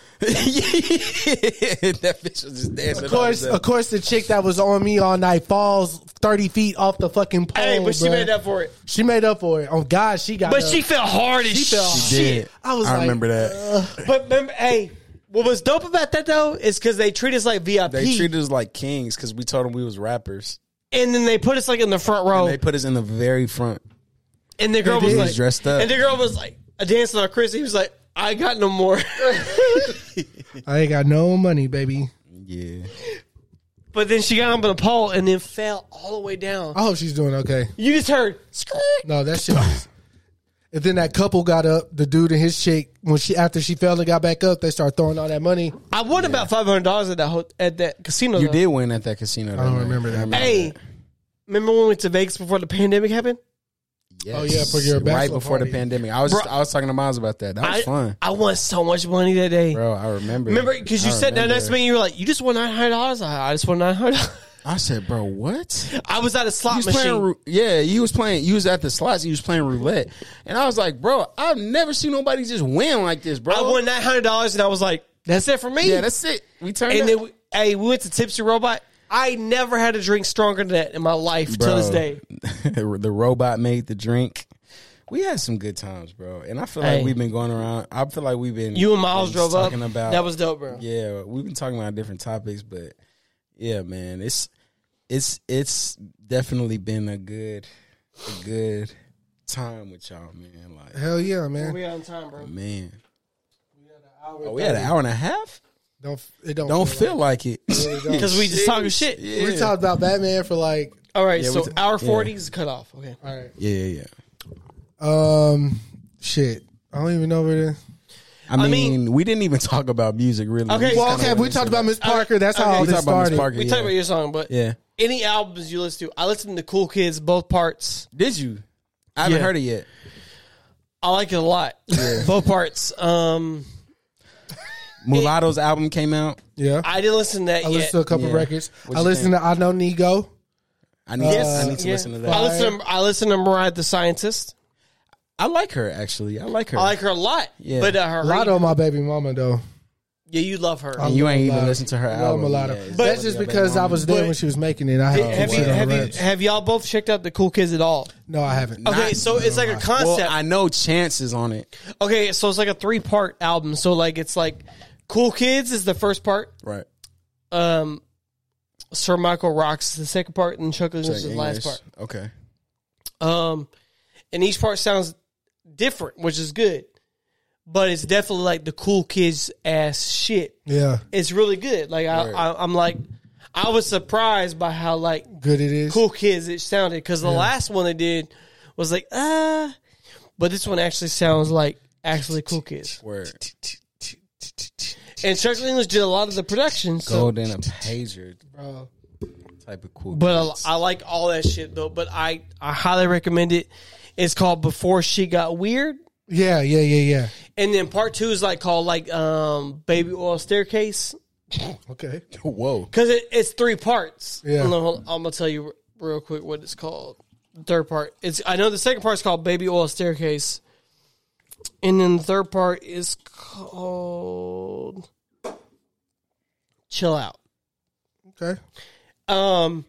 that bitch was just dancing.
Of course, of course, the chick that was on me all night falls thirty feet off the fucking pole.
Oh,
Hey, but she
bruh.
made up for it.
She made up for it. Oh God, she got.
But
up.
she felt hard as
She felt
shit.
did.
I was
I
like, uh,
remember that.
But remember, hey, what was dope about that though is because they treat us like VIP,
they treated us like kings because we told them we was rappers.
and then they put us like in the front row,
And they put us in the very front.
And the girl
They
was
did.
like
Dressed up.
And the girl was like a dancing on Chris. He was like, I got no more.
I ain't got no money, baby.
Yeah,
but then she got up on the pole and then fell all the way down.
I hope she's doing okay.
You just heard "Skrik."
No, that shit. Was, and then that couple got up. The dude and his chick. When she after she fell and got back up, they started throwing all that money.
I won about five hundred dollars at that ho- at that casino.
you
though.
did win at that casino.
I don't remember that.
Hey, remember when we went to Vegas before the pandemic happened?
Oh, yeah, for your
right
bachelor
before the
party.
pandemic. I was
Bro.
just, I was talking to Miles about that. That was
I,
fun,
I won so much money that day.
bro. I remember.
Remember, because you
I
sat down
remember.
next to me and you were like, "You just won nine hundred dollars." I I just won nine hundred.
I said, bro, what?
I was at a
He
slot
was
machine.
playing, ru- yeah, he was playing. He was at the slots. He was playing roulette, and I was like, "Bro, I've never seen nobody just win like this, bro."
I won nine hundred dollars, and I was like, "That's it for me."
Yeah, that's it. We turned.
And
up.
then, we, hey, we went to Tipsy Robot. I never had a drink stronger than that in my life till this day.
the robot made the drink. We had some good times, bro. And I feel
Hey.
like we've been going around. I feel like we've been
You and Miles
been
drove up.
talking about
That was dope, bro.
Yeah, we've been talking about different topics, but yeah, man, it's it's it's definitely been a good a good time with y'all, man. Like
Hell yeah, man.
We on time, bro.
man, Oh, we had an hour and a half.
Don't f- it don't
Don't feel like it.
Because we just talking shit.
yeah.
We talked about Batman for like.
All right,
Yeah,
so
we-
hour
yeah.
forty is cut off. Okay.
All right.
yeah, yeah.
Um. Shit. I don't even know where to.
I mean,
mean-
we didn't even talk about music really.
Okay,
just
well,
kinda
Okay, we
went
talked
into
about Miss Parker. That's how
Okay.
all
We
this
talked about Miss
started.
Parker.
We
yeah.
talked about your song, but
Yeah.
any albums you listen to, I listen to Cool Kids, both parts.
Did you? I haven't
Yeah.
heard it yet.
I like it a lot. both parts. Um,
Mulatto's album came out.
Yeah.
I didn't listen to that
I
yet.
listened to a couple
Yeah.
records.
What'd
I
you
listened
think?
to I Know Nego.
I need, I need to
Yeah.
listen to
I
that.
listen. To, I listen to Mariah the Scientist.
I like her actually. I like her.
I like her a lot.
Yeah.
But uh, her
Lotto, my baby mama, though.
yeah, you love her.
And you ain't even
Lotto.
listened to her
Love
album.
Mulatto.
yet.
But that's just because I was there
But-
when she was making it. I had
Did-
to
have you
sit on
have
the
you
reps.
have y'all both checked out the cool kids at all?
No, I haven't.
Okay, so it's like a
Well,
concept.
I know chances on it.
okay, so it's like a three part album. So like it's like cool kids is the first part.
Right.
Um, Sir Michael rocks is the second part, and Chuck English is the last part.
Okay.
Um, and each part sounds different, which is good. But it's definitely like the cool kids ass shit.
Yeah,
It's really good. Like I, I I'm like, I was surprised by how like
good it is.
cool kids it sounded because the last one they did was like uh, but this one actually sounds like actually cool kids.
Word.
And Chuck English did a lot of the production. So,
Golden a pager
bro.
type of cool.
but I, I like all that shit though. But I I highly recommend it. It's called Before She Got Weird.
Yeah, yeah, yeah,
And then part two is like called like um baby oil staircase
yeah. Okay.
Whoa.
because it, it's three parts.
Yeah.
Hold on, hold on. I'm gonna tell you r- real quick what it's called. The third part. It's I know the second part is called baby oil staircase, and then the third part is called chill out.
Okay.
Um,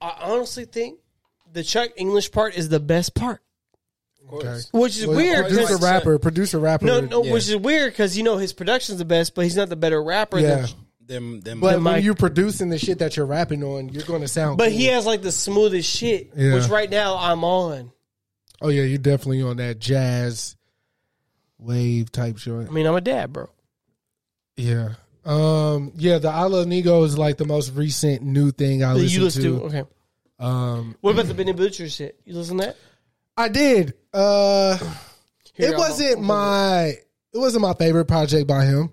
I honestly think the Chuck English part is the best part,
Okay.
which is
Well,
weird. 'cause-
Producer rapper, producer rapper.
No, no,
Yeah.
which is weird because you know his production's the best, but he's not the better rapper. than-
Yeah.
Them them
But
Mike-
when you producing the shit that you're rapping on, you're going to sound.
but
cool.
he has like the smoothest shit,
Yeah.
which right now I'm on.
Oh yeah, you're definitely on that jazz wave type joint.
I mean, I'm a dad, bro.
Yeah. Um. Yeah. The Isla Nigo is like the most recent new thing I listened
you listen to,
to.
okay.
Um.
What about the Benny Butcher shit? You listen to that?
I did. Uh.
Here,
it
I'll-
wasn't
I'll-
my. It wasn't my favorite project by him.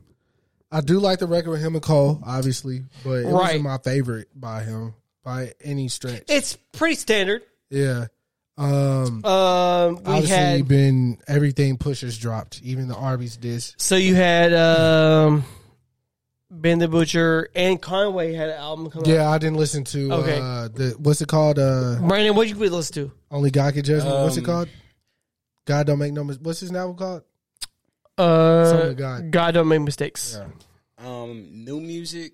I do like the record with him and Cole, obviously, but it
Right.
wasn't my favorite by him by any stretch.
It's pretty standard.
yeah. Um.
Um, we
obviously,
had
been everything Pusher's dropped, even the Arby's disc.
so you had um, Ben the Butcher and Conway had an album come out.
Yeah, I didn't listen to
Okay.
uh, the what's it called? Uh,
Brandon, what you been listening
Only God can judge. me. what's it
Um,
called? God don't make no mis What's his album called?
to? Uh,
Son of God.
don't make mistakes.
um new music.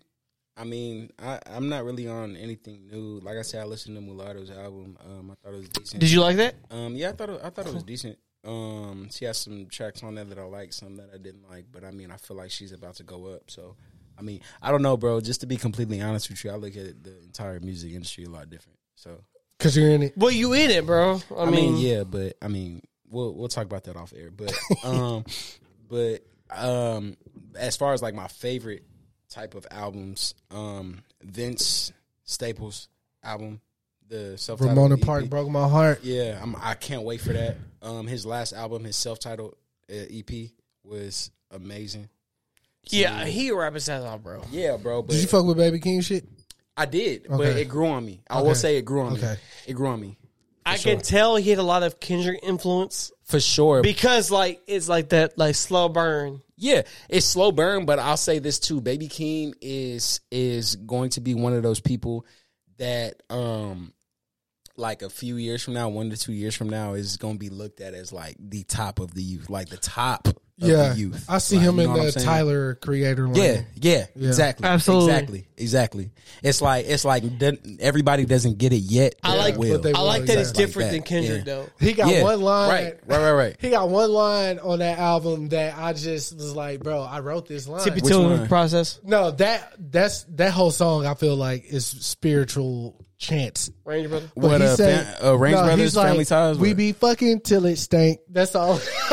I mean, I, I'm not really on anything new. Like I said, I listened to Mulatto's album. Um, I thought it was decent.
Did you like that?
Um, yeah, I thought it, I thought it was decent. Um, she has some tracks on there that I like, some that I didn't like. But I mean, I feel like she's about to go up. So, I mean, I don't know, bro. Just to be completely honest with you, I look at the entire music industry a lot different. So,
Because you're in it.
Well, you in it, bro. I,
I
mean,
mean, yeah, but I mean, we'll we'll talk about that off air. But um, but um, as far as like my favorite type of albums, um, Vince Staples album, the E self
Ramona Park broke my heart.
yeah, I'm, I can't wait for that. Um, his last album, his self-titled uh, EP, was amazing.
yeah, he rapping that out, bro.
Yeah, bro. But
Did you fuck with Baby King shit?
I did, but
Okay.
it grew on me. I will
Okay.
say it grew on me.
Okay.
It grew on me
I can tell he had a lot of Kendrick influence
for sure.
because, like, it's like that, like slow burn.
Yeah, it's slow burn, but I'll say this too. Baby Keem is is going to be one of those people that um like a few years from now, one to two years from now, is gonna be looked at as like the top of the youth, like the top of
Yeah,
the youth.
I see
Like,
him
you
in
know what
the
I'm saying?
Tyler creator line.
Yeah, yeah,
Yeah.
exactly.
Absolutely.
Exactly. Exactly. It's like it's like doesn't- everybody doesn't get it yet.
I like-
will.
but they
I like
will,
that
exactly.
it's different than
Like that,
Kendrick,
yeah.
though.
He got
Yeah.
one line.
Right, right, right, right.
He got one line on that album that I just was like, bro, I wrote this line.
Tippy
Which
toe
one?
process.
No, that that's that whole song. I feel like is spiritual chants.
Ranger brother.
But
What,
he
uh,
said-
Fam- uh, Range
he's
Brothers, Family Ties,
We
what?
be fucking till it stank. That's all.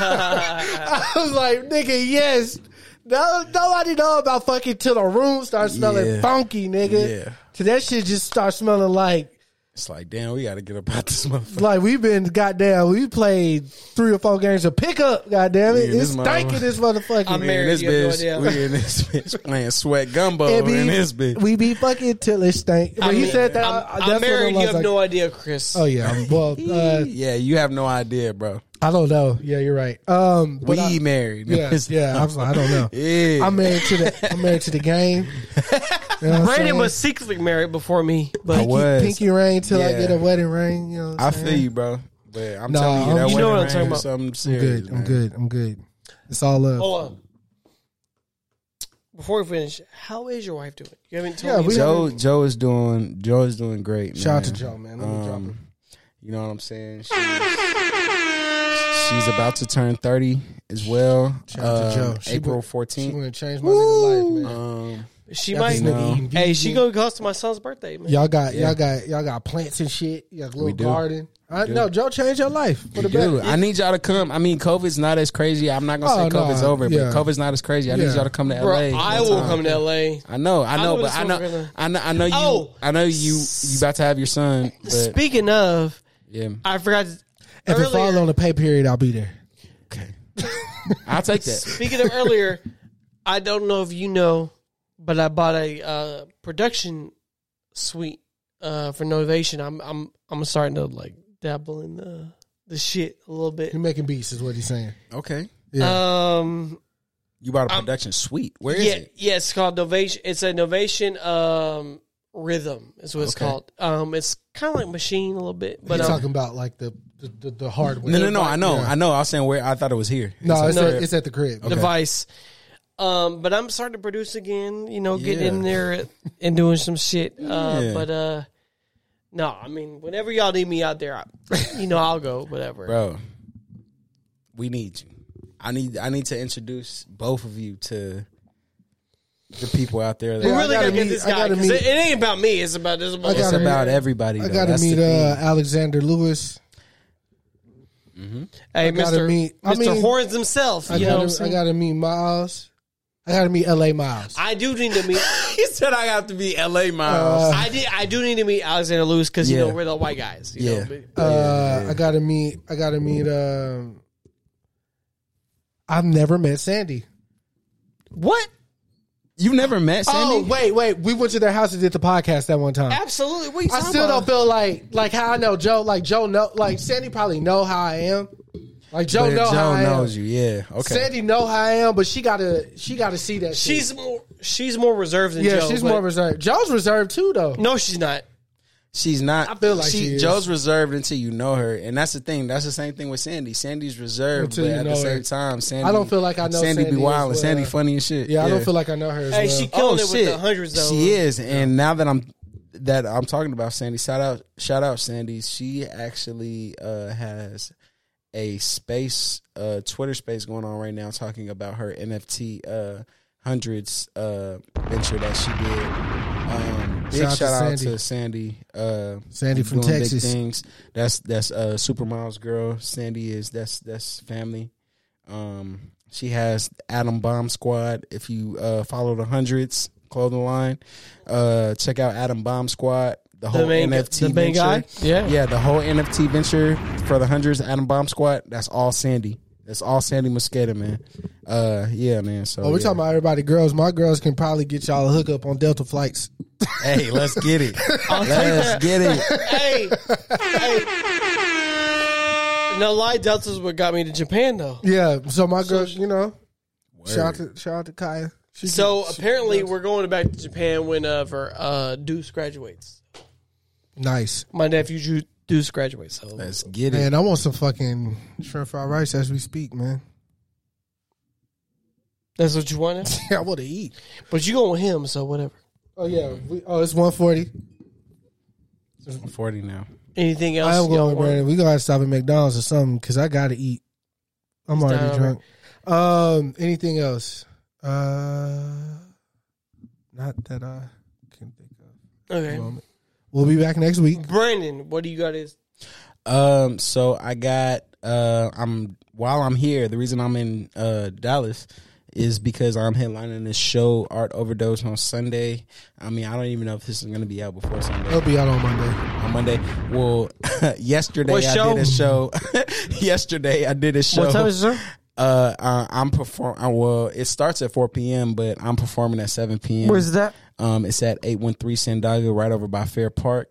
I was like, nigga, yes. No, nobody know about fucking till the room starts smelling
Yeah.
funky, nigga.
Yeah.
To that shit just starts smelling like
It's like, damn, we gotta get about this motherfucker.
like we've been goddamn. We played three or four games of pickup. Goddamn it,
Yeah,
it's
this mother-
stanking this motherfucker.
I'm
We in this
You have no
bitch,
idea.
we in this bitch playing sweat gumbo
It be-
in this bitch.
we be fucking till it stank. When he
mean,
said that,
I'm,
I-
I'm
that's what
married.
I
You
was
have
like,
no idea, Chris.
Oh yeah, I'm- well, uh,
Yeah, you have no idea, bro.
I don't know. Yeah, you're right. Um, but
we
I-
married.
yeah, yeah. I was like, I don't know.
Yeah.
I'm married to the I'm married to the game. You know what I'm
Brandon
saying?
was secretly married before me,
I
but
was.
pinky ring till I
Yeah.
get a wedding ring. You know, what
I
I'm
feel
saying?
you, bro. But I'm
Nah,
telling you, that
I'm-
wasn't
You know what I'm
ran
talking
for
about.
Something
I'm
serious.
good. I'm
man.
good. I'm good. It's all love.
Hold on. Before we finish, how is your wife doing? You haven't told
Yeah,
me.
we-
Joe Joe is doing Joe is doing great.
Shout out to Joe, man.
man. Um,
Let me drop him.
You know what I'm saying? She- she's about to turn thirty as well.
Shout out to Joe.
Um,
She
April
went- She
fourteen't.
went to change my nigga life, man.
Um,
She
Y'all
might.
just nigga eating
Hey,
vegan.
she gonna cost to my son's birthday, man.
Y'all got
Yeah.
y'all got y'all got plants and shit. You got a
We
little
do.
garden. I
do.
know Joe changed your life for the
Dude,
better.
I need y'all to come. I mean, COVID's not as crazy. I'm not gonna
Oh,
say COVID's
nah,
over,
yeah.
but COVID's not as crazy. I need
Yeah.
y'all to come to LA.
Bro, I
one
will
time.
come to LA.
I know, I
I
know, but I
would've
know,
sworn-
I know, I know you,
Oh.
I know you, you about to have your son. But,
Speaking of,
yeah,
I forgot. to-
if it falls
earlier-
on the pay period, I'll be there.
I'll take that.
Speaking of earlier, I don't know if you know, but I bought a uh, production suite uh, for Novation. I'm I'm I'm starting to like dabble in the the shit a little bit.
You're making beats, is what he's saying.
Okay,
Yeah.
Um,
you bought a production suite. Where is
yeah,
it?
yeah, it's called Novation. It's a Novation um, rhythm is what it's
Okay.
called. Um, it's kind of like machine a little bit, but
He's
um,
talking about like the the, the, the hardware.
No, no, no. I know,
Yeah.
I know. I was saying where. I thought it was here.
No, it's,
No.
At, it's at the crib.
device. Um, but I'm starting to produce again. You know, getting
Yeah.
in there and doing some shit. Uh,
Yeah.
But uh, no, I mean, whenever y'all need me out there, I, you know, I'll go. Whatever.
bro. We need you. I need. I need to introduce both of you to the people out there. That
We
Yeah, I
really
gotta
gotta, get
meet-
this
I
guy.
gotta
'cause
meet-
it, it ain't about me. It's about this. About
I
it's
gotta
about
meet-
everybody. Though.
I gotta
That's the
meet
thing.
uh, Alexander Lewis.
hey,
gotta
Mister
meet- I
Mister
mean,
Horns himself.
I
you know what I'm
gotta, I
saying?
gotta meet Miles. I gotta meet L.A. Miles. Uh,
I do need to meet.
he said I have to be L.A. Miles.
I did. I do need to meet Alexander Lewis because
Yeah.
you know we're the white guys. You
Yeah.
Know? but-
Uh, I gotta meet. I gotta meet. Um, I've never met Sandy.
What?
You've never met
Oh
Sandy.
wait, wait. We went to their house and did the podcast that one time.
Absolutely. What you
I
talking
still
about?
don't feel like like how I know Joe. Like Joe know. Like Sandy probably know how I am. Like Joe
But
know how I
Joe
am.
knows you. Yeah. Okay.
Sandy know how I am, but she gotta she gotta see that. shit.
She's more. She's more reserved than
yeah,
Joe,
she's
but-
more reserved. Joe's reserved too, though.
No, she's not.
She's not.
I feel like she is.
Joe's reserved until you know her, and that's the thing. That's the same thing with Sandy. Sandy's reserved,
Until
but
you
at
know
the
her.
same time, Sandy.
I don't feel like I know
Sandy,
Sandy
be
as
wild.
well.
and Sandy funny and shit.
Yeah, I don't feel like I know her. As
Hey,
well.
she killing it with the hundreds though.
She is, and now that I'm that I'm talking about Sandy, shout out, shout out, Sandy. She actually uh, has a space, uh, Twitter space going on right now, talking about her NFT uh, hundreds uh, venture that she did. Um, big
Shout out
shout,
to
out
Sandy.
to Sandy. Uh,
Sandy from
doing
Texas.
Big things. That's that's uh, Super Miles girl. Sandy is that's that's family. Um, she has Adam Bomb Squad. If you uh, follow the hundreds clothing line, uh, check out Adam Bomb Squad. The whole
main-
NFT
the main
venture.
guy? Yeah.
yeah, the whole NFT venture for the hundreds Adam Bomb Squad. That's all Sandy. That's all Sandy Mosqueda, man. Uh, yeah, man. So
Oh, we're
yeah.
talking about everybody girls. My girls can probably get y'all a hookup on Delta flights.
Hey, let's get it. let's get it.
hey, hey. No lie, Delta's what got me to Japan though.
Yeah, so my girls, you know, shout out
Word.
to shout out to Kaya. She
So apparently we're going back to Japan whenever uh, Deuce graduates.
nice,
My nephew Ju- Deuce graduates. So
Let's get it.
man. I want some fucking shrimp fried rice as we speak, man.
that's what you wanted.
I want to eat.
But you going with him, so whatever.
Oh yeah, we, oh it's one forty.
I'm 40 now.
Anything else?
I am
y'all
going,
want?
Brandon. We gotta stop at McDonald's or something because I gotta eat. I'm already
down.
drunk. Um, anything else? Uh, not that I can think of.
Okay,
We'll be back next week.
Brandon, what do you got? Is
Um, so I got uh I'm while I'm here, the reason I'm in uh Dallas is because I'm headlining this show Art Overdose on Sunday. I mean, I don't even know if this is gonna be out before Sunday
It'll be out on Monday.
on Monday. Well, yesterday
What
I
show?
did a show. yesterday I did a show.
it?
Uh, uh, I'm perform. Uh, well, it starts at 4 p.m., but I'm performing at 7 p.m.
that?
Um, it's at 813 Sandaga, right over by Fair Park.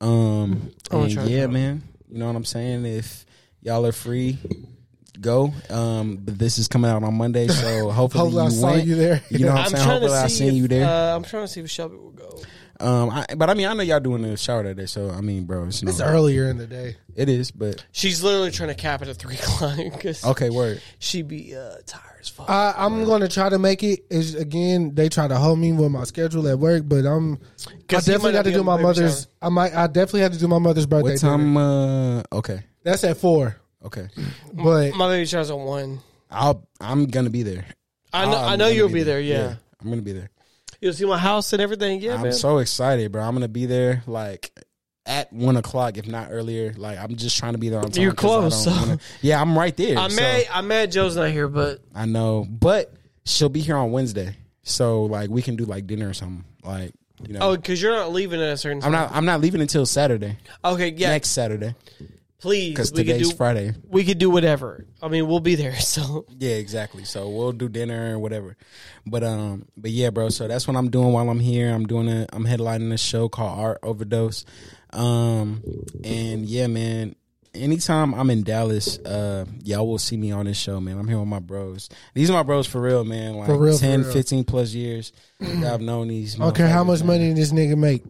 Um,
I'ma
and
try it
yeah,
out.
man. You know what I'm saying? If y'all are free, go. Um, but this is coming out on Monday, so hopefully
Hopefully I
you
saw
went.
you there.
You know what I'm,
I'm
saying?
trying to
Hopefully I
see.
seen
if,
you there.
Uh, I'm trying to see if Shelby will go.
Um, I, but I mean, I know y'all doing the shower today, so I mean, bro, it's,
It's earlier in the day.
It is, but
She's literally trying to cap it at three o'clock. 'cause
Okay, word.
She be uh, tired as fuck.
I, I'm gonna try to make it. Is again, they try to hold me with my schedule at work, but I'm. I
'Cause he might
definitely
not
got to
be
do
on the
my
baby
mother's.
shower.
I might. I definitely had to do my mother's birthday.
what time?
dinner.
Uh, okay,
That's at four.
okay.
But
My baby shower's on one.
I'll. I'm gonna be there.
I know.
I'm
I know
gonna
you'll be there. yeah.
I'm gonna be there.
you'll see my house and everything. Yeah,
I'm
man.
so excited, bro. I'm gonna be there like at one o'clock, if not earlier. Like I'm just trying to be there on time.
You're
'cause I
close,
don't
so-
wanna- yeah, I'm right there.
I'm
so-
mad. I'm mad. Joe's not here, but
I know, but she'll be here on Wednesday, so like we can do like dinner or something. Like you know,
oh, because you're not leaving at a certain.
I'm not. I'm not leaving until Saturday.
Okay, yeah.
next Saturday
please,
because
we could
today's
do
Friday.
we could do whatever. I mean, we'll be there. So
Yeah, exactly. So we'll do dinner or whatever. But um, but yeah, bro. So that's what I'm doing while I'm here. I'm doing a. I'm headlining a show called Art Overdose. Um, and yeah, man. Anytime I'm in Dallas, uh, y'all will see me on this show, man. I'm here with my bros. These are my bros for real, man. Like
For real, for
10,
real.
15 plus years. that I've known these.
I don't care how
motherfuckers,
much
man.
money this nigga make.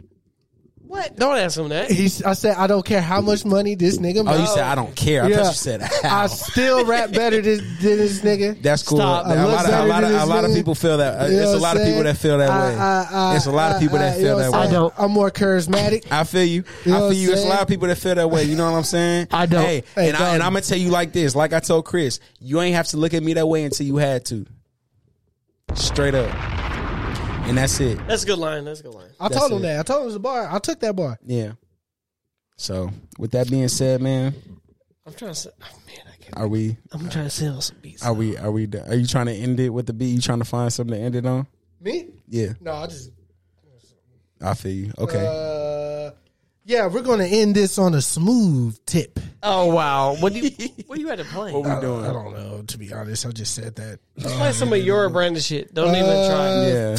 what? Don't ask him that.
He's, I said I don't care how much money this nigga
Oh,
make.
you said I don't care. I thought
Yeah.
you said
I
"Ow."
still rap better than, than this nigga.
That's cool.
Stop.
A lot, of, a, lot of, a lot of people feel that. uh,
You know
it's a
what
lot of
I'm
people that feel that
saying?
way.
I- I- I-
it's a lot of people
I- I-
that
you know
feel
what
that
I'm
way.
saying? I'm more charismatic.
I feel you.
You know
I
what
feel
I'm
you. It's a
saying?
lot of people that feel that way. You know what I'm saying?
I don't.
Hey,
Hey,
and, I, and
dog.
I'm gonna tell you like this. Like I told Chris, you ain't have to look at me that way until you had to. Straight up. And that's it.
That's a good line. That's a good line.
I
That's
told him
it.
that. I told him it was a bar. I took that bar.
Yeah. So with that being said, man,
I'm trying to. Say, oh, man, I can't.
are we
I'm trying to sell some beats.
are we are we done? are you trying to end it with the beat? You trying to find something to end it on?
Me?
Yeah,
No, I just.
I feel you. Okay.
Uh, yeah, we're gonna end this on a smooth tip.
Oh wow! What do you? what you had to play?
what we doing?
I don't know. To be honest, I just said that.
play some of your brand of shit. Don't
Uh,
even
Uh,
try.
Yeah.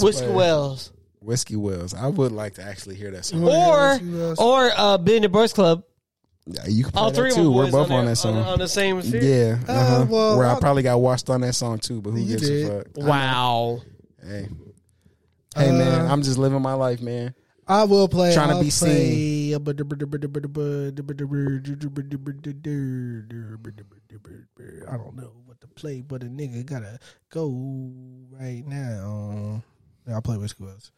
Whiskey Wells
Whiskey Wells. I would like to actually hear that song.
or
Whiskey Wells.
or uh, Billy the Boys Club.
Yeah, You can play
All
that
three of
too.
them
We're
boys
both on,
there-
that song.
on, the same. Series.
yeah. Uh-huh.
Uh, well,
Where I,
I-
probably got washed on that song too, but who
You
gives
did.
a fuck?
Wow.
Hey. Hey man,
Uh,
I'm just living my life, man.
I will play.
Tryna
I'll
be
play- I don't know what to play, but a nigga gotta go right now. Yeah, I play Whiskey Wells,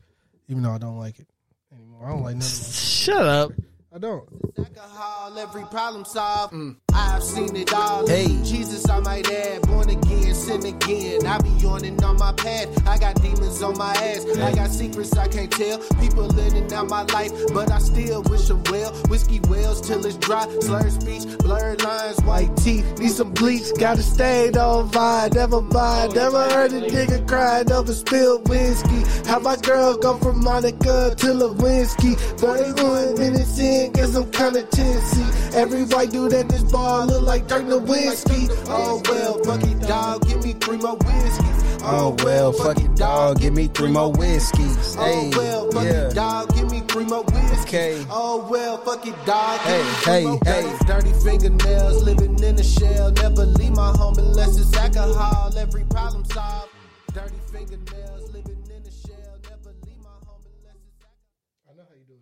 even though I don't like it anymore. I don't like none of them.
Shut up.
I don't. Mm.
Alcohol, every problem solved. I've seen it all. Jesus, I might add, born again, sin again. I be on and on my path. I got demons on my ass. I got secrets I can't tell. People living out my life, but I still wish them well. Whiskey wells till it's dry. Slurred speech, blurred lines, white teeth. Need some bleach, gotta stay on vibe. Never mind, never heard a nigga crying over spilled whiskey. How my girl go from Monica to Lewinsky. 41 minutes in, cause I'm kinda tipsy. Every white dude at this bar look like Dirk Nowitzki. Oh well, fuck it, dog, give me three more whiskeys.
Oh well, fuck it, dog. Give me three more whiskeys.
Oh
Hey,
well, fuck it,
yeah.
dog. Give me three more whiskeys.
Okay.
Oh well, fuck it, dog. Give
Hey,
me three
hey,
more
hey.
whiskeys. Dirty fingernails, living in a shell. Never leave my home unless it's alcohol. Every problem solved. Dirty fingernails, living in a shell. Never leave my home unless it's alcohol.